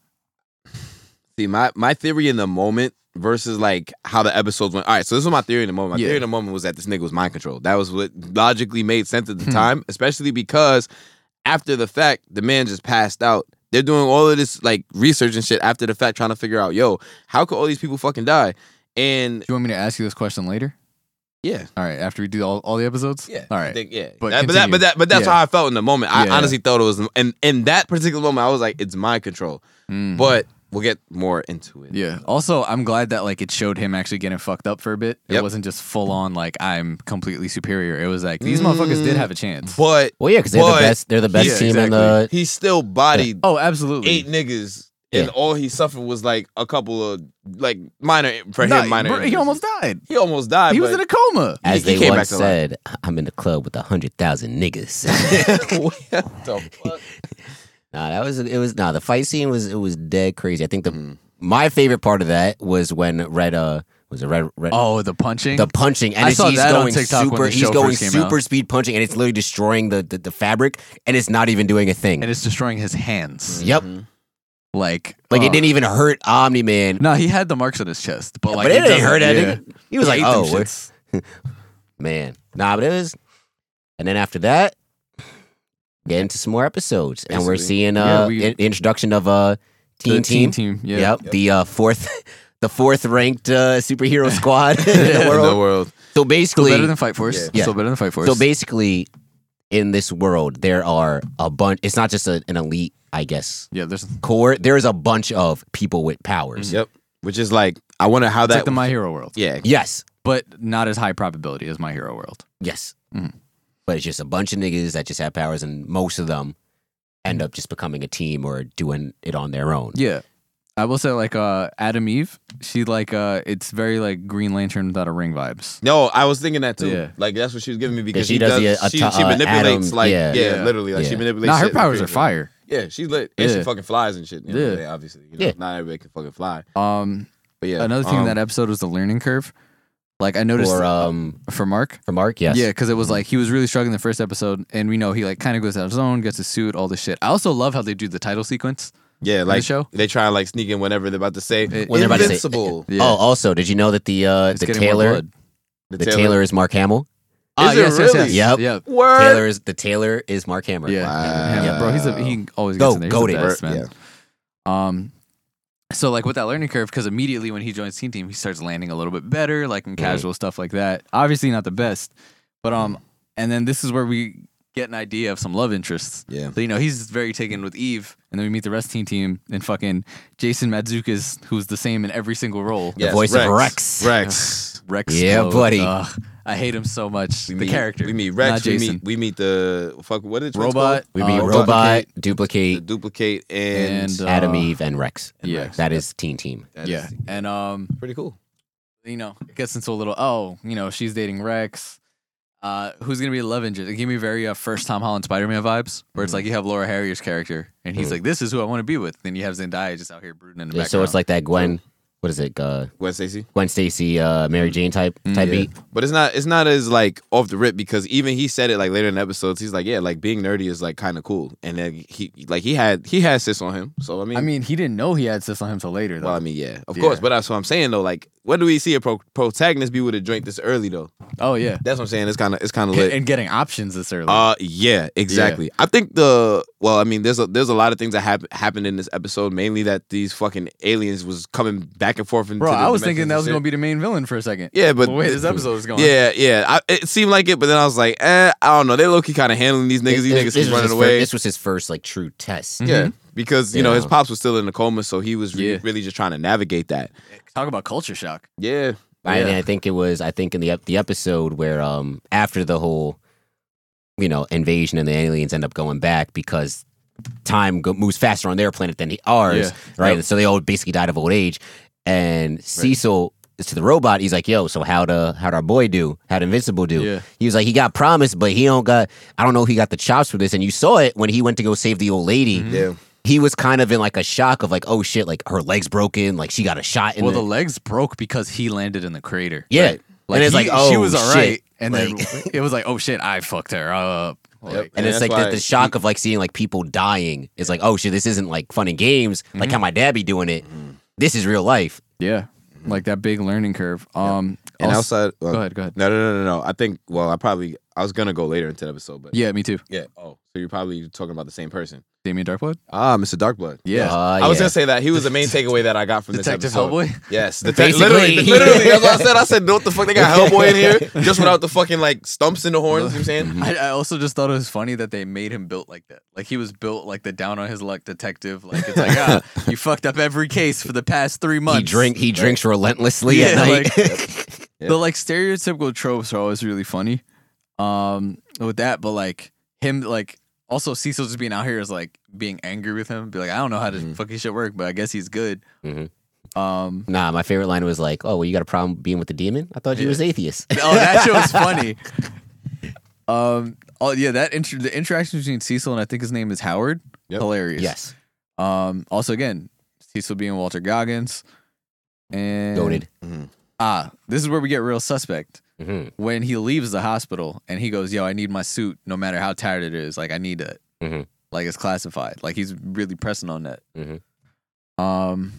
C: See, my, my theory in the moment versus like how the episodes went. All right, so this was my theory in the moment. My
B: Yeah.
C: theory in the moment was that this nigga was mind controlled. That was what logically made sense at the time, especially because after the fact, the man just passed out. They're doing all of this like research and shit after the fact, trying to figure out, yo, how could all these people fucking die? And
B: Do you want me to ask you this question later?
C: yeah,
B: All right, after we do all, all the episodes?
C: yeah,
B: All
C: I
B: right.
C: think, yeah.
B: But
C: That- But, that,
B: continue.
C: but that, but that's
B: Yeah.
C: how I felt in the moment. I
B: Yeah.
C: honestly thought it was, and in that particular moment, I was like, it's mind control.
B: Mm.
C: But we'll get more into it.
B: Yeah. Also, I'm glad that like it showed him actually getting fucked up for a bit. It
C: Yep.
B: wasn't just full on like I'm completely superior. It was like these motherfuckers
A: Mm.
B: did have a chance.
C: But
A: Well, yeah, because they're the
C: But-
A: best. They're the best
B: Yeah,
A: team in the.
C: he still bodied
B: Oh, absolutely.
C: eight niggas, and
A: Yeah.
C: all he suffered was like a couple of like minor for
B: Nah,
C: him minor.
B: bro, he
C: injuries.
B: almost died.
C: he almost died.
B: He was in a coma.
A: As
C: He- he
A: they
C: came
A: once
C: back to life.
A: said, "I'm in the club with a hundred thousand niggas." nah, that was it. Was nah. The fight scene was it was dead crazy. I think the
B: Mm-hmm.
A: my favorite part of that was when Red uh was it Red Red
B: Oh, the punching.
A: the punching and
B: I
A: it's,
B: saw
A: he's
B: that on
A: going
B: TikTok when
A: super
B: the
A: he's
B: show
A: going
B: first came out.
A: super speed punching and it's literally destroying the, the the fabric and it's not even doing a thing.
B: and it's destroying his hands.
A: yep.
C: Mm.
B: Like,
A: Like
B: uh,
A: it didn't even hurt Omni Man.
B: No, he had the marks on his chest, but like
A: but it, didn't
B: doesn't-
A: hurt that
B: yeah.
A: nigga. He was like,
B: He ate them
A: "Oh, we're-
B: shits.
A: man, nah." But it was, and then after that, get into some more episodes, and we're seeing uh
B: Yeah, we-
A: in- introduction of uh
B: The
A: teen team.
B: team. Yeah.
A: Yep, the uh, fourth, the fourth ranked uh, superhero squad in the
C: in the
A: world.
C: world.
A: So
B: Still
A: basically,
B: better than Fight Force.
A: Yeah.
B: Still better than Fight Force.
A: So basically, in this world, there are a bunch. It's not just a, an elite, I guess,
B: yeah, there's it's
A: core. There is a bunch of people with powers.
B: Mm-hmm.
C: Yep. Which is like, I wonder how that.
B: like the My Hero World,
C: yeah.
A: Yes,
B: but not as high probability as My Hero World.
A: yes.
B: Mhm.
A: But it's just a bunch of niggas that just have powers, and most of them end up just becoming a team or doing it on their own.
B: Yeah. I will say like uh Adam Eve, she like uh it's very like Green Lantern without a ring vibes.
C: No, I was thinking that too.
B: Yeah.
C: Like that's what she was giving me because
A: she
C: she
A: does
C: does.
A: the, uh,
C: she,
A: ato-
C: she
A: uh,
C: manipulates
A: Adam-
C: like
A: yeah.
C: yeah,
B: Yeah.
C: literally like
A: Yeah.
C: she manipulates.
B: Nah, her
C: shit in
B: powers
C: the
B: are
C: future.
B: fire.
C: Yeah, she's lit. And
B: Yeah.
C: she fucking flies and shit. You know,
B: Yeah.
C: they obviously. You know,
A: Yeah.
C: Not everybody can fucking fly.
B: Um
C: But yeah.
B: another thing in
C: um,
B: that episode was the learning curve. Like I noticed
A: Or um,
B: for Mark.
A: for Mark, yes.
B: Yeah, because it
C: Mm-hmm.
B: was like he was really struggling the first episode, and we know he like kind of goes out of his zone, gets a suit, all this shit. I also love how they do the title sequence.
C: yeah, like
B: show?
C: they try and like sneak in whatever they're about to say.
B: When
A: they're about to say-
C: Invincible.
B: Yeah.
A: Oh, also, did you know that the uh,
B: It's
A: the
B: getting more
A: Taylor
B: blood.
A: the Taylor is Mark Hamill?
B: Ah,
C: it
B: yes, yes, yes,
C: really?
A: Yep.
B: Yep.
C: Word.
A: Taylor is the Taylor is Mark Hamill.
B: Yeah.
C: Wow.
B: Yeah, bro, he's a he always
A: Go-
B: gets in there. He's the
A: goated.
B: best, man. Um, so like with that learning curve, because immediately when he joins team team, he starts landing a little bit better, like in casual stuff like that. Obviously not the best, but um, and then this is where we get an idea of some love interests.
C: Yeah.
B: So you know he's very taken with Eve, and then we meet the rest of team team and fucking Jason Madzukas, who's the same in every single role.
A: The voice of Rex.
C: Rex.
B: Rex.
A: Yeah,
B: Explode.
A: buddy.
B: Ugh, I hate him so much. the
C: meet,
B: character.
C: We meet Rex.
B: not
C: we
B: Jason.
C: meet we meet the fuck. What is
B: Robot.
A: We
B: uh,
A: mean robot,
B: Duplicate,
C: The
A: duplicate,
C: duplicate and,
B: and, uh,
A: Adam Eve, and Rex.
B: yeah.
A: that is Teen Team.
C: That
B: yeah,
C: is
B: and um,
C: pretty cool.
B: you know, it gets into a little, oh, you know, she's dating Rex. Uh, who's gonna be love interest? It gave me very uh, first Tom Holland Spider Man vibes, where it's like you have Laura Harrier's character, and he's like, "This is who I want to be with." Then you have Zendaya just out here brooding in the
A: Yeah,
B: background.
A: so it's like that Gwen. what is it? Uh,
C: Gwen Stacy.
A: Gwen Stacy, uh,
B: Mm.
A: Mary Jane type type beat.
C: But it's not it's not as like off the rip because even he said it like later in the episodes. He's like, yeah, like being nerdy is like kind of cool. And then he like he had he had sis on him. So I mean,
B: I mean, he didn't know he had sis on him till later. Though.
C: well, I mean, yeah, of
B: Yeah.
C: course. But that's what I'm saying though. Like, what do we see a pro- protagonist be with a drink this early though?
B: oh yeah,
C: That's what I'm saying. It's kind of it's kind of lit.
B: and getting options this early.
C: Uh, yeah, exactly. I think the well, I mean, there's a, there's a lot of things that hap- happened in this episode. Mainly that these fucking aliens was coming back and forth. Into
B: Bro,
C: the
B: I was
C: dimensions
B: thinking that
C: and
B: was
C: shit.
B: gonna be the main villain for a second.
C: Yeah, but
B: the way this episode is going.
C: Yeah, yeah. I, it seemed like it, but then I was like, eh, I don't know. They low key kind of handling these niggas. These
A: This-
C: niggas
A: this was
C: keep running
A: his fir-
C: away.
A: this was his first like true test.
C: yeah, because you
A: Yeah.
C: know his pops was still in the coma, so he was re-
B: mm-hmm. Yeah.
C: really just trying to navigate that.
B: talk about culture shock.
C: Yeah,
A: I,
C: yeah.
A: and I think it was I think in the ep- the episode where um after the whole you know invasion and the aliens end up going back because time go- moves faster on their planet than the ours, right? And so they all basically died of old age. And Cecil is to the robot. He's like, "Yo, so how to how'd our boy do? How'd Invincible do?"
B: Yeah.
A: He was like, "He got promised, but he don't got. I don't know if he got the chops for this." And you saw it when he went to go save the old lady.
C: Yeah.
A: He was kind of in like a shock of like, "Oh shit!" Like her legs broken. Like she got a shot. In
B: well,
A: the,
B: the legs broke because he landed in the crater.
A: yeah.
B: Like,
A: and it's
B: he-
A: like, oh,
B: she was
A: shit.
B: all right, and
A: Like-
B: then it was like, oh shit, I fucked her up. Like,
A: and it's
C: that's
A: like the,
C: why-
A: the shock of like seeing like people dying is like, oh shit, this isn't like fun and games,
B: Mm-hmm.
A: like how my dad be doing it. This is real life.
B: yeah, like that big learning curve. Um,
C: Mm-hmm. And
B: also-
C: outside, well,
B: go ahead, go ahead.
C: No, no, no, no, no. I think. Well, I probably I was gonna go later into the episode, but
B: Yeah, me too.
C: yeah. Oh, so you're probably talking about the same person.
B: Damien Darkblood.
C: Ah, Mr. Darkblood.
B: Yeah,
A: Uh,
C: I was
A: yeah.
C: gonna say that he was the main takeaway that I got from
B: Detective
C: this episode.
B: Hellboy?
C: Yes,
A: Basically.
C: detective. Literally, literally. That's what I said. I said, "What the fuck? They got Hellboy in here just without the fucking like stumps in the horns." You know what I'm saying?
B: I, I also just thought it was funny that they made him built like that. Like he was built like the down on his luck detective. Like it's like ah, you fucked up every case for the past three months.
A: he drink he drinks relentlessly
B: Yeah,
A: at night.
B: the like stereotypical tropes are always really funny. Um, with that, but like him, like also Cecil just being out here is like being angry with him. Be like, I don't know how
C: Mm-hmm.
B: to fucking shit work, but I guess he's good.
A: Mhm.
B: Um,
A: nah, my favorite line was like, oh, well, you got a problem being with the demon? I thought you was atheist.
B: oh, that shit was funny. Um, oh yeah, that inter- the interaction between Cecil and I think his name is Howard.
C: Yep.
B: Hilarious.
A: yes,
B: Um, also, again, Cecil being Walter Goggins. And
A: goaded.
B: ah, this is where we get real suspect.
A: hmm
B: When he leaves the hospital and he goes, "Yo, I need my suit, no matter how tired it is. Like, I need it.
A: Mhm.
B: Like, it's classified. Like, he's really pressing on that."
A: Mhm.
B: Um,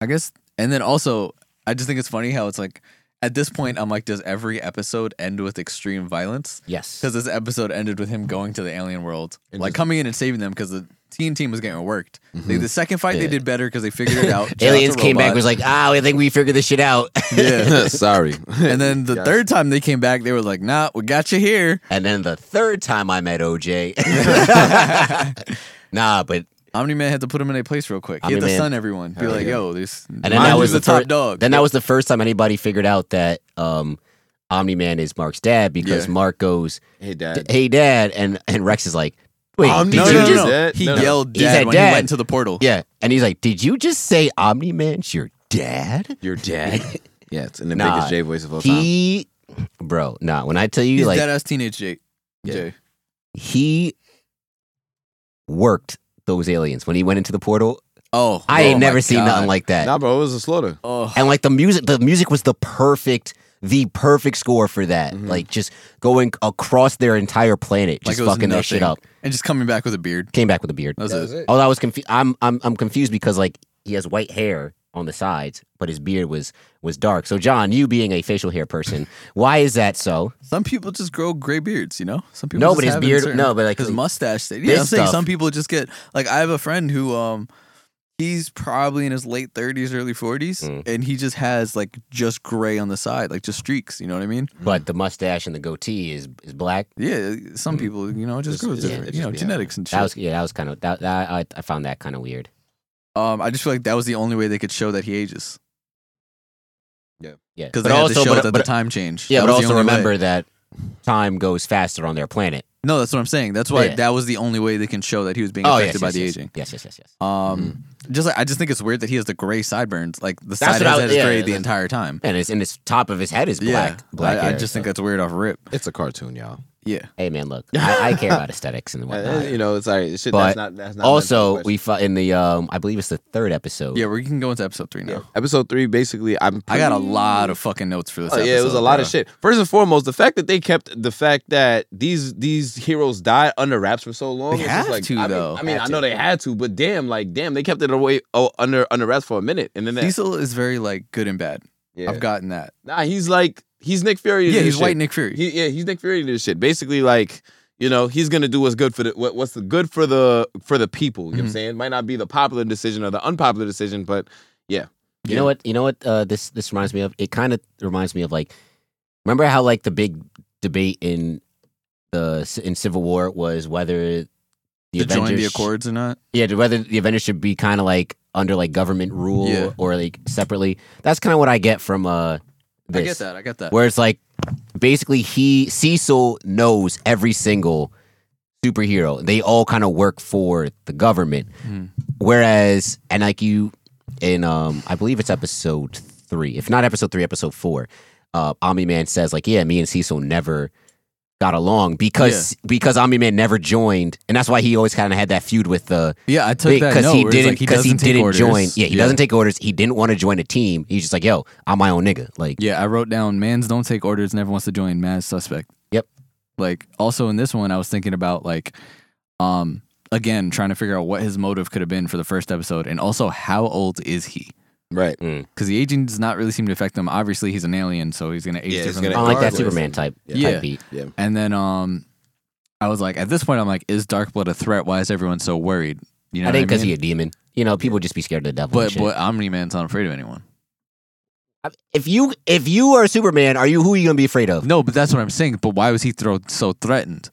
B: I guess, and then also, I just think it's funny how it's like at this point, I'm like, does every episode end with extreme violence?
A: Yes,
B: because this episode ended with him going to the alien world,
C: And
B: like
C: just-
B: coming in and saving them because the teen team was getting worked. Like, the second fight, they
A: Mm-hmm. Yeah.
B: did better because they figured it out. Shout out
A: aliens
B: to
A: came back
B: Robot.
A: was like, ah, I think we figured this shit out.
B: yeah.
C: Sorry.
B: Mm-hmm. And then the
C: Yes.
B: third time they came back, they were like, "Nah, we got you here."
A: and then the third time I met OJ, nah, but
B: Omni Man had to put him in a place real quick. He had to
A: Omni-Man.
B: sun everyone. Be like, "Yo, this."
A: And then that was
B: the,
A: the
B: top
A: fir-
B: dog.
A: Then that was the first time anybody figured out that um, Omni Man is Mark's dad because
B: Yeah.
A: Mark goes,
C: Hey,
A: "D-
C: Dad.
A: "Hey, dad," and and Rex is like, "Wait,
C: Omni-
A: did
B: no,
A: you
B: no, no,
A: just?"
B: no.
C: Dad?
B: He
C: No, no.
B: yelled
A: He
B: dad
A: said
B: when he
A: dad.
B: went to the portal.
A: Yeah, and he's like, "Did you just say Omni Man's your dad?"
C: Your dad. yeah, it's in the
A: Nah.
C: biggest J voice of all time.
A: He, bro, nah. When I tell you,
B: he's
A: like,
B: dead ass teenage Jake. Jay.
A: he worked those aliens when he went into the portal.
B: Oh,
A: I
B: oh
A: ain't
B: my
A: never seen
B: God.
A: nothing like that.
C: nah, bro, it was a slaughter.
B: Oh,
A: and like the music the music was the perfect the perfect score for that like just going across their entire planet
B: Mm-hmm. like
A: just
B: it was
A: fucking that shit
B: nothing.
A: up
B: and just coming back with a beard.
A: came back with a beard
B: That was it.
A: although i was confused I'm, I'm i'm confused because like he has white hair on the sides but his beard was was dark so john you being a facial hair person why is that so
B: Some people just grow gray beards, you know. Some people
A: No,
B: just
A: but his
B: have it in
A: beard-
B: certain-
A: no, but, like,
B: his
A: like,
B: mustache. Thing. Yeah,
A: this
B: I'm saying
A: stuff-
B: some people just get like I have a friend who um he's probably in his late 30s, early 40s,
A: Mm.
B: and he just has like just gray on the side, like just streaks. You know what I mean?
A: but the mustache and the goatee is is black
B: Yeah, some
A: Mm.
B: people, you know, it just
C: Just-
B: grows
C: yeah,
B: different,
C: it
B: you
C: just
B: know,
C: be
B: genetics and
A: that
B: shit.
A: was yeah that was kind of that, that I, I found that kind of weird
B: um, I just feel like that was the only way they could show that he ages
A: yeah
B: because they had to show that the time change.
A: yeah
B: That
A: but
B: was the
A: also
B: only way.
A: remember that time goes faster on their planet
B: no, that's what I'm saying. That's why
A: Yeah.
B: that was the only way they can show that he was being
A: oh yes,
B: affected by
A: yes,
B: the
A: yes.
B: aging.
A: yes yes yes yes
B: Um, just like I just think it's weird that he has the gray sideburns. Like the
A: That's
B: side of
A: what I-
B: his head is
A: yeah,
B: gray the
A: that's-
B: entire time.
A: and it's in his top of his head is black.
B: yeah,
A: black
B: I, I
A: hair,
B: just
A: so.
B: think that's weird off rip.
C: It's a cartoon, y'all.
B: Yeah.
A: Hey man, look, I, I care about aesthetics and
C: Uh,
A: whatnot.
C: you know, it's all right. Shit,
A: But
C: that's not, that's not
A: also, we fu- in the um, I believe it's the third episode.
B: Yeah, we can go into episode three now.
C: episode three. Basically, I'm.
B: I got a
C: pretty-
B: lot of fucking notes for this.
C: Oh, yeah, it was a
B: episode,
C: lot of
B: bro.
C: shit. First and foremost, the fact that they kept the fact that these these heroes died under wraps for so long.
B: They
C: it's
B: have
C: just like,
B: to,
C: I mean-
B: though.
C: I mean,
A: Had
C: I
A: to.
C: know they had to, but damn, like damn, they kept it away oh, under under wraps for a minute, and then that,
B: Diesel is very like good and bad.
C: yeah.
B: I've gotten that.
C: nah, he's like he's Nick Fury. to
B: Yeah,
C: this
B: he's
C: shit.
B: white Nick Fury.
C: He, yeah, he's Nick Fury to this shit. Basically, like you know, he's gonna do what's good for the what, what's the good for the for the people. You know what
B: Mm-hmm.
C: I'm saying? Might not be the popular decision or the unpopular decision, but
A: You know what? You know what? Uh, this this reminds me of. It kind of reminds me of like, remember how like the big debate in the in Civil War was whether the
B: to
A: Avengers
B: join the Accords or not?
A: Yeah, to whether the Avengers should be kind of like under like government rule
B: Yeah.
A: or like separately. That's kind of what I get from uh. This,
B: I get that. I get that.
A: Where it's like, basically, he Cecil knows every single superhero. They all kind of work for the government.
B: Mhm.
A: Whereas, and like you in, um, I believe it's episode three, if not episode three, episode four. Uh, Omni Man says like, yeah, me and Cecil never got along because because Omni Man never joined, and that's why he always kind of had that feud with the
B: Yeah, I took that note.
A: he
B: where it's
A: didn't
B: like, he
A: because he,
B: doesn't take
A: didn't
B: orders.
A: join. Yeah, he doesn't take orders. He didn't want to join a team. He's just like, yo, I'm my own nigga. Like,
B: Yeah, I wrote down man's don't take orders, never wants to join man's suspect.
A: Yep.
B: Like also in this one I was thinking about like um again trying to figure out what his motive could have been for the first episode and also how old is he?
C: right.
B: Cuz the aging does not really seem to affect him. Obviously he's an alien so he's going to age
C: Yeah, he's
B: differently.
A: I
C: gonna-
A: don't like that
C: Regardless.
A: Superman type
B: Yeah.
A: type beat.
B: And then um I was like at this point I'm like is Darkblood a threat? Why is everyone so worried? You
A: I
B: know what
A: think because
B: mean?
A: he a demon. You know, people just be scared of the devil. and
B: but
A: shit.
B: but Omni-Man's not afraid of anyone.
A: if you if you are Superman, are you who are you gonna be afraid of?
B: No, but that's what I'm saying. But why was he thro- so threatened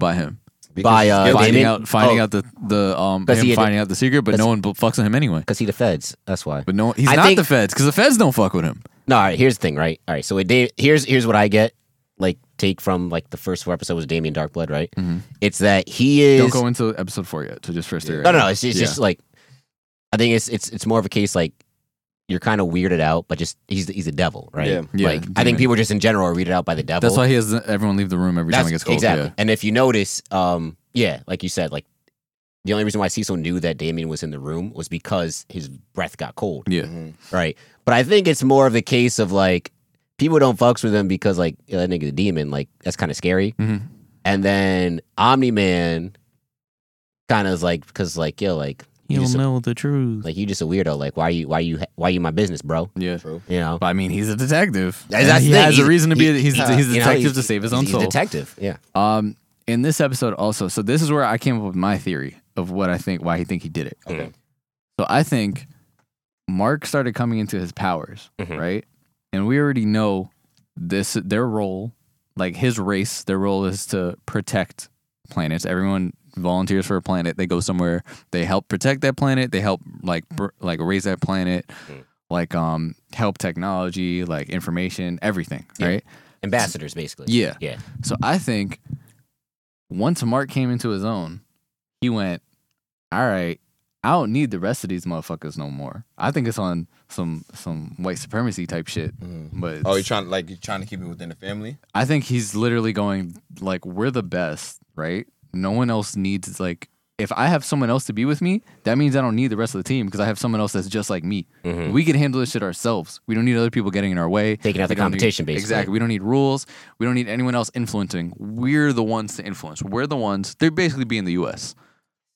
B: by him?
A: By uh,
B: finding
A: Damon?
B: out finding
A: Oh,
B: out the the um
A: 'Cause he
B: him
A: had-
B: finding out the secret, but no one bu- fucks with him anyway.
A: Cause he the feds. That's why.
B: But no, he's
A: I
B: not
A: think-
B: the feds because the feds don't fuck with him.
A: No, all right. Here's the thing, right? All right. So it, da- here's here's what I get. Like take from like the first four episodes with Damien Darkblood, right?
B: Mhm.
A: It's that he is.
B: Don't go into episode four yet. So just first three.
A: No, no, no. It's, it's
B: Yeah.
A: just like I think it's it's it's more of a case like you're kind of weirded out, but just he's the, he's a devil, right?
C: Yeah.
B: Yeah,
A: like I think
B: demon.
A: people just in general are weirded out by the devil.
B: That's why he has everyone leave the room every time
A: That's-
B: it gets cold.
A: exactly.
B: Yeah.
A: And if you notice, um, yeah, like you said, like the only reason why Cecil knew that Damien was in the room was because his breath got cold,
B: Yeah.
A: right? But I think it's more of the case of like people don't fucks with him because like yo, that nigga's a demon, like that's kind of scary.
B: Mhm.
A: And then Omni Man kind of is like because like yo, like you just a-
B: know the truth.
A: like you just a weirdo. Like why you why you why you my business, bro?
B: yeah.
A: You know.
B: But, I mean, he's a detective.
A: That's-
B: And
A: that's
B: he
A: the thing.
B: has a reason to be.
A: he-
B: he's,
A: he-
B: he's
A: you know,
B: a detective
A: he's-
B: to save his own
A: he's a
B: soul.
A: detective, yeah.
B: Um, in this episode also, so this is where I came up with my theory of what I think why he think he did it.
A: Okay.
B: So I think Mark started coming into his powers,
A: Mhm.
B: right? And we already know this their role, like his race, their role is to protect planets. Everyone volunteers for a planet. They go somewhere. They help protect that planet. They help like br- like raise that planet. Like um help technology, like information, everything, right?
A: Ambassadors, basically.
B: Yeah.
A: yeah.
B: So I think once Mark came into his own, he went, All right, I don't need the rest of these motherfuckers no more. I think it's on some some white supremacy type shit. But
C: Oh, you're trying like you're trying to keep it within the family.
B: I think he's literally going, like, we're the best, right? No one else needs like if I have someone else to be with me, that means I don't need the rest of the team because I have someone else that's just like me.
A: Hmm.
B: We can handle this shit ourselves. We don't need other people getting in our way.
A: Mm-hmm. Taking out
B: We
A: the
B: don't need-
A: competition, basically.
B: Exactly. We don't need rules. We don't need anyone else influencing. We're the ones to influence. We're the ones. They're basically being the U.S.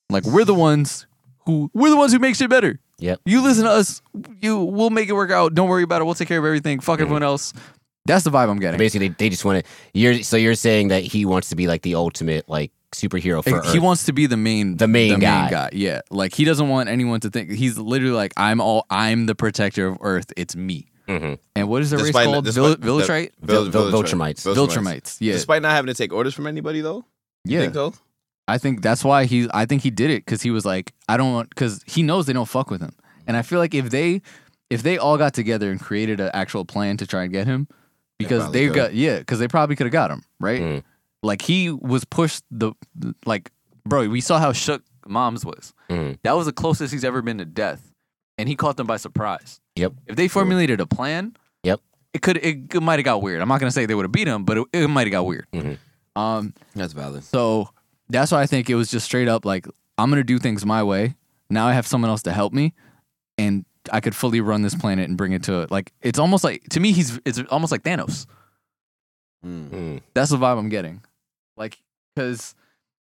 B: Like we're the ones who we're the ones who make shit better.
A: Yep.
B: You listen to us. You we'll make it work out. Don't worry about it. We'll take care of everything. Fuck everyone else. That's the vibe I'm getting.
A: Basically, they, they just want to. You're so you're saying that he wants to be like the ultimate like superhero for
B: he
A: Earth.
B: wants to be the main
A: The main guy.
B: yeah like he doesn't want anyone to think he's literally like i'm all i'm the protector of earth it's me
A: Mhm.
C: Mm-hmm.
B: and what is the
C: Despite-
B: race called
C: despite-
B: Vil-
C: the-
B: Villatrite?
A: Vil- Vil- Viltrumites.
B: Viltrumites. yeah
C: Despite not having to take orders from anybody though.
B: yeah
C: Think so?
B: i think that's why he i think he did it because he was like i don't want because he knows they don't fuck with him and i feel like if they if they all got together and created an actual plan to try and get him because
C: probably
B: they
C: could.
B: got yeah because they probably could have got him right
A: Mm.
B: like he was pushed the like bro we saw how shook moms was
A: Mhm.
B: That was the closest he's ever been to death, and he caught them by surprise.
A: Yep.
B: If they formulated a plan,
A: Yep.
B: it could it, it might have got weird. I'm not gonna say they would have beat him, but it, it might have got weird.
A: Mhm.
B: Um,
C: That's valid.
B: so that's why I think it was just straight up like I'm gonna do things my way. Now I have someone else to help me, and I could fully run this planet and bring it to like it's almost like to me he's it's almost like Thanos.
C: Hmm. Mm-hmm.
B: That's the vibe I'm getting. Like, because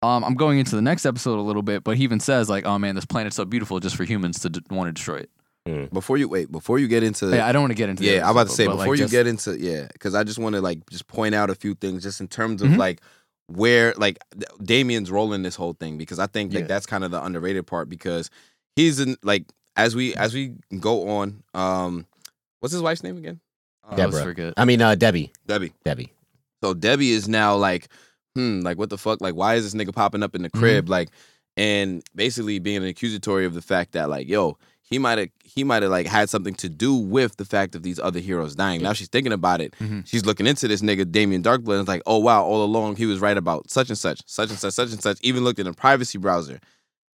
B: um, I'm going into the next episode a little bit, but he even says, like, oh man, this planet's so beautiful just for humans to d- want to destroy it.
C: Before you wait, before you get into
B: yeah, I don't want to get into
C: yeah,
B: the
C: I'm about to
B: episode,
C: say
B: but,
C: before
B: like,
C: you
B: just-
C: get into yeah, because I just want to like just point out a few things just in terms of
B: Mhm.
C: like where like D- Damien's role in this whole thing because I think like
B: Yeah.
C: that's kind of the underrated part because he's in like as we as we go on, um, what's his wife's name again? Uh,
B: I always
A: Deborah.
B: forget.
A: I mean, uh, Debbie.
C: Debbie.
A: Debbie.
C: So Debbie is now like, hmm, like what the fuck? Like, why is this nigga popping up in the crib? Like, and basically being an accusatory of the fact that like, yo, he might have he might have like had something to do with the fact of these other heroes dying. Now she's thinking about it.
B: Mhm.
C: She's looking into this nigga Damien Darkblood and it's like, oh wow, all along he was right about such and such, such and such, such and such. Even looked in a privacy browser.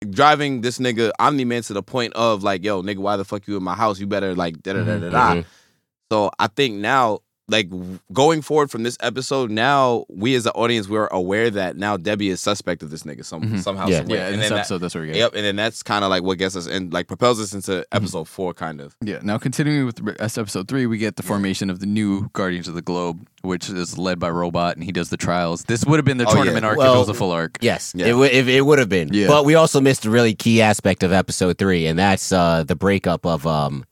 C: Driving this nigga Omni Man to the point of like, yo, nigga, why the fuck you in my house? You better like da da da da da.
A: Mhm.
C: So I think now, like w- going forward from this episode, now we as the audience we're aware that now Debbie is suspect of this nigga some,
B: Mhm.
C: somehow.
A: Yeah.
C: some way.
B: Yeah, in
C: and
B: this
C: then that-
B: episode, that's where we get.
C: yep, and then that's kind of like what gets us and like propels us into episode four, kind of.
B: Yeah. Now, continuing with the rest of episode three, we get the formation of the new Guardians of the Globe, which is led by Robot, and he does the trials. This would have been the
C: Oh, yeah.
B: tournament arc if
A: Well-
B: it was a full arc.
A: Yes,
C: Yeah.
A: it, w- it, it would have been.
B: Yeah.
A: But we also missed a really key aspect of episode three, and that's uh, the breakup of um,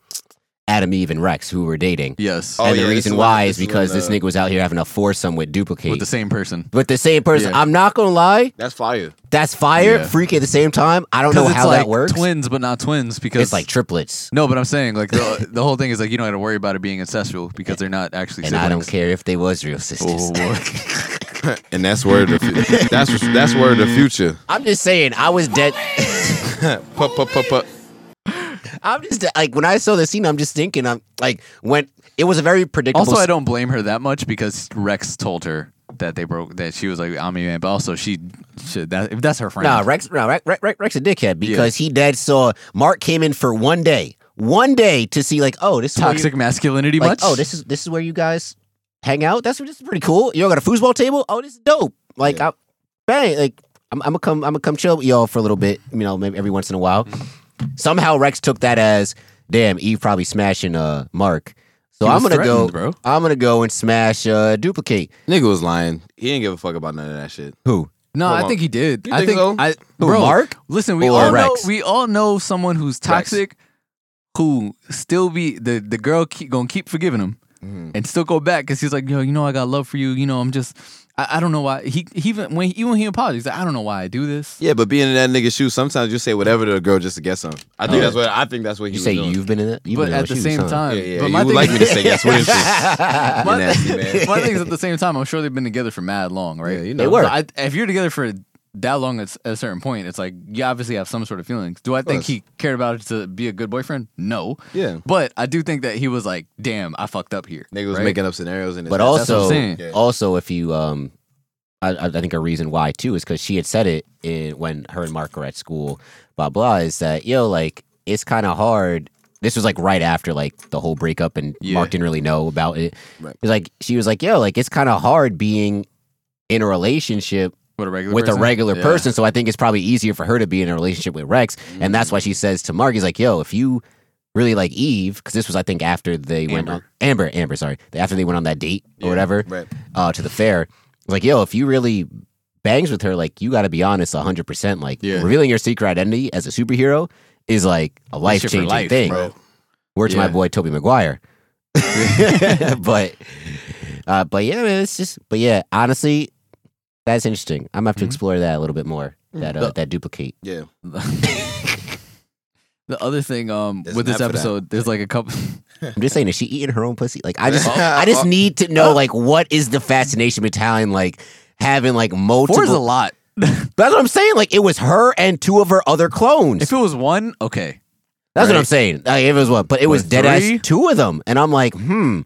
A: Adam, Eve, and Rex, who were dating.
B: Yes.
C: Oh,
A: and
C: yeah,
A: the
C: this
A: reason
C: is when-
A: why
C: this
A: is
C: is
A: because
C: when,
A: this
C: uh,
A: nigga was out here having a foursome with duplicate.
B: With the same person.
A: With the same person.
B: Yeah.
A: I'm not going to lie.
C: That's fire.
A: That's fire.
B: Yeah.
A: Freaky at the same time. I don't know
B: 'Cause it's
A: how
B: like
A: that works.
B: Twins, but not twins because
A: it's like triplets.
B: No, but I'm saying like the, the whole thing is like you don't have to worry about it being ancestral because they're not actually.
A: And
B: siblings. Oh,
A: I don't care if they was real
C: Oh,
A: sisters.
C: And that's where the fu- that's that's where the future.
A: I'm just saying, I was dead.
C: Pup, pup, pup, pup.
A: I'm just like when I saw the scene, I'm just thinking, I'm like when it was a very predictable.
B: Also, I don't blame her that much because Rex told her that they broke that she was like I'm man, but also she, shit that if that's her friend.
A: No, Rex, no, Rex, Rex, Rex, Rex a dickhead because he dead saw Mark came in for one day, one day to see like, oh, this is where you-
B: Toxic masculinity
A: like,
B: much?
A: oh, this is this is where you guys hang out. That's this is pretty cool. Y'all got a foosball table. Oh, this is dope. Like, I, bang, like I'm, I'm gonna come, I'm gonna come chill with y'all for a little bit. You know, maybe every once in a while. Somehow Rex took that as, damn, Eve probably smashing uh Mark. So
B: He
A: I'm
B: was
A: gonna go.
B: threatened, bro.
A: I'm gonna go and smash uh duplicate.
C: Nigga was lying. He didn't give a fuck about none of that shit.
A: Who?
B: No,
C: Hold
B: I
C: on.
B: think he did.
C: You
B: I
C: think
B: think
C: so?
B: I
A: Who,
B: bro,
A: Mark?
B: Listen, we
A: Or
B: all
A: Rex?
B: know we all know someone who's toxic, who still be the the girl keep, gonna keep forgiving him
C: Mm-hmm.
B: and still go back because he's like, yo, you know, I got love for you. You know, I'm just. I, I don't know why he, he even when even when he apologized, he's like, I don't know why I do this.
C: Yeah, but being in that nigga's shoes, sometimes you say whatever to a girl just to get some. I think that's what I think that's what he
A: You
C: was
A: say
C: doing.
A: you've been in it, You've
B: but
A: been in
B: at
A: those
B: the
A: shoes,
B: same
A: huh?
B: time,
C: Yeah, yeah.
B: but
C: you
B: my
C: would
B: thing
C: like
B: is-
C: me to say yes, wouldn't you?
B: my,
C: You nasty man.
B: my thing is at the same time, I'm sure they've been together for mad long, right?
C: Yeah, you
A: They were.
B: So I, if you're together for that long at s- at a certain point, it's like you obviously have some sort of feelings. Do I think
C: course.
B: he cared about it to be a good boyfriend? No.
C: Yeah.
B: But I do think that he was like, damn, I fucked up here.
C: Nigga was
B: right?
C: making up scenarios in his
A: but
C: head.
B: That's what I'm
A: also
B: saying.
C: Yeah.
A: also if you um I, I I think a reason why too is because she had said it in, when her and Mark were at school, blah blah, is that yo like it's kind of hard. This was like right after like the whole breakup, and
B: Yeah.
A: Mark didn't really know about it.
C: Right.
A: It's like she was like, yo, like it's kind of hard being in a relationship
B: With a regular
A: with
B: person?
A: a regular
B: Yeah.
A: person. So I think it's probably easier for her to be in a relationship with Rex, and that's why
B: Mm-hmm.
A: she says to Mark, he's like, "Yo, if you really like Eve, because this was I think after they went on,
B: Amber.
A: Amber, Amber, sorry, after they went on that date or whatever
C: Right.
A: uh, to the fair, like, yo, if you really bangs with her, like, you got to be honest, hundred percent. Like,
B: Yeah.
A: revealing your secret identity as a superhero is like a life
B: shit for
A: changing
B: life,
A: thing.
B: bro.
A: Where's my
B: Yeah.
A: boy Toby Maguire? but uh but yeah, man, it's just but yeah, honestly, that's interesting. I'm gonna have to
B: Mhm.
A: explore that a little bit more. That uh,
B: The-
A: that duplicate.
C: Yeah.
B: The other thing um,
C: There's
B: with
C: an
B: this
C: app for that.
B: episode, there's like a couple.
A: I'm just saying, is she eating her own pussy? Like I just I just need to know like what is the fascination battalion like having like multiple
B: Four is a lot.
A: That's what I'm saying. Like it was her and two of her other clones.
B: If it was one, okay.
A: That's what
B: Right.
A: I'm saying. Like, it was what, but it was
B: But
A: dead
B: three?
A: ass two of them, and I'm like, hmm.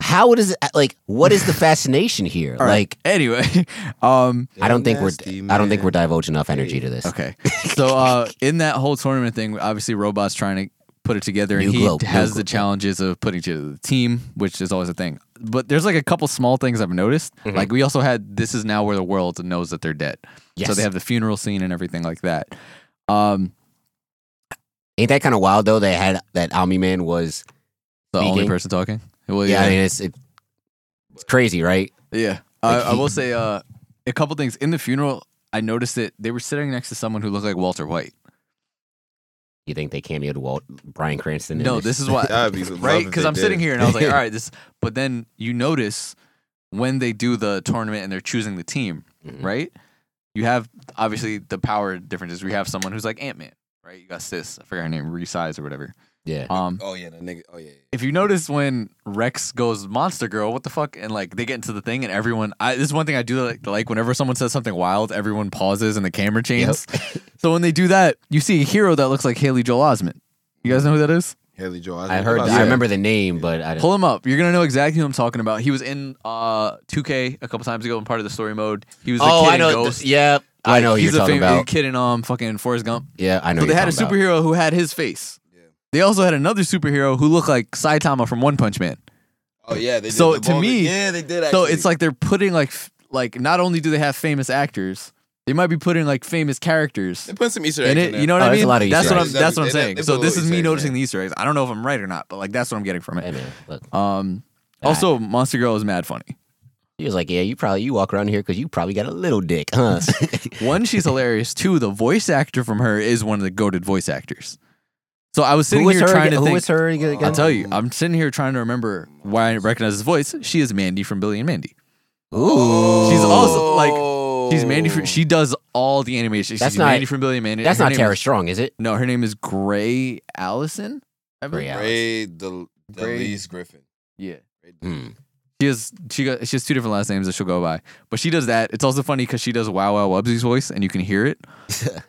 A: How does it like? What is the fascination here?
B: All right.
A: like,
B: Anyway, um,
A: I don't think we're
C: Nasty
A: I don't think
C: man.
A: we're divulging enough energy to this.
B: Okay. So uh, in that whole tournament thing, obviously robots trying to put it together,
A: New
B: and he
A: globe, new
B: has the
A: globe.
B: challenges of putting together the team, which is always a thing. But there's like a couple small things I've noticed.
A: Mm-hmm.
B: Like we also had this is now where the world knows that they're dead, so
A: Yes.
B: they have the funeral scene and everything like that. Um,
A: Ain't that kind of wild though? They had that Omni Man was.
B: the only
A: Speaking.
B: person talking. Well,
A: Oh, Yeah, I mean, it's it, it's crazy, right?
B: Yeah.
A: Like,
B: I, I
A: he-
B: will say uh, a couple things. In the funeral, I noticed that they were sitting next to someone who looked like Walter White.
A: You think they cameoed Walt Brian Cranston? in
B: No, this is why.
C: That'd be some love
B: right?
C: if
B: Because
C: they
B: I'm sitting
C: did.
B: here and I was like, all right, this. But then you notice when they do the tournament and they're choosing the team,
A: Mhm.
B: right? You have obviously the power differences. We have someone who's like Ant Man, right? You got sis. I forget her name, Resize or whatever.
A: Yeah.
B: Um,
C: Oh yeah, the nigga. Oh yeah.
B: if you notice when Rex goes Monster Girl, what the fuck, and like they get into the thing, and everyone, I, this is one thing I do like, like whenever someone says something wild, everyone pauses and the camera changes. so when they do that, you see a hero that looks like Haley Joel Osment. You guys know who that is?
C: Haley Joel.
A: I heard. that. I remember the name, but I don't.
B: Pull him up. You're gonna know exactly who I'm talking about. He was in uh 2K a couple times ago in part of the story mode. He was the
A: Oh,
B: kid
A: I
B: in
A: know.
B: Ghost.
A: Th- yeah, I
B: Like,
A: know who
B: he's
A: you're
B: a
A: talking
B: famous
A: about.
B: kid in um fucking Forrest Gump.
A: Yeah, I know.
B: But
A: who
B: they
A: you're
B: had a
A: talking about.
B: superhero who had his face. They also had another superhero who looked like Saitama from One Punch Man.
C: Oh yeah. They did
B: So
C: the
B: to
C: ball-
B: me-
C: yeah, they did.
B: So
C: actually.
B: it's like they're putting like f- like not only do they have famous actors, they might be putting like famous characters
C: they put some Easter eggs
B: in
C: in
B: it.
C: there.
B: You know what
A: Oh,
B: I
A: there's a
B: mean?
A: lot of
B: that's
A: Easter
B: what I'm
A: eggs.
B: that's what I'm
C: They- they-
B: saying.
C: they
B: so
C: put
B: this is
C: little
B: me
C: Easter eggs
B: noticing
C: in.
B: the Easter eggs. I don't know if I'm right or not, but like that's what I'm getting from
A: Hey
B: it.
A: man, look.
B: Um, also, Monster Girl is mad funny.
A: He was like, "Yeah, you probably you walk around here because you probably got a little dick, huh?"
B: One, she's hilarious. Two, the voice actor from her is one of the goaded voice actors. So I was sitting
A: who was
B: here
A: her?
B: trying
A: aga-
B: to
A: who
B: think.
A: was her aga-
B: I'll
A: again?
B: tell you, I'm sitting here trying to remember why I recognize his voice. She is Mandy from Billy and Mandy.
A: Ooh,
C: Oh.
B: She's also like she's Mandy. From, she does all the animation.
A: That's
B: she's
A: not-
B: Mandy from Billy and Mandy.
A: That's
B: Her
A: not
B: name
A: Tara
B: is-
A: Strong, is it?
B: no, her name is Gray Allison. I believe.
A: Gray Allison.
C: Ray the
B: Ray-
C: Griffin.
B: Yeah.
A: Hmm.
B: She has she got she has two different last names that she'll go by, but she does that. It's also funny because she does Wow Wow Wubsy's voice, and you can hear it.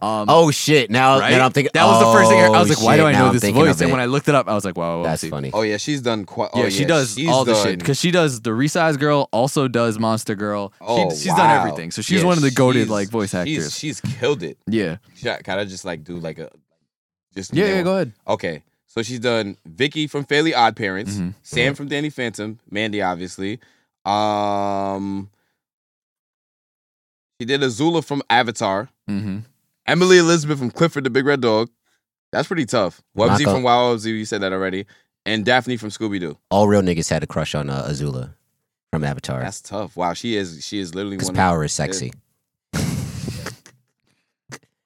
B: Um,
A: Oh shit! Now,
B: Right?
A: now I'm thinking
B: that was the first thing I, I
A: oh,
B: was like, why do
A: shit,
B: I
A: now
B: know
A: I'm
B: this
A: thinking
B: voice?
A: of
B: And when
A: it.
B: I looked it up, I was like, wow, wow, wow,
A: that's
B: see.
A: funny.
C: Oh yeah, she's done quite.
B: Yeah,
C: oh,
B: she does
C: she's
B: all the
C: done,
B: shit because she does the resize girl, also does Monster Girl.
C: Oh,
B: she, she's done
C: wow.
B: everything, so she's
C: Yeah,
B: one of the goaded
C: she's-
B: like voice
C: She's,
B: actors.
C: she's killed it.
B: yeah,
C: Shit, Can I just like do like a just
B: yeah,
C: name
B: yeah.
C: off?
B: Go ahead.
C: Okay, so she's done Vicky from Fairly Odd Parents,
B: Mhm.
C: Sam from Danny Phantom, Mandy obviously. Um, she did Azula from Avatar,
B: Mm-hmm.
C: Emily Elizabeth from Clifford the Big Red Dog. That's pretty tough. Webzy
A: Knockout.
C: from Wow Webzy, you said that already, and Daphne from Scooby Doo.
A: All real niggas had a crush on uh, Azula from Avatar
C: That's tough. Wow, she is she is literally
A: because
C: one
A: power is sexy.
B: Um,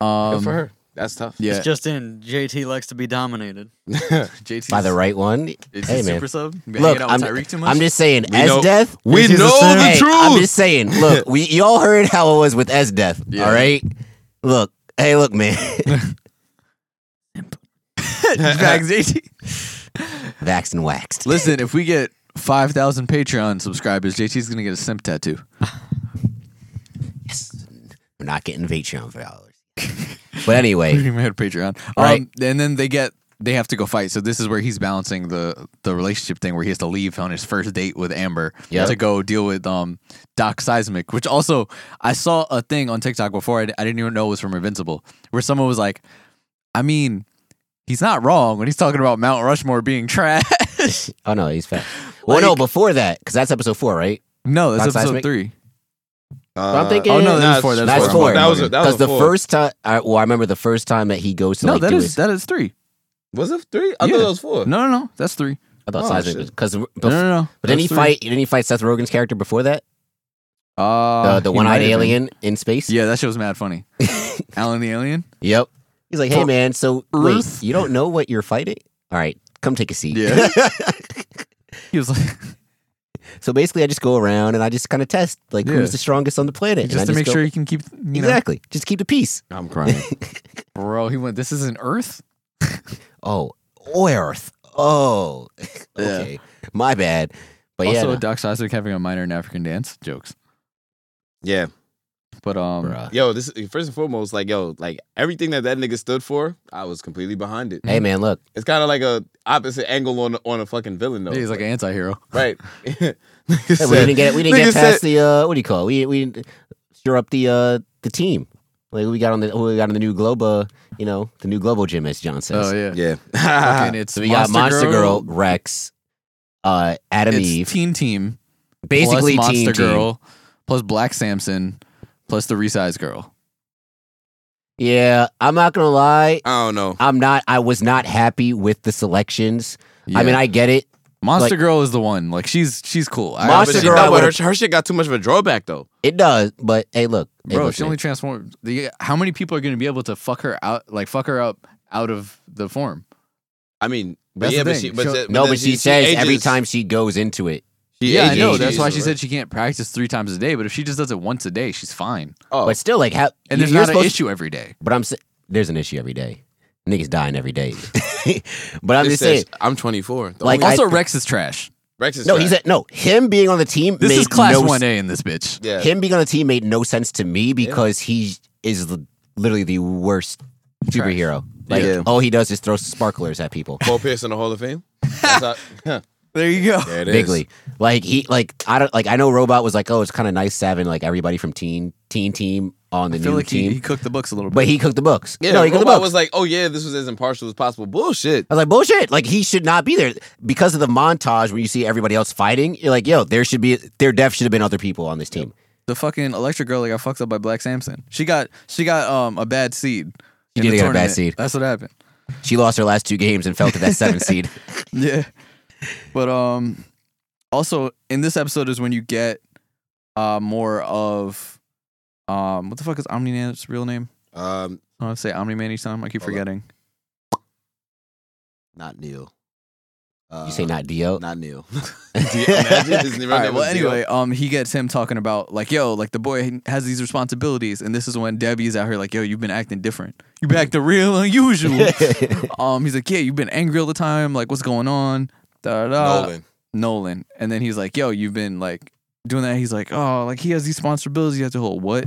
C: Of, good for her. That's tough. Uh,
B: Yeah,
E: It's just in. JT likes to be dominated.
B: JT's,
A: By the right one,
B: Is
A: hey
B: he
A: man.
B: super sub? You
A: Look,
B: hanging out
A: I'm,
B: with Tyreek too much.
A: I'm just saying,
C: We
A: S
C: know-
A: Death.
C: we
A: This is a
C: know
A: sin.
C: the
A: Hey, I'm
C: truth.
A: just saying. Look, we y'all heard how it was with S Death.
B: Yeah.
A: All right. Look, hey, look, man.
B: Bags, JT.
A: Vaxxed and waxed.
B: Listen, if we get five thousand Patreon subscribers, JT's gonna get a simp tattoo.
A: Yes. We're not getting Patreon for dollars. But anyway,
B: We even had Patreon,
A: Right.
B: Um, and then they get they have to go fight. So this is where he's balancing the the relationship thing, where he has to leave on his first date with Amber
A: Yep.
B: to go deal with um Doc Seismic, which also I saw a thing on TikTok before I, I didn't even know it was from Invincible, where someone was like, I mean. He's not wrong when he's talking about Mount Rushmore being trash.
A: oh no, he's fat. Well, no, before that, because that's episode four, right?
B: no, that's
A: Doc
B: episode
A: Seismic?
B: three.
A: So I'm thinking.
B: oh no, that was
C: That's-
B: four. That's,
A: that's
B: four.
A: four.
C: That was a, that
A: Because
C: was a
A: the
C: four.
A: first time, I, well, I remember the first time that he goes to
B: no,
A: like
B: that
A: do
B: is
A: his.
B: that is three.
C: was it three? I
B: Yeah.
C: thought it was four.
B: No, no, no, that's three.
A: I thought
C: oh,
A: Seismic
C: shit.
A: was because.
B: No, no, no.
A: But then
B: that's
A: he
B: three.
A: fight. Didn't he fight Seth Rogen's character before that?
B: Uh,
A: the the
B: he
A: one
B: might
A: eyed
B: have been.
A: alien in space.
B: Yeah, that shit was mad funny. Alan the Alien?
A: Yep. He's like, hey man, so
B: Earth?
A: wait, you don't know what you're fighting? All right, come take a seat.
B: Yeah. He was like,
A: so basically, I just go around and I just kind of test like
B: Yeah.
A: who's the strongest on the planet, and I
B: just to make
A: go-
B: sure he can keep, you know.
A: exactly, just keep the peace.
C: I'm crying.
B: Bro, he went, this is an Earth?
A: Oh, oh, Earth. Oh, okay, my bad. But
B: also,
A: yeah, no.
B: Doc Seismic having a minor in African dance jokes.
C: yeah.
B: But, um,
A: Bruh.
C: Yo, this first and foremost, like yo, like everything that that nigga stood for, I was completely behind it.
A: hey man, look,
C: It's kind of like a opposite angle on on a fucking villain though.
B: he's like an anti hero.
C: right. Nigga
A: hey,
C: said-
A: we didn't get we didn't
C: nigga
A: get past
C: said-
A: the uh, what do you call it? We we didn't sure up the uh, the team. Like we got on the who we got on the new Globo, you know, the new Globo gym as John says. Ah,
B: Oh yeah.
C: Yeah.
B: Fucking it's
A: So we got Monster Girl, Rex, uh, Adam
B: It's
A: Eve,
B: Teen Team.
A: basically
B: plus
A: Teen
B: Monster
A: Team.
B: Girl, plus Black Samson, plus the Resize Girl.
A: Yeah, I'm not gonna lie.
C: I don't know.
A: I'm not. I was not happy with the selections. I mean, I get it.
B: Monster
A: like-
B: Girl is the one. Like she's she's cool. I-
A: Monster
B: but she-
A: Girl,
C: No,
A: I
C: but
A: would've-
C: her, her shit got too much of a drawback though.
A: it does. But hey, look, hey,
B: bro.
A: look,
B: She
A: man.
B: only transformed. The, how many people are going to be able to fuck her out? Like fuck her up out of the form.
C: I mean, but
B: That's
C: yeah,
B: the
C: but
B: thing.
C: she, but,
B: She'll-
C: the-
A: no,
C: then
A: but she,
C: she
A: says every
C: ages.
A: time she goes into it,
C: She
B: yeah, I
C: ages.
B: know. That's why
C: Ages,
B: she
C: right?
B: said she can't practice three times a day. But if she just does it once a day, she's fine.
C: Oh.
A: but still, like, how?
B: And
A: you-
B: there's
A: you're
B: not an
A: supposed-
B: issue every day.
A: But I'm sa- there's an issue every day. Niggas dying every day. but I'm
C: It
A: just
C: says,
A: saying,
C: I'm 24. The
A: like,
C: only-
B: also,
A: I-
B: Rex is trash.
C: Rex is
A: no,
C: trash.
A: he's at no him being on the team.
B: This
A: made
B: is class
A: no
B: one A in this bitch.
C: yeah.
A: Him being on the team made no sense to me because he is l- literally the worst superhero. Like
C: Yeah.
A: all he does is throw sparklers at people.
C: Paul Pierce in the Hall of Fame. That's how, there you go. There it is.
A: Bigly. Like he like I don't like I know Robot was like, oh, it's kinda nice having like everybody from teen teen team on the
B: I
A: new
B: feel like he,
A: team.
B: he cooked the books a little bit.
A: but he cooked the books.
C: Yeah,
A: no, he cooked the
C: Robot
A: books.
C: was like, oh yeah, this was as impartial as possible. Bullshit.
A: I was like, bullshit. Like he should not be there because of the montage where you see everybody else fighting. You're like, yo, there should be there def should have been other people on this team.
B: the fucking electric girl that got fucked up by Black Samson. She got she got um a bad seed.
A: She
B: in
A: did
B: the
A: get a bad
B: tournament.
A: seed.
B: That's what happened.
A: She lost her last two games and fell to that seven seed.
B: Yeah. But um also in this episode is when you get uh more of um what the fuck is Omni Man's real name?
C: Um,
B: I want to say Omni Man each time. I keep
C: Hold on.
B: forgetting.
C: not Neil. Uh,
A: You say not Dio?
C: Not Neil.
B: All right, well, anyway, um, he gets him talking about like, yo, like the boy has these responsibilities, and this is when Debbie's out here like, yo, you've been acting different. You've been acting real unusual. um, he's like, yeah, you've been angry all the time. Like, what's going on? Da, da, da.
C: Nolan.
B: Nolan. And then he's like, yo, you've been like doing that. He's like, oh, like he has these responsibilities he has to hold. What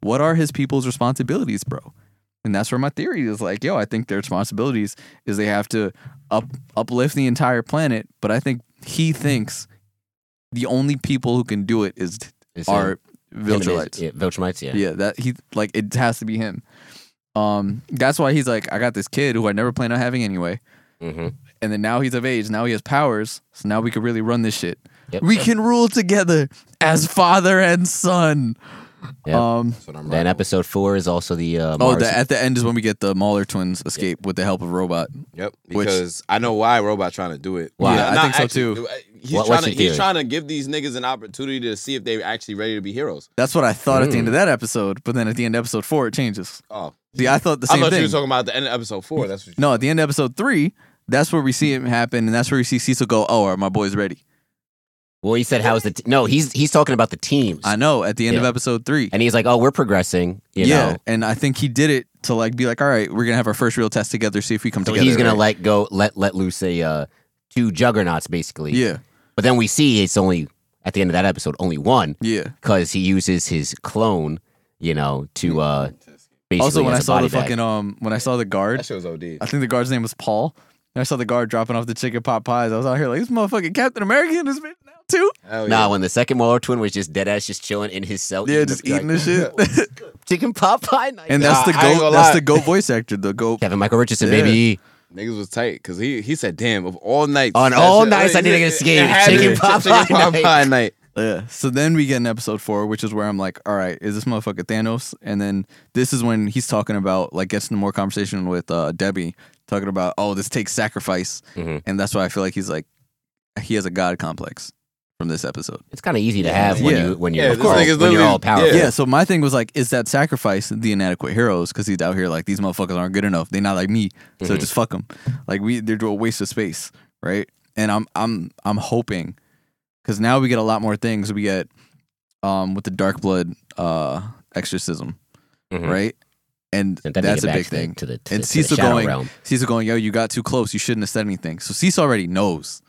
B: what are his people's responsibilities, bro? And that's where my theory is like, yo, I think their responsibilities is they have to up uplift the entire planet. But I think he thinks the only people who can do it is
A: It's, uh,
B: are
A: him and his-
B: Viltrumites.
A: Yeah, Viltrumites, yeah.
B: Yeah, that he like it has to be him. Um, that's why he's like, I got this kid who I never planned on having anyway
A: hmm
B: and then now he's of age. Now he has powers. So now we can really run this shit.
A: Yep.
B: We can rule together as father and son.
A: Yep.
B: Um,
A: Then episode four is also the uh,
B: oh,
A: Mars.
B: the, at the end is when we get the Mauler twins escape with the help of Robot.
C: Yep.
B: Which-
C: Because I know why Robot trying to do it.
A: Why?
B: Yeah, I
C: Not
B: think so,
C: actually-
B: too.
C: uh, He's,
A: What-
C: trying
A: what's your
C: to, he's
A: theory?
C: trying to give these niggas an opportunity to see if they're actually ready to be heroes.
B: That's what I thought at the
A: Mm.
B: end of that episode. But then at the end of episode four, it changes.
C: Oh,
B: See, I thought the
C: I
B: same
C: thought
B: thing.
C: you were talking about the end of episode four. That's what you
B: no, at the end of episode three, that's where we see it happen, and that's where we see Cecil go, "Oh, are my boys ready?"
A: well, he said, "How's the t-? no?" He's he's talking about the teams,
B: I know. At the end of
A: Yeah.
B: episode three,
A: and he's like, "Oh, we're progressing." You
B: yeah,
A: know,
B: and I think he did it to like be like, "All right, we're gonna have our first real test together. See if we come
A: so
B: together."
A: he's gonna
B: right?
A: let go, let let loose a uh, two juggernauts, basically.
B: yeah,
A: But then we see it's only at the end of that episode, only one,
B: yeah.
A: because he uses his clone, you know, to uh, basically
B: Also, when
A: as
B: I
A: a
B: saw
A: body
B: the
A: bag.
B: fucking um, when I saw the
C: That
B: guard,
C: shit was OD.
B: I think the guard's name was Paul. And I saw the guard dropping off the chicken pot pies. I was out here like this motherfucking Captain America in this bitch now too.
C: Hell
A: Nah,
C: yeah.
A: when the second Mauler twin was just dead ass, just chilling in his cell.
B: Yeah, just
A: like,
B: eating this shit.
A: chicken Popeye. Nice.
B: and that's the
C: Nah, I ain't
B: goat.
C: gonna
B: That's
C: lie.
B: the goat voice actor. The goat.
A: Kevin Michael Richardson,
B: Yeah.
A: baby.
C: Niggas was tight because he he said, "Damn, of all nights,
A: On
C: that
A: all
C: shit-
A: nights, I
C: he
A: need to
C: said,
A: get a skin.
C: it had to
A: Chicken
C: be
A: Popeye
C: chicken Popeye
A: night.
C: night.
B: Yeah. So then we get in episode four, which is where I'm like, all right, is this motherfucker Thanos? And then this is when he's talking about like gets into more conversation with uh, Debbie, talking about oh this takes sacrifice,
A: Mhm.
B: and that's why I feel like he's like he has a god complex from this episode.
A: It's kind of easy to have when
B: Yeah.
A: you when you're
C: Yeah,
A: all-
C: this nigga's
A: when you're
C: literally-
A: all powerful.
B: Yeah. so my thing was like, is that sacrifice the inadequate heroes? Because he's out here like these motherfuckers aren't good enough. They're not like me, so just fuck them. Like we, they're a waste of space, right? And I'm, I'm, I'm hoping because now we get a lot more things. We get um with the dark blood uh exorcism,
A: Mhm.
B: right? And
A: And then they
B: that's a
A: get back
B: big
A: to the-
B: thing.
A: to the- to
B: and
A: the- to the
B: Cecil
A: shadow
B: going,
A: realm.
B: Cecil going, yo, you got too close. You shouldn't have said anything. So Cecil already knows.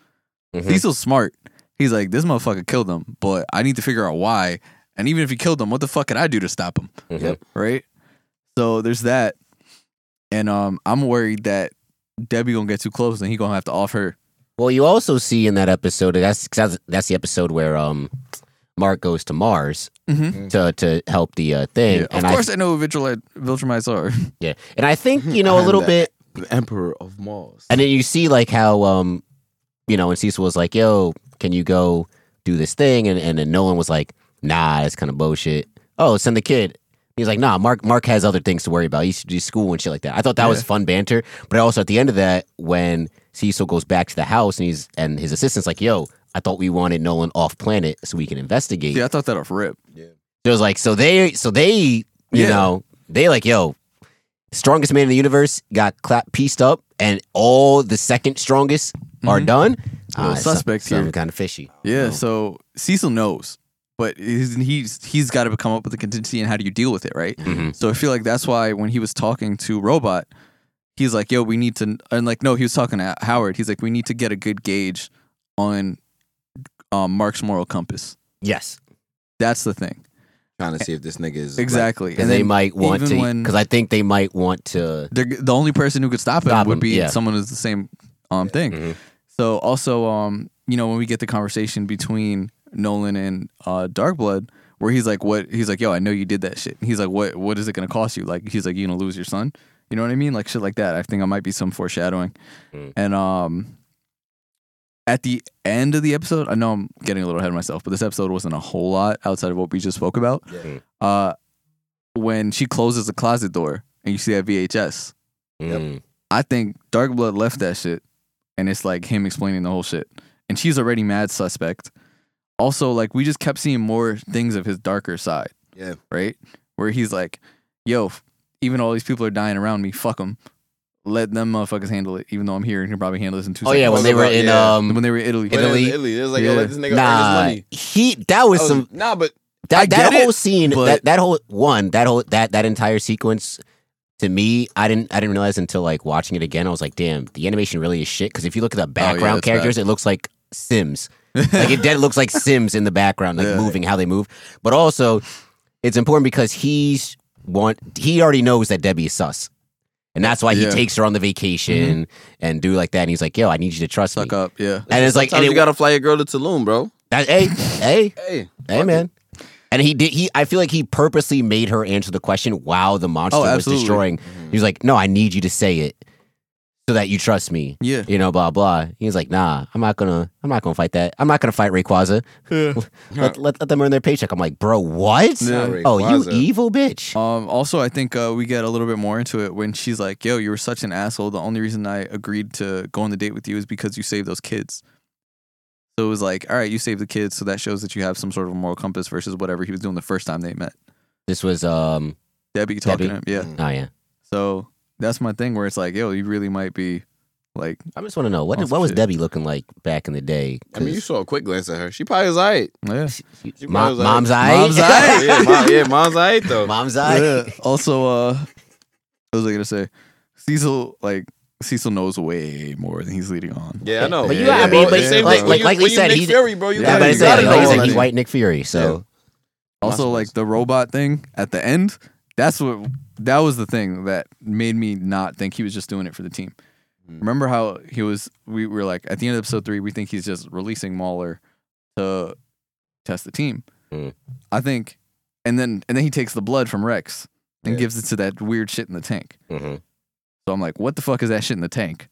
A: Mhm.
B: Cecil's smart. He's like, this motherfucker killed him, but I need to figure out why. And even if he killed him, what the fuck could I do to stop him?
A: Mhm.
B: Right? So there's that. And um, I'm worried that Debbie gonna get too close and he gonna have to off her.
A: Well, you also see in that episode that's that's, that's the episode where um Mark goes to Mars
E: Mm-hmm.
A: to to help the uh, thing.
B: Mm. Of
A: and
B: course, Mm-hmm.
A: I,
B: I, know who Viltrumites Viltrumites are.
A: yeah, and I think you know a
F: I'm
A: little
F: that.
A: bit,
F: The Emperor of Mars.
A: and then you see like how um, you know, and Cecil was like, "Yo, can you go do this thing?" And and then Nolan was like, "Nah, that's kind of bullshit." Oh, send the kid. He's like, "Nah, Mark. Mark has other things to worry about. He should do school and shit like that." I thought that was fun banter, but also at the end of that, when Cecil goes back to the house and he's and his assistant's like, "Yo." I thought we wanted Nolan off planet so we can investigate.
B: Yeah, I thought that off rip.
A: It was like, so they, so they, you
B: Yeah.
A: know, they like, yo, strongest man in the universe got clap pieced up, and all the second strongest are done.
B: Mm-hmm.
A: Ah,
B: Little suspect
A: some,
B: here.
A: kind of fishy.
B: Yeah,
A: Oh.
B: so Cecil knows, but he's he's, he's got to come up with a contingency and how do you deal with it, right?
A: Mhm.
B: So I feel like that's why when he was talking to Robot, he's like, "Yo, we need to," and like, no, he was talking to Howard. He's like, "We need to get a good gauge on um, Mark's moral compass."
A: Yes,
B: That's the thing,
F: Trying to see if this nigga is
B: exactly.
A: because they
B: then
A: might want
B: even
A: to,
B: when-
A: because I think they might want to.
B: they're, the only person who could stop him
A: Stop
B: would
A: him,
B: be
A: yeah.
B: someone who's the same um thing.
A: Mhm.
B: So also um you know when we get the conversation between Nolan and uh Darkblood where he's like what he's like yo I know you did that shit. And he's like what what is it going to cost you? Like he's like you going to lose your son. You know what I mean? Like shit like that. I think I might be some foreshadowing.
A: Mm.
B: And um at the end of the episode, I know I'm getting a little ahead of myself, but this episode wasn't a whole lot outside of what we just spoke about.
A: Mm.
B: Uh when she closes the closet door and you see that VHS
A: Mm.
B: I think Dark Blood left that shit, and it's like him explaining the whole shit. And she's already mad suspect. Also, like we just kept seeing more things of his darker side.
F: Yeah.
B: Right. Where he's like, "Yo, f- even all these people are dying around me. Fuck them. Let them motherfuckers handle it. Even though I'm here and can probably handle this in two
A: Oh
B: seconds."
A: yeah, when they were
F: About-
A: in
F: yeah.
A: um,
B: when they were in Italy,
F: Like, Italy.
A: Italy.
F: Italy. It was like, yo,
B: Yeah.
F: let this nigga earn
A: nah,
F: his money.
A: he that was
C: Oh,
F: I was-
A: some
F: nah, but
A: that
B: get
A: that whole
B: it,
A: scene
B: but-
A: that that whole one that whole that that entire sequence to me I didn't I didn't realize until like watching it again I was like damn the animation really is shit because if you look at the
B: Oh, yeah,
A: background
B: it's
A: characters it looks like Sims like it dead looks like Sims in the background like
B: Yeah.
A: moving how they move but also it's important because he's want he already knows that Debbie is sus and that's why
B: Yeah.
A: he
B: Mm-hmm.
A: takes her on the vacation and do like that and he's like yo I need you to trust
B: suck
A: me
B: up. Yeah.
A: and it's like
F: sometimes
A: and it,
F: you gotta fly a girl to Tulum, bro.
A: that, hey hey
F: Hey,
A: Hey man. And he did he I feel like he purposely made her answer the question while the monster
B: Oh,
A: was
B: absolutely.
A: destroying.
F: Mm-hmm.
A: He was like, No, I need you to say it so that you trust me.
B: Yeah.
A: You know, blah blah. He was like, nah, I'm not gonna I'm not gonna fight that. I'm not gonna fight Rayquaza. Let, let, let them earn their paycheck. I'm like, bro, what?
B: Yeah.
F: Not
A: Oh, you
F: Rayquaza. Oh.
A: evil bitch.
B: Um, also, I think uh, we get a little bit more into it when she's like, "Yo, you were such an asshole. The only reason I agreed to go on the date with you is because you saved those kids." So it was like, "All right, you saved the kids, so that shows that you have some sort of moral compass versus whatever he was doing the first time they met."
A: This was um
B: Debbie talking
A: Debbie.
B: to him, yeah.
F: Mm.
A: oh yeah.
B: So that's my thing where it's like, "Yo, you really might be like,
A: I just wanna know what
B: Oh,
A: did, what was
B: shit.
A: Debbie looking like back in the day?
F: I mean, you saw a quick glance at her. She probably was alright.
B: yeah."
F: She
A: Mo-
F: probably was
A: mom's
F: alright.
A: eye.
B: Mom's eye.
F: yeah, mom, yeah, mom's alright though.
A: mom's eye.
B: Yeah. Also, uh, what was I gonna say? Cecil, like Cecil, knows way more than he's leading on.
F: Yeah, I know.
A: But you-
F: yeah,
A: I mean,
F: bro,
A: but
F: it's the same
A: like-
F: thing.
A: like-
F: When
A: like
F: you,
A: we
F: when you
A: said,
F: Nick
A: he's-
F: Fury, bro. You gotta,
A: Yeah, but I
F: you
A: said,
F: gotta
A: like,
F: know
A: he
F: all
A: said
F: that
A: he
F: shit.
A: white Nick Fury, so
B: Also, like the robot thing at the end, that's what that was the thing that made me not think he was just doing it for the team.
F: Hmm.
B: Remember how he was? We were like at the end of episode three, we think he's just releasing Mauler to test the team.
F: Hmm.
A: Mm.
B: I think, and then and then he takes the blood from Rex and gives it to that weird shit in the tank.
F: Mm-hmm.
A: Mhm.
B: So I'm like, what the fuck is that shit in the tank?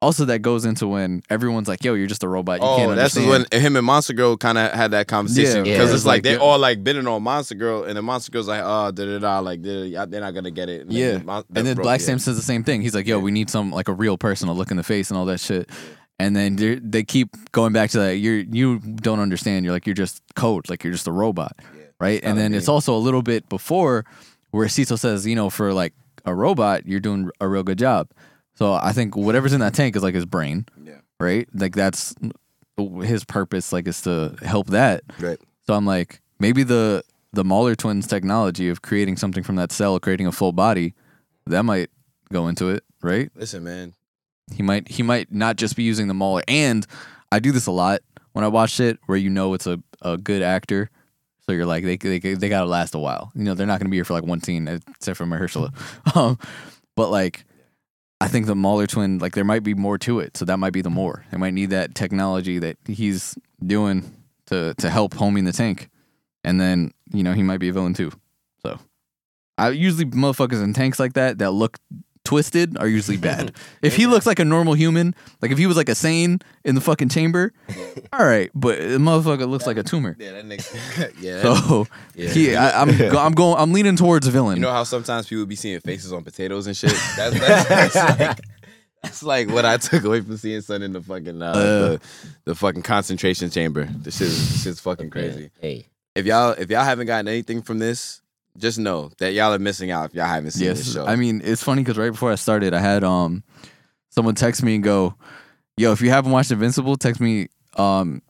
B: Also, that goes into when everyone's like, "Yo, you're just a robot. You
F: Oh,
B: can't
F: that's
B: understand."
F: when him and Monster Girl kind of had that conversation
B: Yeah,
A: yeah.
F: because
A: It's
F: it's like,
B: like,
F: they're
B: yeah.
F: all like bidding on Monster Girl, and the Monster Girl's like, oh, da da da, like da, da, they're not gonna get it. And
B: Yeah.
F: then, Mon-
B: and then
F: bro,
B: Black
F: yeah.
B: Sam says the same thing. He's like, "Yo, we need some like a real person to look in the face and all that shit." And then they're- they keep going back to that. You you don't understand. You're like you're just code. Like you're just a robot, right? And then it's also a little bit before where Cecil says, you know, for like a robot, you're doing a real good job. So I think whatever's in that tank is like his brain, yeah. right? Like that's his purpose. Like is to help that.
F: Right.
B: So I'm like, maybe the the Mahler twins technology of creating something from that cell, creating a full body, that might go into it, right?
F: Listen, man.
B: He might he might not just be using the Mahler. And I do this a lot when I watch it, where you know it's a, a good actor. So you're like they they they gotta last a while. You know they're not gonna be here for like one scene except for Mahershala. Um, but like I think the Mahler twin like there might be more to it. So that might be the more. They might need that technology that he's doing to to help homing the tank. and then you know he might be a villain too. So I usually motherfuckers in tanks like that that look twisted are usually bad. if he looks like a normal human, like if he was like a sane in the fucking chamber, all right. But the motherfucker looks like a tumor.
C: Yeah, that nigga. yeah.
B: So he, I, I'm, go, I'm going, I'm leaning towards villain.
C: You know how sometimes people be seeing faces on potatoes and shit? That's, that's, that's, like, that's like what I took away from seeing son in the fucking uh, the, the fucking concentration chamber. This shit is, this shit's fucking crazy.
A: Hey,
C: If y'all if y'all haven't gotten anything from this, just know that y'all are missing out if y'all haven't seen this show.
B: I mean, it's funny because right before I started, I had um someone text me and go, "Yo, if you haven't watched Invincible, text me." Um,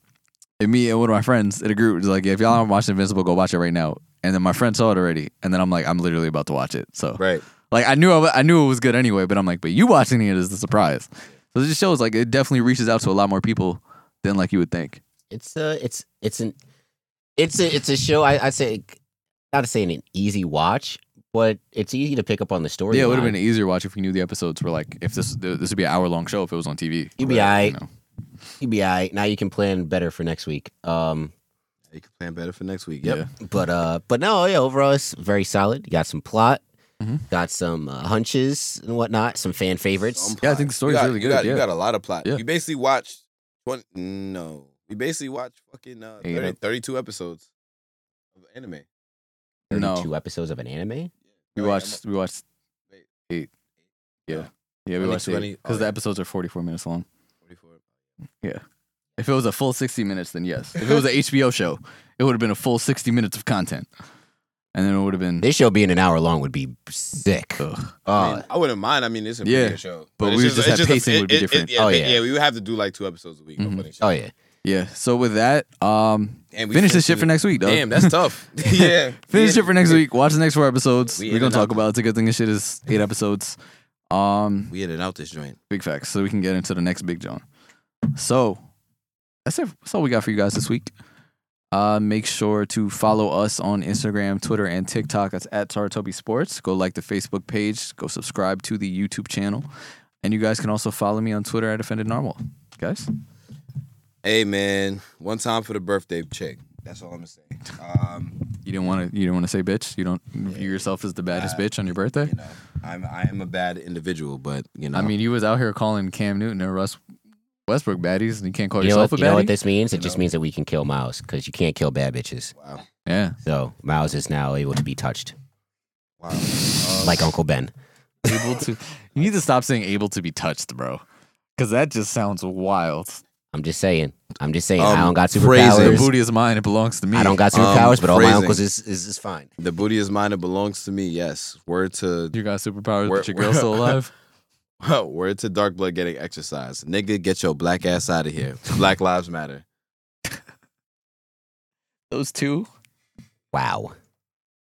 B: and me and one of my friends in a group was like, "If y'all haven't watched Invincible, go watch it right now." And then my friend saw it already, and then I'm like, "I'm literally about to watch it." So
C: right.
B: like, I knew I, wa- I knew it was good anyway, but I'm like, "But you watching it is the surprise." So this shows like it definitely reaches out to a lot more people than like you would think.
A: it's a, it's it's an, it's a it's a show. I I say not to say an easy watch, but it's easy to pick up on the story.
B: Yeah, it would have been an easier watch if you knew the episodes were like if this this would be an hour long show if it was on TV.
A: You'd be
B: Right,
A: aight.
B: know. e
A: You'd be all right. Now you can plan better for next week. Um,
C: You can plan better for next week. Yep.
B: Yeah.
A: but uh, but no, yeah, overall it's very solid. You got some plot,
B: Mhm.
A: got some uh, hunches and whatnot, some fan favorites.
B: Yeah, I think the story's
C: you got,
B: really
C: you
B: good,
C: Got,
B: yeah.
C: You got a lot of plot.
B: Yeah.
C: You basically watched 20, no. You basically watched fucking uh,
B: Eight
C: 30
B: ep-
C: 32 episodes of anime.
B: No.
A: Thirty-two episodes of an anime.
B: We
C: Oh, yeah,
B: watched we watched
C: Wait.
B: eight. Yeah.
C: No.
B: Yeah, we
C: Only
B: watched
C: 20?
B: eight. Because
C: Oh,
B: the
C: yeah.
B: episodes are forty four minutes long.
C: 44.
B: If it was a full sixty minutes, then yes. If it was an HBO show, it would have been a full sixty minutes of content. And then it would have been
A: This show being an hour long would be sick.
B: Mm. ugh.
C: I,
A: Uh,
C: mean, I wouldn't mind. I mean, it's a
B: Yeah.
C: yeah, show,
B: But
C: it's
B: we just
C: it's
B: had
C: a-
B: pacing would be different.
C: yeah,
A: Oh,
C: pa-
A: yeah.
C: yeah, we would have to do like two episodes a week. no
B: Mhm.
C: funny shit.
A: oh yeah,
B: Yeah. So with that, um
C: and
B: finish this
C: finished
B: shit for
C: it.
B: next week, dog.
C: Damn, that's tough. yeah,
B: finish
C: yeah.
B: it for next week. Watch the next four episodes.
C: We
B: We are
C: in
B: gonna
C: and
B: talk
C: out.
B: about it. It's a good thing this shit is eight episodes. Um
C: We in and out this joint.
B: big facts. So we can get into the next big John. So that's it. That's all we got for you guys this week. Uh, make sure to follow us on Instagram, Twitter, and TikTok. That's at Saratobi Sports. Go like the Facebook page. Go subscribe to the YouTube channel. And you guys can also follow me on Twitter at Offended Narwhal. Guys,
C: Hey man, one time for the birthday chick. That's all I'm gonna say. Um,
B: you didn't want to. You didn't want to say bitch. You don't view yourself as the baddest bitch on your birthday.
C: you know, I'm I am a bad individual, but you know,
B: I mean, you was out here calling Cam Newton and Russ Westbrook baddies, and you can't call
A: you know
B: yourself
A: what?
B: a
A: You
B: baddie.
A: know what this means? It just means that we can kill Miles because you can't kill bad bitches.
C: wow,
B: yeah.
A: So Miles is now able to be touched
C: wow. Um,
A: like Uncle Ben.
B: able to you need to stop saying able to be touched bro because that just sounds wild
A: I'm just saying. I'm just saying. I
C: Um,
A: don't got
C: phrasing.
B: the
A: superpowers.
B: booty is mine it belongs to me
A: I don't got superpowers,
C: Um,
A: but all my
C: phrasing.
A: uncles is is, is fine.
C: the booty is mine. It belongs to me. Yes. Word to
B: you got superpowers
C: We're-
B: but your
C: we're-
B: girl's still alive
C: word to dark blood getting exercise. Nigga, get your black ass out of here. Black lives matter.
B: those two
A: Wow,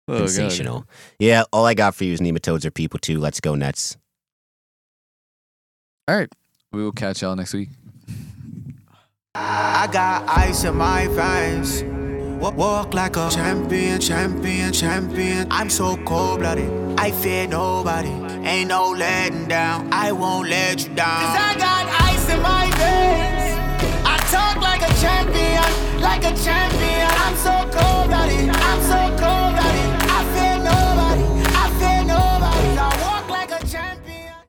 B: Oh, God.
A: sensational. Yeah, all I got for you is nematodes are people too. Let's go Nets.
B: all right we will catch y'all next week
D: I got ice in my veins. Wa- Walk like a champion, champion, champion. I'm so cold blooded. I fear nobody. Ain't no letting down. I won't let you down. Cause I got